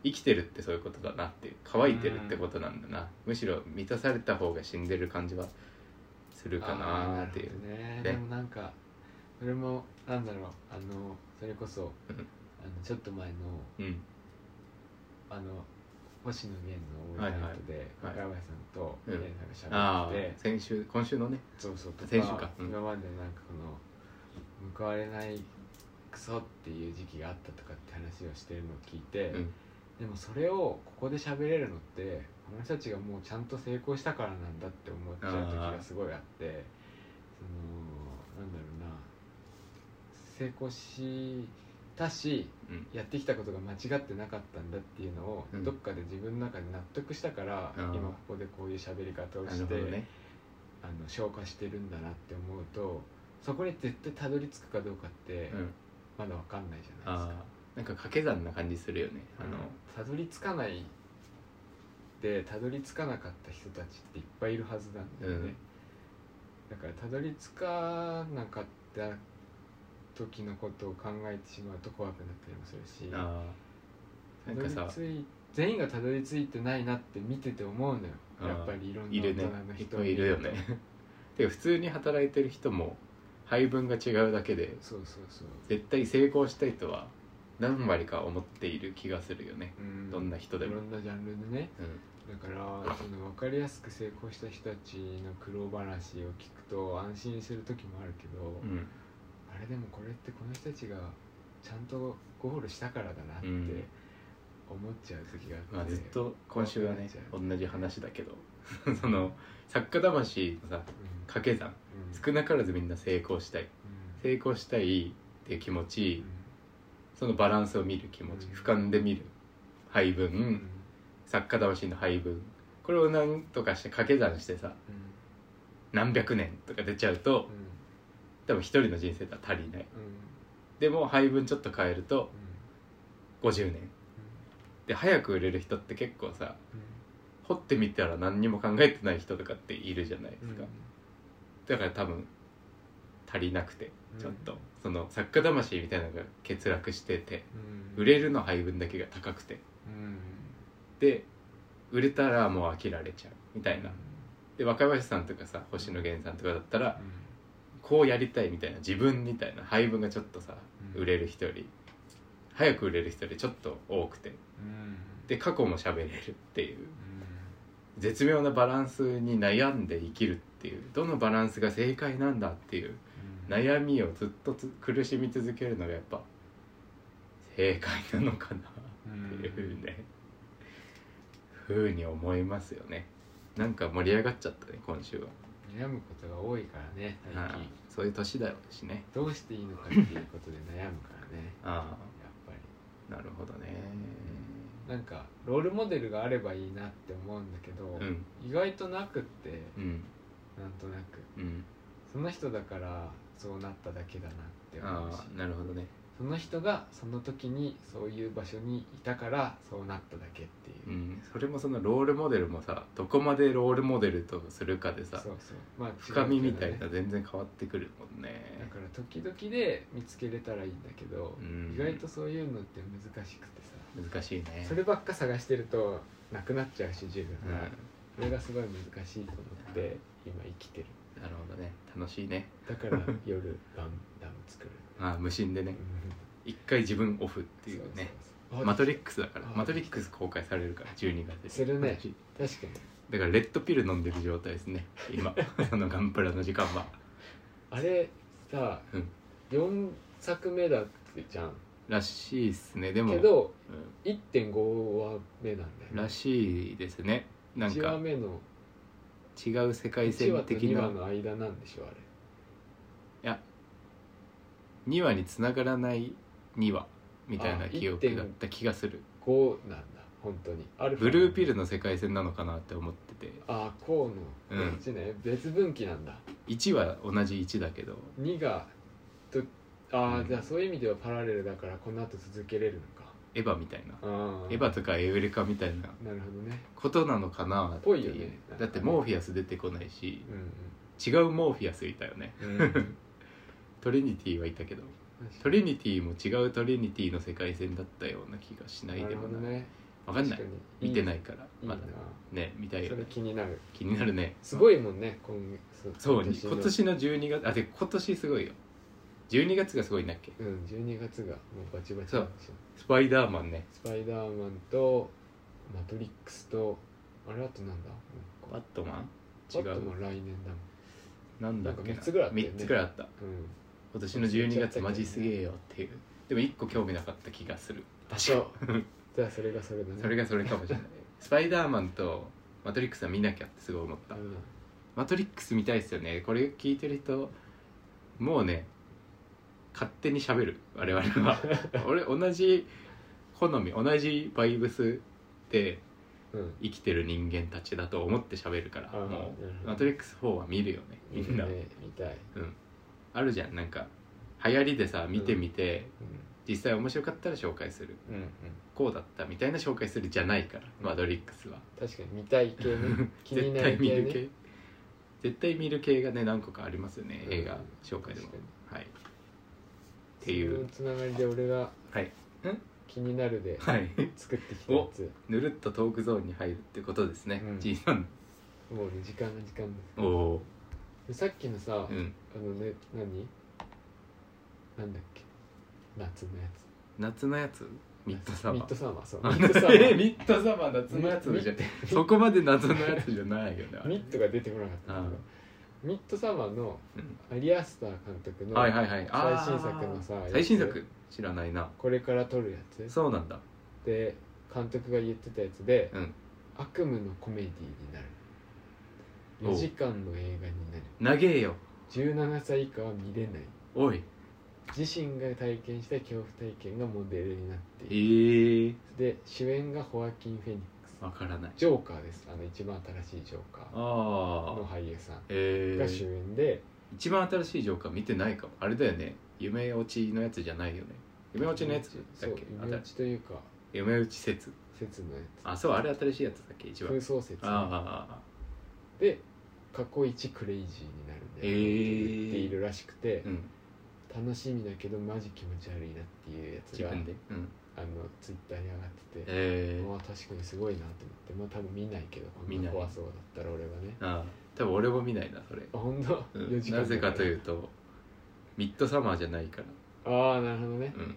S1: 生きてるってそういうことだなっていう乾いてるってことなんだな、むしろ満たされた方が死んでる感じはするか
S2: あー
S1: な
S2: な
S1: ーってい
S2: る
S1: う
S2: ほどね
S1: ね
S2: でもなんかそれもなんだろうあのそれこそ、
S1: うん
S2: あのちょっと前の
S1: うん
S2: あの星野源のオールナイトで
S1: は
S2: 若
S1: いはい
S2: 林さんと
S1: うん
S2: 宮根さんが
S1: あ
S2: 喋っ
S1: あ
S2: てて、
S1: 先週今週のね
S2: そうそうとか
S1: 先週かうん
S2: 今までなんかこの報われないクソっていう時期があったとかって話をしてるのを聞いて、
S1: うん
S2: でもそれをここで喋れるのってこの人たちがもうちゃんと成功したからなんだって思っちゃう時がすごいあってそのなんだろうな成功したし
S1: うん
S2: やってきたことが間違ってなかったんだっていうのを、
S1: うん
S2: どっかで自分の中で納得したから
S1: あー
S2: 今ここでこういう喋り方を
S1: な
S2: し
S1: るほ
S2: て、
S1: どね
S2: あの消化してるんだなって思うとそこに絶対たどり着くかどうかって
S1: うん
S2: まだわかんないじゃないです
S1: あ
S2: か。
S1: ーなんか掛け算な感じするよねあ
S2: あ
S1: の
S2: のたどり着かないでたどり着かなかった人たちっていっぱいいるはずなんだよね、だからたどり着かなかった時のことを考えてしまうと怖くなったりもするし
S1: あーなんか
S2: た
S1: さ
S2: どり着い全員がたどり着いてないなって見てて思うのよ
S1: あー
S2: やっぱりいろん
S1: い
S2: な大
S1: る
S2: 人
S1: ね
S2: の
S1: いっ
S2: 人
S1: ぱいいるよね (laughs) てか普通に働いてる人も配分が違うだけで
S2: そうそうそう
S1: 絶対成功したいとは何割か思っている気がするよね
S2: うん
S1: どんな人で
S2: い
S1: も
S2: ろんなジャンルでねだからその分かりやすく成功した人たちの苦労話を聞くと安心する時もあるけど、
S1: うん
S2: あれでもこれってこの人たちがちゃんとゴールしたからだなって
S1: うん
S2: 思っちゃう時があって、
S1: まあずっと今週はね
S2: う
S1: 同じ話だけど (laughs) その作家魂のさ
S2: うん
S1: 掛け算
S2: うん
S1: 少なからずみんな成功したい
S2: うん
S1: 成功したいっていう気持
S2: う
S1: ち
S2: ん
S1: そのバランスを見る気持ち
S2: うん
S1: 俯瞰で見る配分作家魂の配分これを何とかして掛け算してさ何百年とか出ちゃうと
S2: うん
S1: 多分一人の人生では足りない
S2: うんうん
S1: でも配分ちょっと変えると50年で早く売れる人って結構さ掘ってみたら何にも考えてない人とかっているじゃないで
S2: うん
S1: す
S2: う
S1: か、
S2: ん
S1: だから多分足りなくて
S2: うん
S1: ちょっと、その作家魂みたいなのが欠落してて
S2: うん
S1: 売れるの配分だけが高くて
S2: うん
S1: で売れたらもう飽きられちゃうみたいな
S2: うん
S1: で若林さんとかさ星野源さんとかだったら
S2: うん
S1: こうやりたいみたいな自分みたいな配分がちょっとさ
S2: うん
S1: 売れる人より早く売れる人よりちょっと多くて
S2: うん
S1: で過去も喋れるっていう
S2: うん
S1: 絶妙なバランスに悩んで生きるっていうどのバランスが正解なんだっていう
S2: うん
S1: 悩みをずっとつ苦しみ続けるのがやっぱ正解なのかなっていうふうね、ふうに思いますよねなんか盛り上がっちゃったね今週は、
S2: 悩むことが多いからね最
S1: は
S2: 近
S1: いそういう年だよしね
S2: どうしていいのかっていうことで悩むからね
S1: あ
S2: やっぱり
S1: あなるほどね
S2: なんかロールモデルがあればいいなって思うんだけど、
S1: うん
S2: 意外となくって
S1: うん
S2: なんとなく
S1: うん
S2: その人だからそうなっただけだなって思うし
S1: ああなるほどね
S2: その人がその時にそういう場所にいたからそうなっただけっていうう、
S1: んそれもそのロールモデルもさどこまでロールモデルとするかで
S2: そう
S1: さ
S2: そうまあ
S1: 深みみたい
S2: 違うけど
S1: な
S2: ね
S1: 全然変わってくるもん
S2: だ
S1: ね
S2: から時々で見つけれたらいいんだけど、
S1: うん
S2: 意外とそういうのって難しくてさ
S1: 難しいね
S2: そればっか探してるとなくなっちゃうし自分
S1: うん
S2: が、それがすごい難しいと思って今生きてる
S1: なるほどね楽しいね
S2: だ
S1: (laughs)
S2: から夜ラムラム作る
S1: ああ無心でね
S2: っ
S1: 一回自分オフっていうねマトリックスだから
S2: あ
S1: マトリックス公開されるから12月です
S2: るね確かに
S1: だからレッドピル飲んでる状態ですね (laughs) 今そのガンプラの時間は
S2: あれさ、
S1: うん
S2: 4作目だってじゃん
S1: らしいっすねでも
S2: けど
S1: う
S2: 1.5話目な
S1: ん
S2: んだよ
S1: らしいですねなん
S2: 1話
S1: か
S2: 目の
S1: 違う世界
S2: 1話
S1: 線
S2: と
S1: 的
S2: 2
S1: な
S2: 話の間なんでしょあれ
S1: 2話に繋がらない2話みたいな
S2: あ
S1: 記憶
S2: 1.5
S1: だった気がする
S2: こうなんだ本当にアルフ
S1: ブ
S2: ァ
S1: ルーピルの世界線なのかなって思ってて
S2: ああこうの
S1: うん
S2: こっちね、別分岐なんだ
S1: 1は同じ1だけど
S2: 2がとああ、
S1: うん
S2: じゃあそういう意味ではパラレルだからこの後続けれるのか
S1: エヴァみたいな
S2: あー
S1: エヴァとかエウレカみたいな
S2: なるほどね
S1: ことなのかなって
S2: ぽいよ
S1: いう
S2: ね
S1: だってモーフィアス出てこないし
S2: う
S1: 違うモーフィアスいたよね
S2: んうん、うん、確か
S1: トリニティはいたけど
S2: に
S1: トリニティも違うトリニティの世界線だったような気がしない
S2: な
S1: で
S2: る
S1: も
S2: ほど
S1: ない、
S2: ね
S1: わかんない
S2: 確かに
S1: 見てないいから
S2: いい
S1: ま
S2: な
S1: だね見たい
S2: そ
S1: よ
S2: れ
S1: ね
S2: 気になる
S1: 気になるね
S2: すごいもんね今月
S1: そう
S2: 今
S1: 今
S2: 年の
S1: 年の12月あで今年すごいよ12月がすごいんだっけ
S2: うん12月がもうバチバチ
S1: そう
S2: なんですよ
S1: スパイダーマンね
S2: スパイダーマンとマトリックスとあれあとなんだ
S1: バットマン違
S2: ちょっとも
S1: う
S2: う来年だもん
S1: なんだっけ
S2: なんか三つぐらいあったよね
S1: 3つぐらいあった
S2: うん
S1: 今年の12
S2: 忘れちゃったけ
S1: 月
S2: どね
S1: マジすげえよっていうでも1個興味なかった気がする
S2: 多少じゃあそれがそれだね
S1: それがそれかもしれない
S2: (laughs)
S1: スパイダーマンとマトリックスは見なきゃってすごい思った
S2: うん
S1: マトリックス見たいですよねこれ聞いてる人もうね勝手に喋る我々
S2: (laughs)
S1: は俺同じ好み同じバイブスで
S2: うん
S1: 生きてる人間たちだと思って喋るから
S2: あー
S1: も
S2: なるほ
S1: う
S2: ど
S1: マトリックス4は見るよねみんな、
S2: いいね見たい
S1: あるじゃんなんか流行りでさ見てみて、
S2: う
S1: 実際面白かったら紹介する
S2: んうん
S1: こうだったみたいな紹介するじゃないからマトリックスは
S2: 確かに見たい系
S1: (laughs)
S2: ね気に
S1: 絶
S2: なる
S1: 対見
S2: 系
S1: る
S2: ね
S1: 系絶対見る系がね何個かありますよね
S2: うん
S1: 映画紹介でも
S2: 確かに
S1: はいっていう
S2: そのつながりで俺が
S1: はい
S2: 気になるで
S1: はい (laughs)
S2: 作ってきたやつ
S1: ぬるっとトークゾーンに入るってことですね、
S2: うん
S1: G さん
S2: もうね時間が時間です
S1: おお
S2: でさっきのさ、
S1: ー、うん、
S2: あのね何なんだっけ夏のやつ
S1: 夏のやつミッドサマ
S2: ミッド
S1: ー
S2: サマーそう
S1: あ
S2: ミッドサマ
S1: (laughs) え
S2: ー
S1: ミッドサマー夏のやつじゃそこまで夏のやつじゃないよねあれ
S2: ミッドが出てこなかったんだけどミッドサマーの
S1: う
S2: アリアスター監督
S1: ん
S2: の
S1: はいはいはいあー
S2: 最新作のさ
S1: 最新
S2: や
S1: 作知らないな
S2: つこれから撮るやつ
S1: そうなんだ
S2: で監督が言ってたやつで、
S1: うん
S2: 悪夢のコメディになる
S1: おう
S2: 4時間の映画になる
S1: 長えよ
S2: 17歳以下は見れない
S1: おい
S2: 自身が体験した恐怖体験がモデルになってい
S1: え
S2: る
S1: ー、
S2: で主演がホアキン・フェニックス
S1: わからない
S2: ジョーカーですあの一番新しいジョーカー
S1: あ
S2: の
S1: あ
S2: 俳優さん
S1: え
S2: が主
S1: ー、
S2: 演で、
S1: 一番新しいジョーカー見てないかもあれだよね夢落ちのやつじゃないよね夢落ちのやつ
S2: そ
S1: だっ
S2: う
S1: け
S2: 夢打ちというか
S1: 夢打ち説
S2: 説のや
S1: あそうあれ新しいやつだっけ一
S2: つ
S1: 番
S2: 空想説
S1: ああああああ
S2: で過去一クレイジーになるんだよ
S1: へー
S2: って言っているらしくて、
S1: うん
S2: 楽しみだけどマジ気持ち悪いなっていうやつ
S1: 自
S2: が
S1: 分でうん
S2: あのツイッターに上がってて、
S1: えー、
S2: まあ確かにすごいなと思ってまあ多分見ないけどこ
S1: 見
S2: ん
S1: な
S2: ない怖そうだったら俺はね
S1: ああ多分俺も見ないなそれ、
S2: あ本当、
S1: う
S2: 4
S1: ん、
S2: 時間
S1: なぜかといううとミッドサマーじゃないから
S2: ああなるほどね、
S1: うん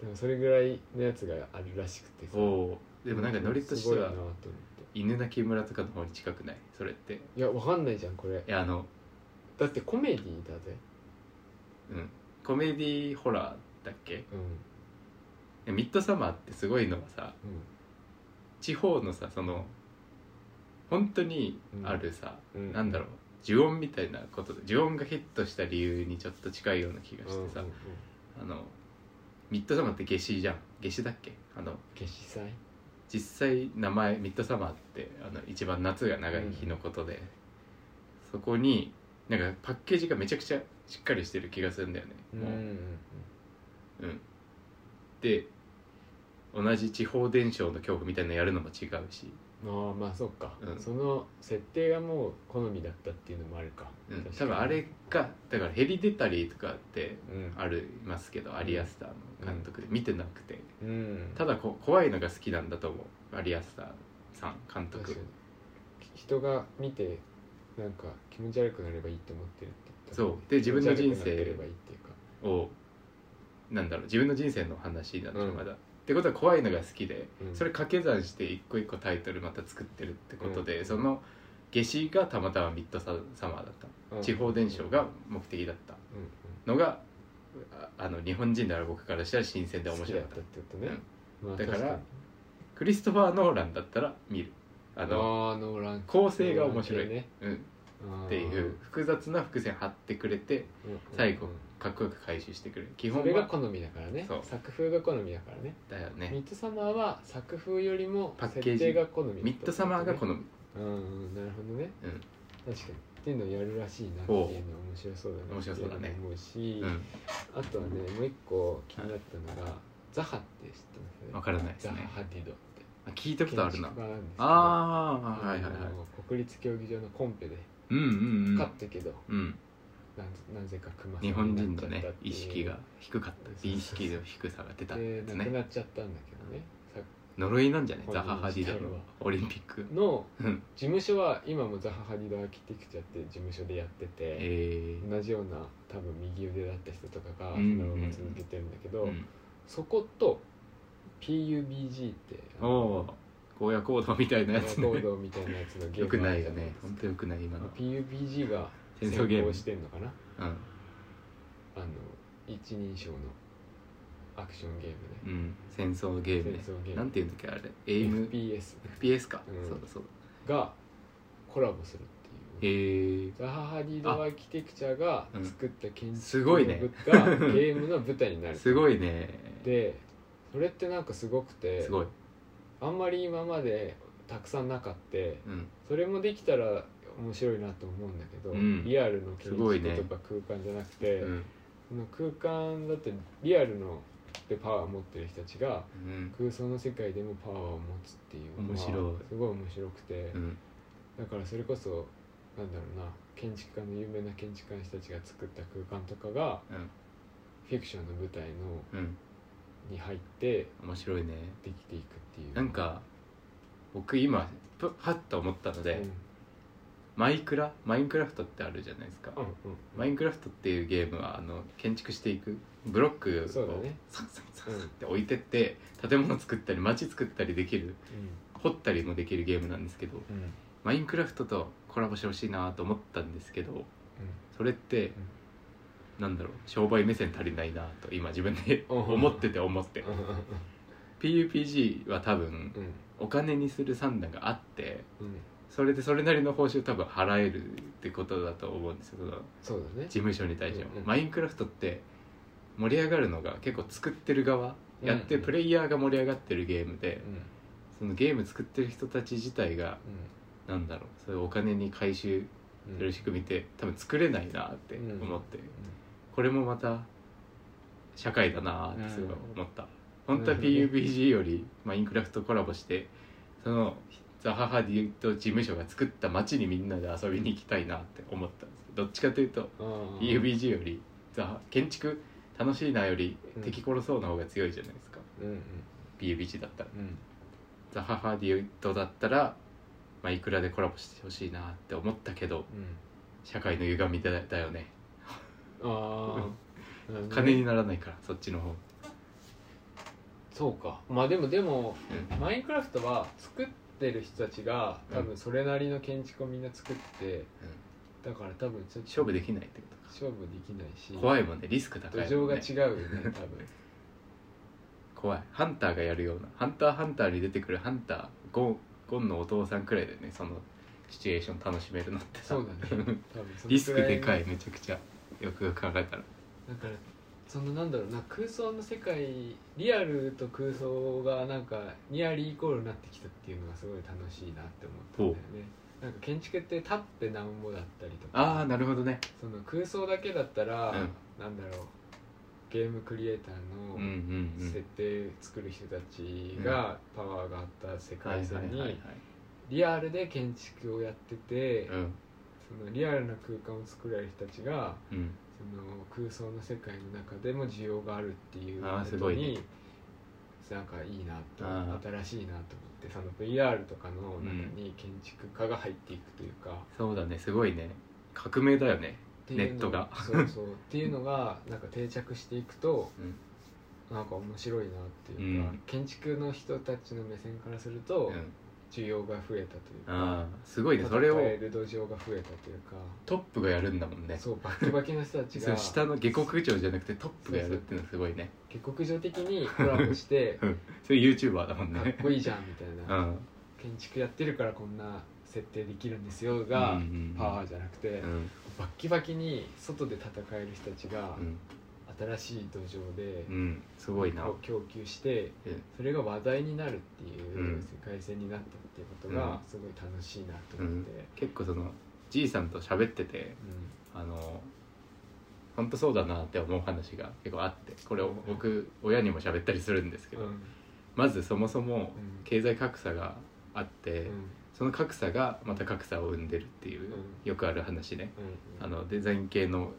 S2: でもそれぐらいのやつがあるらしくてさ
S1: おおーでもなんかノリとしては
S2: すごいなと思って
S1: 犬鳴村とかの方に近くないそれってい
S2: いやわかんないじゃんこれ
S1: やあの
S2: だってコメディだぜ
S1: うんコメディホラーだっけ
S2: うん
S1: でミッドサマーってすごいのはさ地方のさその本当にあるさ、
S2: うんうん
S1: なんだろう呪音みたいなことで呪音がヒットした理由にちょっと近いような気
S2: う
S1: が
S2: ん
S1: してさ、
S2: うんうん
S1: あのミッドサマーって夏至じゃん夏至だっけあの
S2: 消し祭
S1: 実際名前ミッドサマーってあの一番夏が長い日のことで、そこになんかパッケージがめちゃくちゃしっかりしてる気がするんだよね、
S2: うんう
S1: も
S2: ん
S1: う
S2: うん
S1: うん、で同じ地方伝承の恐怖みたいなのやるのも違うし、
S2: ああまあそっか、
S1: うん
S2: その設定がもう好みだったっていうのもあるか,
S1: う
S2: 確
S1: ん
S2: かに、
S1: 多分あれがだからヘリデタリーとかって
S2: うん
S1: ありますけど、アリアスターの監督で見てなくて、
S2: うん
S1: ただこ怖いのが好きなんだと思うアリアスターさん監督
S2: 確かに人が見てなんか気持ち悪くなればいいと思ってるって言った
S1: そうで自分の人生
S2: 気持ち悪くなってればいいっていうか
S1: をなんだろう自分の人生の話なんでしょまだ、ってことは怖いのが好きで、
S2: うん
S1: それ掛け算して一個一個タイトルまた作ってるってことで、
S2: うん
S1: その夏至がたまたまミッドサマーだった、
S2: うん
S1: 地方伝承が目的だった
S2: うんうん
S1: のがああの日本人である僕からしたら新鮮で面
S2: 好き
S1: 白
S2: だ
S1: い
S2: ったってことね、まあ
S1: だから
S2: 確に
S1: クリストファー・ノーランだったら見るあ
S2: あ
S1: の
S2: ーノーラン
S1: 構成が面白い、
S2: ノーラン系ね
S1: うん、
S2: っ
S1: っていう複雑な伏線張ってくれて最後かっこよく回収してくれる基本
S2: それが
S1: は
S2: 好みだからね
S1: そう
S2: 作風が好みだからね
S1: だよね
S2: ミッドサマーは作風よりも
S1: パッケージ
S2: 設定が好みだった
S1: ミッドサマーが好み
S2: うんうんなるほどね、
S1: うん
S2: 確かにっていうのをやるらしいなっていうのは面白そうだな
S1: 面白そうだね
S2: っていのも思うし、
S1: うん
S2: あとはねもう一個気になったのが、ザハって知ってます
S1: わからないです
S2: ザ
S1: ね
S2: ハ・ハティドって
S1: あ聞いたことあるな
S2: 建築家なんですけど
S1: ああはいはいはい
S2: あの国立競技場のコンペで
S1: うんうんう
S2: 勝
S1: ん
S2: ったけど、
S1: うん
S2: ななぜか熊さん
S1: 日本人の
S2: になっ
S1: ね
S2: ちゃったってい
S1: 意
S2: う
S1: 識が低かった美意識の低さが出たん
S2: で
S1: です
S2: 亡く
S1: ね
S2: なっちゃったんだけどねさ
S1: 呪いなんじゃない
S2: 本人
S1: ザハ・ハディダのオリンピック
S2: の
S1: うん
S2: 事務所は今もザハ・ハディドアーキテクチャって事務所でやってて、
S1: えー
S2: 同じような多分右腕だった人とかがそ
S1: うん
S2: のまま続けてるんだけど、
S1: うん
S2: そこと PUBG ってあ
S1: お
S2: の
S1: おー荒野行動みたいなやつ
S2: コー
S1: ね
S2: ドみたいなやつのゲーム
S1: よくな
S2: ある
S1: い
S2: じ
S1: よ
S2: ゃ
S1: ね
S2: です
S1: 本
S2: か
S1: 当よくない今の
S2: PUBG が
S1: 戦争ゲーム
S2: してんのか
S1: うん
S2: なあの一人称のアクションゲームね
S1: うん戦争ゲームね
S2: 戦争ゲーム
S1: なんていうんだっけあれエイム
S2: FPS
S1: FPS か
S2: うん
S1: そうだそうだ
S2: がコラボするっ
S1: え
S2: ていう、
S1: ー
S2: ザハ・ハディド・アーキテクチャが作った建
S1: んす
S2: 築
S1: ごい
S2: 物
S1: ね
S2: がゲームの舞台になる
S1: すごいね
S2: でそれってなんかすごくて
S1: すごい
S2: あんまり今までたくさんなかって
S1: うん
S2: それもできたら面白いなと思うんだけど、
S1: うん
S2: リアルの建
S1: すごいね
S2: 築とか空間じゃなくて、
S1: うん
S2: その空間だってリアルのでパワーを持ってる人たちが
S1: うん
S2: 空想の世界でもパワーを持つっていうのは
S1: 面白い
S2: すごい面白くて、
S1: うん
S2: だからそれこそなんだろうな建築家の有名な建築家の人たちが作った空間とかが
S1: うん
S2: フィクションの舞台
S1: う
S2: の
S1: ん
S2: に入って
S1: 面白いね
S2: できていくっていう
S1: なんか僕今ぷはっと思ったので、
S2: うん
S1: マイクラマインクラフトってあるじゃないですか、
S2: うん
S1: マインクラフトっていうゲームはあの建築していくブロック
S2: そうだ
S1: を
S2: ね
S1: サンサンサンサンって置いてって、建物作ったり街作ったりできる掘ったりもできるゲームなんですけど
S2: うんうん
S1: マインクラフトとコラボしてほしいなと思ったんですけどそれって、なんだろう商売目線足りないなと今自分で (laughs)
S2: うん
S1: 思ってて思って
S2: うんうん
S1: PUPG は多分
S2: うん
S1: お金にする算段があって
S2: うん
S1: それでそれなりの報酬多分払えるってことだと思うんですよその事
S2: そうだね
S1: 務所に対しても、
S2: うんうん
S1: マインクラフトって盛り上がるのが結構作ってる側
S2: うん
S1: やってプレイヤーが盛り上がってるゲームで
S2: うん
S1: そのゲーム作ってる人たち自体がなんだろうそういうお金に回収
S2: うん
S1: する仕組みって多分作れないなって思って、これもまた社会だなーってすごい思った、本当は
S2: なるほ
S1: PUBG よりマインクラフトコラボしてそのザハハディと事務所が作った街にみんなで遊びに行きたいなって思ったんですどっちかというと
S2: うん
S1: PUBG よりザハ建築楽しいなより
S2: うん
S1: 敵殺そうの方が強いじゃないですか、
S2: うんうん
S1: PUBG だったら
S2: うん
S1: ザハハディとだったらマイクラでコラボしてほしいなって思ったけど
S2: うん
S1: 社会の歪みだだよね (laughs)
S2: ああなるほどね
S1: 金にならないからそっちの方
S2: そうかまあでもでも
S1: う
S2: マインクラフトは作ってる人たちが多分それなりの建築をみんな作って、だから多分ちょっと
S1: 勝負できないってことか
S2: 勝負できないし
S1: 怖いもんねリスク高
S2: 土
S1: いも
S2: 壌
S1: ん、
S2: が
S1: ね、
S2: 違うよね
S1: (laughs)
S2: 多分
S1: 怖いハンターがやるような「ハンターハンター」に出てくるハンターゴンゴンのお父さんくらいだよねそのシチュエーション楽しめるのってさ
S2: そうだね多分その
S1: リスクでか
S2: く
S1: いめちゃくちゃよくよく考えたら
S2: らいのだからそのなんだろうな空想の世界リアルと空想がなんかニアリーイコールになってきたっていうのがすごい楽しいなって思ったんだよねなんか建築って立ってなんぼだったりと
S1: あ
S2: か
S1: あなるほどね
S2: その空想だけだったら、
S1: うん
S2: なんだろうゲームクリエイタ
S1: う
S2: ー
S1: んう
S2: の
S1: んうん
S2: 設定作る人たちがパワーがあった世界線
S1: はいはい
S2: にリアルで建築をやってて、
S1: はいうん
S2: そのリアルな空間を作られる人たちが
S1: うん
S2: その空想の世界の中でも需要があるっていう
S1: あーす
S2: こ
S1: ご
S2: と
S1: い
S2: に
S1: ね
S2: なんかいいな
S1: あ
S2: と新しいなと思ってその VR とかの
S1: うん
S2: 中に建築家が入っていくというか、
S1: そうだねすごいね革命だよね
S2: っていうの
S1: ネットが
S2: そうそうっていうのがなんか定着していくと
S1: うん
S2: なんか面白いなっていうか、
S1: うん
S2: 建築の人たちの目線からすると
S1: うん
S2: 需要が増えたというか
S1: ああ、すごいねそれを
S2: 戦える土壌が増えたというか、
S1: トップがやるんだもんね
S2: そうバッキバキの人たち
S1: (laughs) そ
S2: が
S1: う下の下克上じゃなくてトップがやるっていうのすごいね
S2: 下克上的にコラボして
S1: それ YouTuber だもん
S2: かっ
S1: ね
S2: こいいじゃんみたいな、
S1: うん
S2: 建築やってるからこんな設定できるんですよが、
S1: うんうんうん
S2: パワーじゃなくて、
S1: うん
S2: バッキバキに外で戦える人たちが
S1: うん
S2: 新しい土壌で
S1: うんすごいな
S2: を供給して
S1: うん
S2: それが話題になるっていううん世界線になったっていうこと
S1: うん
S2: がすごい楽しいなと思って、
S1: 結構そのじいさんと喋っててあの本当そうだなって思う話が結構あってこれを僕親にも喋ったりするんですけ
S2: うん
S1: ど、
S2: うん
S1: まずそもそも
S2: うん
S1: 経済格差があって、その格差がまた格差を生んでるっていう、
S2: うん
S1: よくある話ね
S2: うん
S1: あのデザイン系の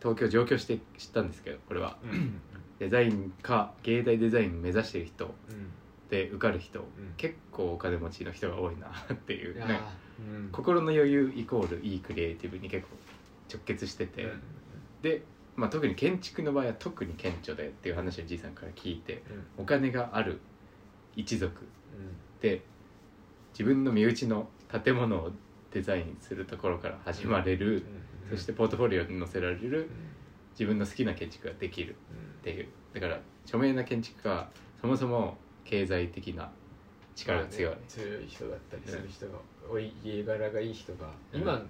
S1: 東京上京して知ったんですけどこれは
S2: うんうん
S1: デザインか芸大デザイン目指してる人
S2: うん
S1: で受かる人、
S2: ん
S1: 結構お金持ちの人が多いなっていう
S2: い
S1: ね
S2: やーうん
S1: 心の余裕イコールいいクリエイティブに結構直結してて、
S2: うん
S1: で、まあ、特に建築の場合は特に顕著でっていう話をじいさんから聞いて
S2: うん
S1: お金がある一族
S2: うん
S1: で自分の身内の建物をデザインするところから始まれる、
S2: うん
S1: そしてポートフォリオに載せられ
S2: う
S1: る
S2: ん
S1: 自分の好きな建築ができる
S2: う
S1: っ
S2: ん
S1: ていうだから著名な建築家はそもそも経済的な力が強い、
S2: まあね強い人だったりする人が多い家柄がいい人が
S1: うん
S2: 今の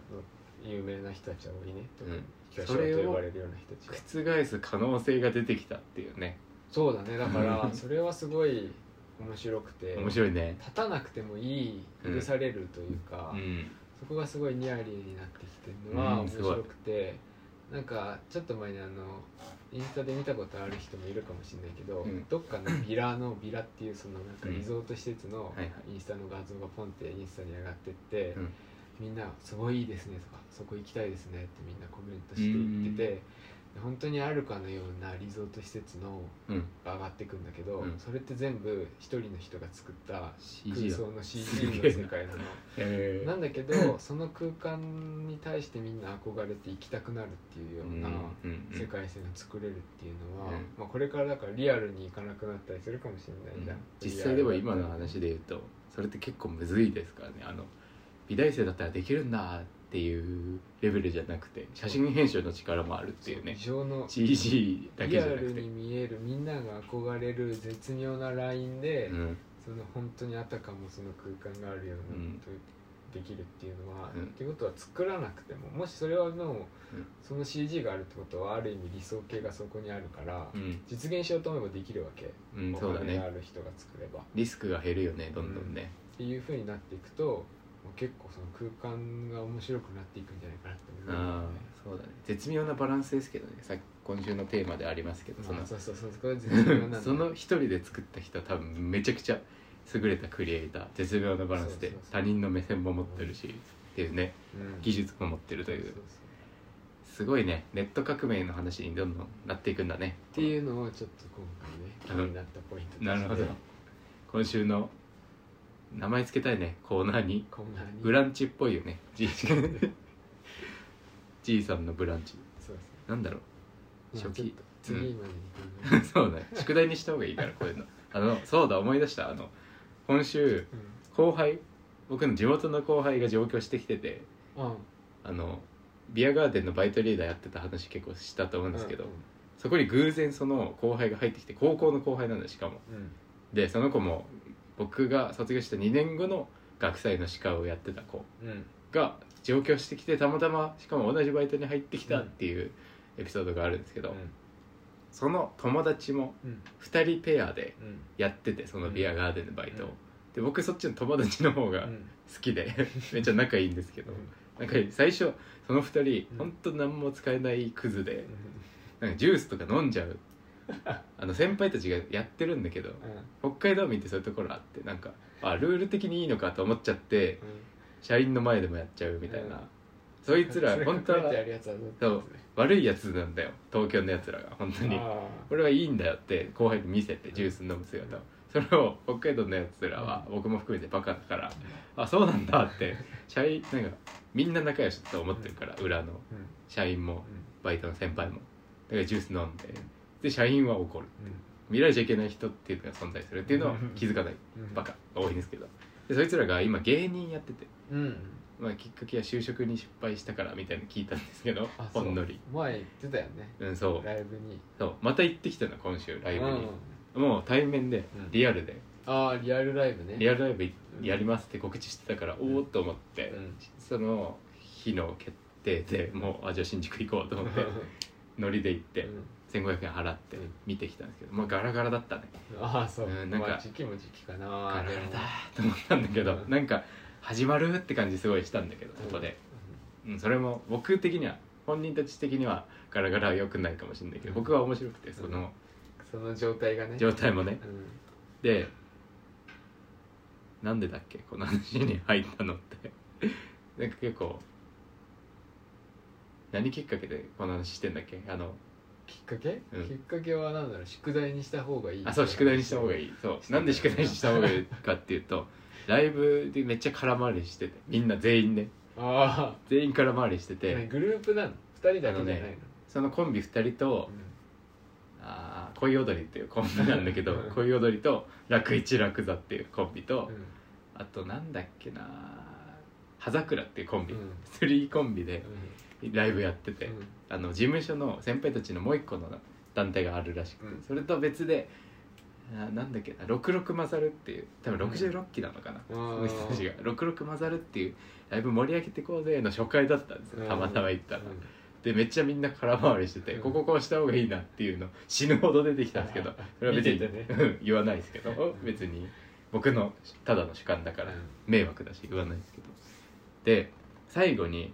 S2: 有名な人たちは多いね特
S1: う
S2: に
S1: ん
S2: 巨
S1: それ
S2: 匠
S1: を
S2: と呼ばれるような人たちが
S1: 覆す可能性が出てきたっていうね
S2: そうだねだから
S1: うん
S2: それはすごい面白くて
S1: 面白いね
S2: 立たなくてもいい
S1: うん
S2: 許されるというか、
S1: うん
S2: そこがすごいニアリーになってきてるの
S1: う
S2: は
S1: ん
S2: 面
S1: すごい
S2: 白くて、なんかちょっと前にあのインスタで見たことある人もいるかもしれないけど、
S1: うん
S2: どっかのビラのビラっていうそのなん
S1: う
S2: か
S1: ん
S2: リゾート施設の
S1: いはい
S2: インスタの画像がポンってインスタに上がってって、
S1: うん
S2: みんな「すごいいいですね」とか「そこ行きたいですね」ってみんなコメントして言ってて、で本当にあるかのようなリゾート施設の
S1: うん
S2: が上がってくんだけど、
S1: うん
S2: それって全部一人の人が作った空
S1: CG だ
S2: 想の CG の世界なの。
S1: へ
S2: なんだけどその空間に対してみんな憧れて行きたくなるっていうような世界線が作れるっていうのは、
S1: うん
S2: まあ、これからだからリアルに行かなくなったりするかもしれないじゃん、
S1: 実際では今の話で言うとそれって結構むずいですからねあの美大生だったらできるんだっていうレベルじゃなくて写真編集の力もあるっていうね
S2: そう異常の
S1: CG だけじ
S2: リ
S1: ゃ
S2: ア
S1: なく
S2: ル
S1: て
S2: に、見えるみんなが憧れる絶妙なラインで、
S1: うん、
S2: その本当にあたかもその空間があるよう
S1: う
S2: なんと、できるっていうのは、
S1: うん
S2: っていうことは作らなくてももしそれはもう、その CG があるってことはある意味理想形がそこにあるから、
S1: うん
S2: 実現しようと思えばできるわけ、
S1: うん、
S2: お
S1: そうだ
S2: 金があ
S1: ね
S2: る人が作ればっ
S1: リスクが減るよねどんどんね、
S2: ていうふうになっていくともう結構その空間が面白くなっていくんじゃないかなって思う
S1: ああ
S2: よね
S1: そうだね絶妙なバランスですけどねさっき今週のテーマでありますけどそ
S2: ま
S1: の
S2: あそうそうそうそこは絶妙なん
S1: (laughs)
S2: だ
S1: その一人で作った人は多分めちゃくちゃ優れたクリエイター絶妙なバランスで
S2: そうそうそ
S1: 他
S2: う
S1: 人の目線も持ってるしっていうね
S2: うん
S1: 技術も持ってるとい
S2: そう
S1: う
S2: そうそう
S1: すごいねネット革命の話にどんどんなっていくんだね
S2: っていうのをちょっと今回ね気になったポイントとして
S1: なるほど今週の名前つけたいねコーナーに
S2: こんなに
S1: ブランチっぽいよねじいじいさんのブランチ
S2: そう
S1: なんだろう
S2: そう
S1: 初
S2: まあちょっ
S1: 期
S2: と次までに考
S1: (laughs)
S2: えて
S1: そうだね宿題にした方がいいからこういうのあのそうだ思い出したあの今週後輩僕の地元の後輩が上京してきてて
S2: うんうん
S1: あのビアガーデンのバイトリーダーやってた話結構したと思うんですけど、
S2: うん
S1: そこに偶然その後輩が入ってきて高校の後輩なんだしかも
S2: うん
S1: でその子も僕が卒業した2年後の学祭の司会をやってた子
S2: うん
S1: が上京してきてたまたましかも同じバイトに入ってきたっていうエピソードがあるんですけど、その友達も
S2: うん
S1: 2人ペアで
S2: うん
S1: やっててそのビアガーデンのバイトを、
S2: うん
S1: で僕そっちの友達の方
S2: う
S1: が
S2: ん
S1: 好きで (laughs) めっちゃ仲いいんですけどなんか最初その2人
S2: うん
S1: ほんと何も使えないクズでなんかジュースとか飲んじゃ
S2: (laughs)
S1: うあの先輩たちがやってるんだけど北海道民ってそういうところあってなんかあルール的にいいのかと思っちゃって社員の前でもやっちゃうみたいな、
S2: うん
S1: そいつら本当は
S2: あるやつは
S1: そう悪いやつなんだよ東京のやつらが本当に俺はいいんだよって後輩に見せてジュース飲む姿をそれを北海道のやつらは僕も含めてバカだからあそうなんだって社員なんかみんな仲良しだと思ってるから裏の
S2: うん
S1: 社員もバイトの先輩もだからジュース飲んでで社員は怒る見られちゃいけない人っていうのが存在するっていうのは気づかない
S2: うん
S1: バカが多いんですけどでそいつらが今芸人やってて、
S2: うん
S1: まあ、きっかけは就職に失敗したからみたいなの聞いたんですけど
S2: あそ
S1: ほ
S2: うん
S1: のり
S2: 前言ってたよね
S1: うんそう
S2: ライブに
S1: そうまた行ってきたの今週ライブに
S2: うん
S1: もう対面で
S2: うん
S1: リアルで
S2: ああリアルライブね
S1: リ
S2: ア
S1: アルライブやりますって告知してたから
S2: ん
S1: おおっと思ってその日の決定でもうあじゃあ新宿行こうと思ってノリで行って1500円払って
S2: うん
S1: 見てきたんですけどまあガラガラだったね
S2: ああそう
S1: うんな
S2: なんん
S1: か
S2: か時期も時期か
S1: ガ
S2: な
S1: ラガ
S2: で
S1: ラ
S2: も
S1: だーと思ったんだけど
S2: うん
S1: なんか始まるって感じすごいしたんだけど
S2: うん
S1: そこで、うん、それも僕的には本人たち的にはガラガラは良くないかもしれないけど僕は面白くてその
S2: うんその状態がね
S1: 状態もね
S2: うん
S1: でなんでだっけこの話に入ったのって (laughs) なんか結構何きっかけでこの話してんだっけあの
S2: きっかけ
S1: うん
S2: きっかけはなんだろう宿題にした方がいい
S1: あそう宿題にした方が
S2: い
S1: いいそうなんで宿題にした方がいいかっていう (laughs) とライブでめっちゃ空回りしててみんな全員ね
S2: あ
S1: 全員空回りして
S2: あ
S1: て、
S2: ねグループなの二人だけじゃ
S1: あ
S2: ない
S1: の
S2: の
S1: ねそのコンビ2人とあー恋踊りっていうコンビなんだけど恋踊りと楽一楽座っていうコンビと、
S2: うん
S1: あとなんだっけな葉桜っていうコンビ、
S2: うん
S1: スリーコンビで
S2: う
S1: ライブやってて、
S2: んうん
S1: あの事務所の先輩たちのもう一個の団体があるらしくて、
S2: うん
S1: それと別であなんだっけな六六マサルっていう多分
S2: うん
S1: 66期なのかな、
S2: う
S1: そ
S2: ん
S1: の人たちが六六マサルっていうライブ盛り上げてこうぜの初回だったんですよたまたま行ったら、
S2: うん
S1: でめっちゃみんな空回りしてて、
S2: うん
S1: こここうした方がいいなっていうの死ぬほど出てきたんですけどそれは別に、
S2: 見ててね
S1: うん言わないですけど別に僕のただの主観だから
S2: うん
S1: 迷惑だし言わないですけどで最後に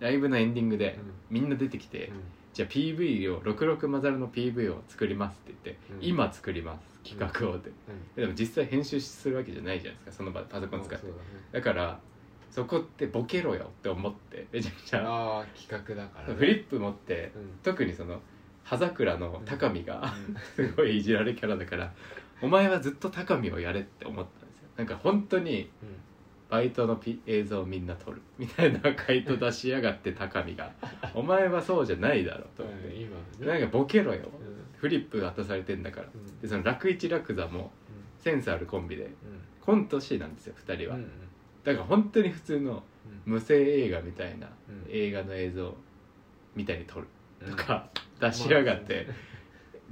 S1: ライブのエンディングで
S2: うん
S1: みんな出てきて、じゃあ PV を66マザルの PV を作りますって言って、
S2: うん
S1: 今作ります企画をって、
S2: うん
S1: でも実際編集するわけじゃないじゃないですかその場でパソコン使って、
S2: そうだね
S1: だからそこってボケろよって思ってめちゃくちゃ
S2: ああ企画だからね
S1: フリップ持って
S2: うん
S1: 特にその葉桜の高見
S2: (laughs)
S1: が、
S2: うん
S1: すごいいじられキャラだからお前はずっと高見をやれって思ったんですよなんか本当に
S2: うん
S1: バイトのピ映像をみんな撮るみたいな回答出しやがって高見
S2: (laughs)
S1: がお前はそうじゃないだろと思っ
S2: うん
S1: て、
S2: 今はね
S1: なんかボケろよ
S2: うん
S1: フリップ渡されてんだから
S2: うん
S1: でその楽一楽座もセンスあるコンビで
S2: う
S1: コント師なんですよ2人
S2: ん
S1: は、
S2: うん
S1: だから本当に普通の
S2: うん
S1: 無声映画みたいな
S2: うん
S1: 映画の映像みたいに撮る
S2: うん
S1: とか出しやがって、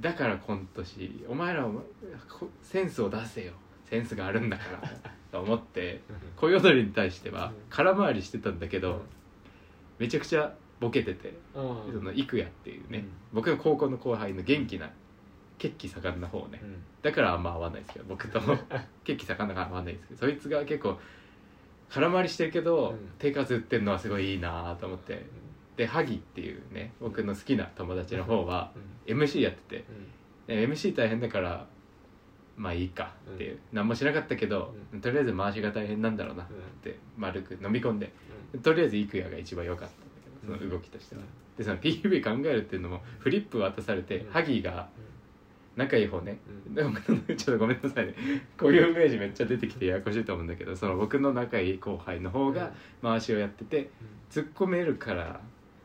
S1: だからコント師お前らお前こセンスを出せよセンスがあるんだからと思って
S2: うん
S1: 小踊りに対しては
S2: うん
S1: 空回りしてたんだけど、めちゃくちゃボケてて
S2: うん
S1: その幾谷っていうね、
S2: うん
S1: 僕の高校の後輩の元気な血気盛んな方ね
S2: うん
S1: だからあんま合わないですけど僕
S2: (laughs)
S1: と血気盛んなから合わないですけどそいつが結構空回りしてるけど、
S2: うん
S1: 手数打ってるのはすごいいいなと思ってで萩っていうね僕の好きな友達の方は
S2: うん
S1: MC やってて
S2: うんうん
S1: で MC 大変だからまあいいかっていう、何もしなかったけど、とりあえず回しが大変なんだろうなって丸く飲み込んでとりあえず幾谷が一番良かったんだけどその動きとしては、でその PV 考えるっていうのもフリップ渡されて、
S2: うん
S1: ハギーが仲いい方ね、
S2: うん
S1: で僕の (laughs) ちょっとごめんなさいねこういうイメージめっちゃ出てきてややこしいと思うんだけどその僕の仲いい後輩の方が回しをやってて突っ込めるから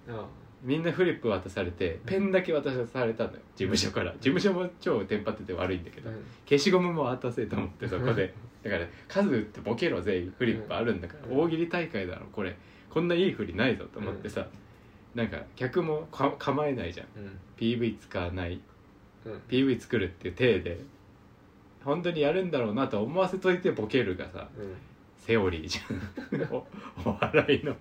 S2: うんうん
S1: みんなフリップ渡されてペンだけ渡されたのよ事務所から事務所も超テンパってて悪いんだけど
S2: うん
S1: 消しゴムも渡せと思ってそこでだから数打ってボケろぜフリップあるんだか
S2: う
S1: ら
S2: ん
S1: 大喜利大会だろこれこんないい振りないぞと思ってさなんか客もか構えないじゃん
S2: うん
S1: PV 使わない
S2: うん
S1: PV 作るっていう体で本当にやるんだろうなと思わせといてボケるがさ
S2: うん
S1: セオリーじゃ (laughs) んおお笑いのっ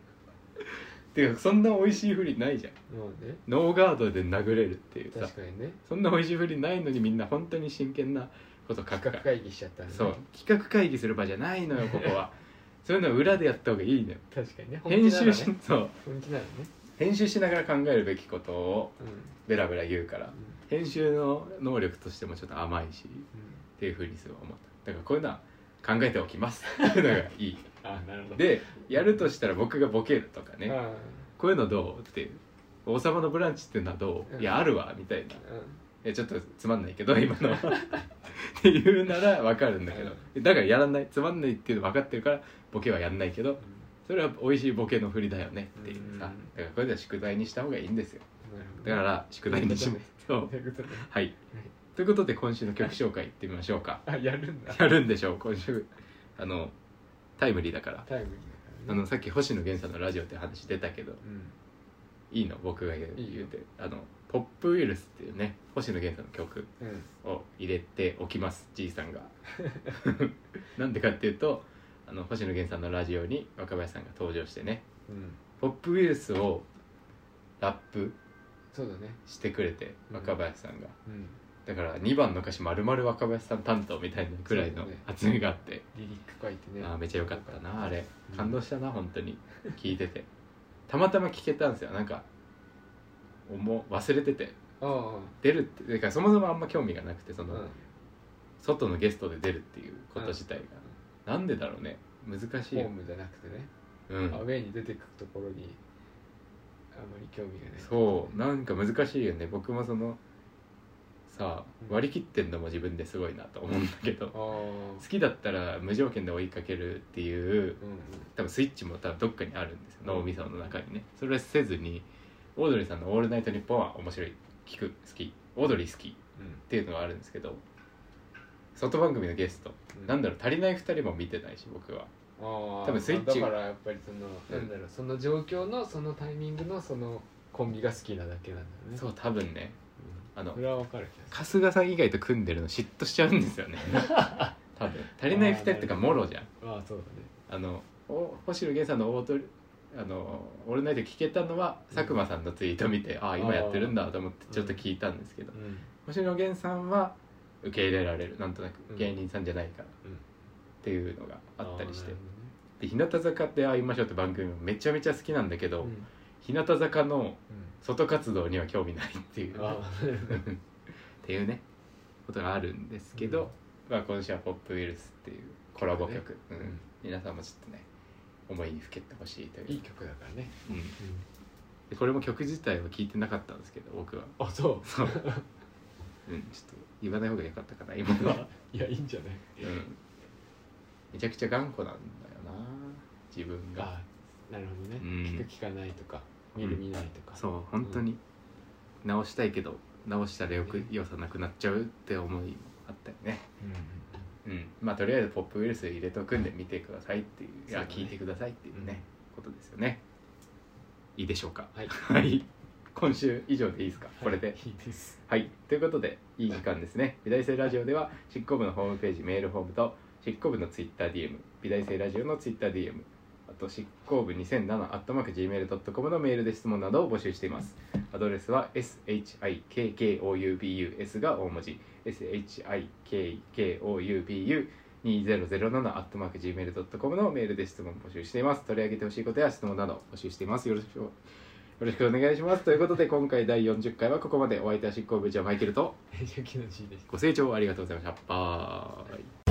S1: ていうかそんな美味しいふりないじゃん
S2: まあね
S1: ノーガードで殴れるっていうさ
S2: 確かにね
S1: そんな美味しいふりないのにみんな本当に真剣なこと書くか
S2: 企画
S1: ら
S2: 会議しちゃったんで
S1: そう企画会議する場じゃないのよここはそういうの裏でやった方がいいのよ
S2: 確かにね
S1: 編集し、 (laughs)
S2: 本
S1: そう
S2: 気なのね
S1: 編集しながら考えるべきことを
S2: 本気なのね
S1: ベラベラ言うから
S2: うん
S1: 編集の能力としてもちょっと甘いしっ
S2: うん
S1: ていうふうにすごい思っただからこういうのは考えておきますっていうのがいい
S2: あなるほど
S1: でやるとしたら僕がボケるとかね
S2: あ
S1: こういうのどうっていう「王様のブランチ」っていうのはどう、
S2: うん
S1: いやあるわみたいな
S2: ーうん
S1: えちょっとつまんないけど (laughs) 今のはっていうならわかるんだけどだからやらないつまんないっていうの分かってるからボケはやんないけどそれは美味しいボケの振りだよねっていうさ
S2: うん
S1: だからこれでは宿題にした方がいいんですよ
S2: なるほど
S1: だから宿題にしま
S2: なる
S1: す (laughs) そう
S2: ということで
S1: はいということで今週の曲紹介いってみましょうか
S2: あやるんだ
S1: やるんでしょう今週あのタイムリーだから
S2: タイムリー
S1: あ
S2: だからね
S1: のさっき星野源さんのラジオって話出たけど
S2: うん
S1: いいの僕が言う
S2: いいよ
S1: 言うてあのポップウイルスっていうね星野源さんの曲
S2: うん
S1: を入れておきますじいさんが (laughs) なんでかっていうとあの星野源さんのラジオに若林さんが登場してね
S2: うん
S1: ポップウイルスをラップ
S2: そうだね
S1: してくれて
S2: うん
S1: 若林さんが、
S2: うん
S1: だから2番の歌詞まるまる若林さん担当みたいなくらいの
S2: そうだね
S1: 厚みがあって、
S2: リリック書いてね
S1: あーめちゃ良かったなあれ
S2: うん
S1: 感動したな本当に聞いててたまたま聞けたんですよなんか思う忘れてて
S2: ああ
S1: 出るっててかそもそもあんま興味がなくてそ
S2: うん
S1: の、外のゲストで出るっていうこと自体が、なんでだろうね難しい
S2: ホー
S1: よ、
S2: ムじゃなくてね
S1: うん
S2: ア、ウェイに出てくところにあまり興味がない
S1: そうなんか難しいよね僕もそのさあ
S2: うん
S1: 割り切ってんのも自分ですごいなと思うんだけど
S2: ああうん
S1: 好きだったら無条件で追いかけるっていう多分スイッチも多分どっかにあるんですよ脳みその中にねそれせずにオードリーさんの「オールナイトニッポン」は面白い聞く好きオードリー好きっ
S2: うん
S1: ていうのはあるんですけど外番組のゲスト
S2: うん
S1: なんだろう足りない2人も見てないし僕は
S2: 多
S1: 多分スイッチ
S2: だからやっぱりその、なんだろうその状況のそのタイミングのそのコンビが好きなだけなんだよね、
S1: そうう多分ね
S2: ん、
S1: あの
S2: それは分かる気がす
S1: 春日さん以外と組んでるの嫉妬しちゃうんです
S2: (laughs)
S1: よね多分足りない2人ってかもろじゃん
S2: るああそうだね
S1: あのお星野源さんのオートリあの「オールナイト」聞けたのは佐久間さんのツイート見て、ああ今やってるんだと思ってちょっと聞いたんですけど、
S2: うん
S1: 星野源さんは受け入れられるなんとな
S2: う
S1: く
S2: ん
S1: 芸人さんじゃないから、
S2: うん
S1: っていうのがあったりして
S2: あ
S1: で日向坂で会いましょうって番組もめちゃめちゃ好きなんだけ
S2: あ
S1: ど、
S2: なるほどね
S1: 日向坂の
S2: うんうん
S1: 外活動には興味ないっていう
S2: ああなるほど
S1: っていうねことがあるんですけど、まあ、今週は「ポップウイルス」っていうコラボ曲、
S2: ね
S1: うん皆さんもちょっとね思いにふけってほしいという
S2: いい曲だからね、
S1: うん、でこれも曲自体は聞いてなかったんですけど僕は
S2: あそう
S1: そう、うん、ちょっと言わない方が良かったかな今の (laughs) は、
S2: いやいいんじゃない
S1: うん、めちゃくちゃ頑固なんだよな自分が
S2: あなるほどね、
S1: うん
S2: 聞く聞かないとか見る見ないとか、
S1: そう本当に直したいけど直したらよく良さなくなっちゃうって思いもあったよね
S2: うん、
S1: うん、まあとりあえずポップウイルス入れとくんで見てくださいっていういや
S2: そうだね
S1: 聞いてくださいっていうね、ことですよねいいでしょうか
S2: はい
S1: はい今週以上でいいですかこれで
S2: いいです
S1: はいということでいい時間ですね美大生ラジオでは執行部のホームページメールフォームと執行部のツイッター DM 美大生ラジオのツイッター DM あと執行部2007 gmail.com のメールで質問などを募集していますアドレスは shikkoubus が大文字 shikkoubus 2007 gmail.com のメールで質問を募集しています取り上げてほしいことや質問など募集していますよろしくよろしくお願いしますということで今回第40回はここまでお相手は執行部長マイケルと
S2: ゆきの G でした
S1: ご清聴ありがとうございましたバイ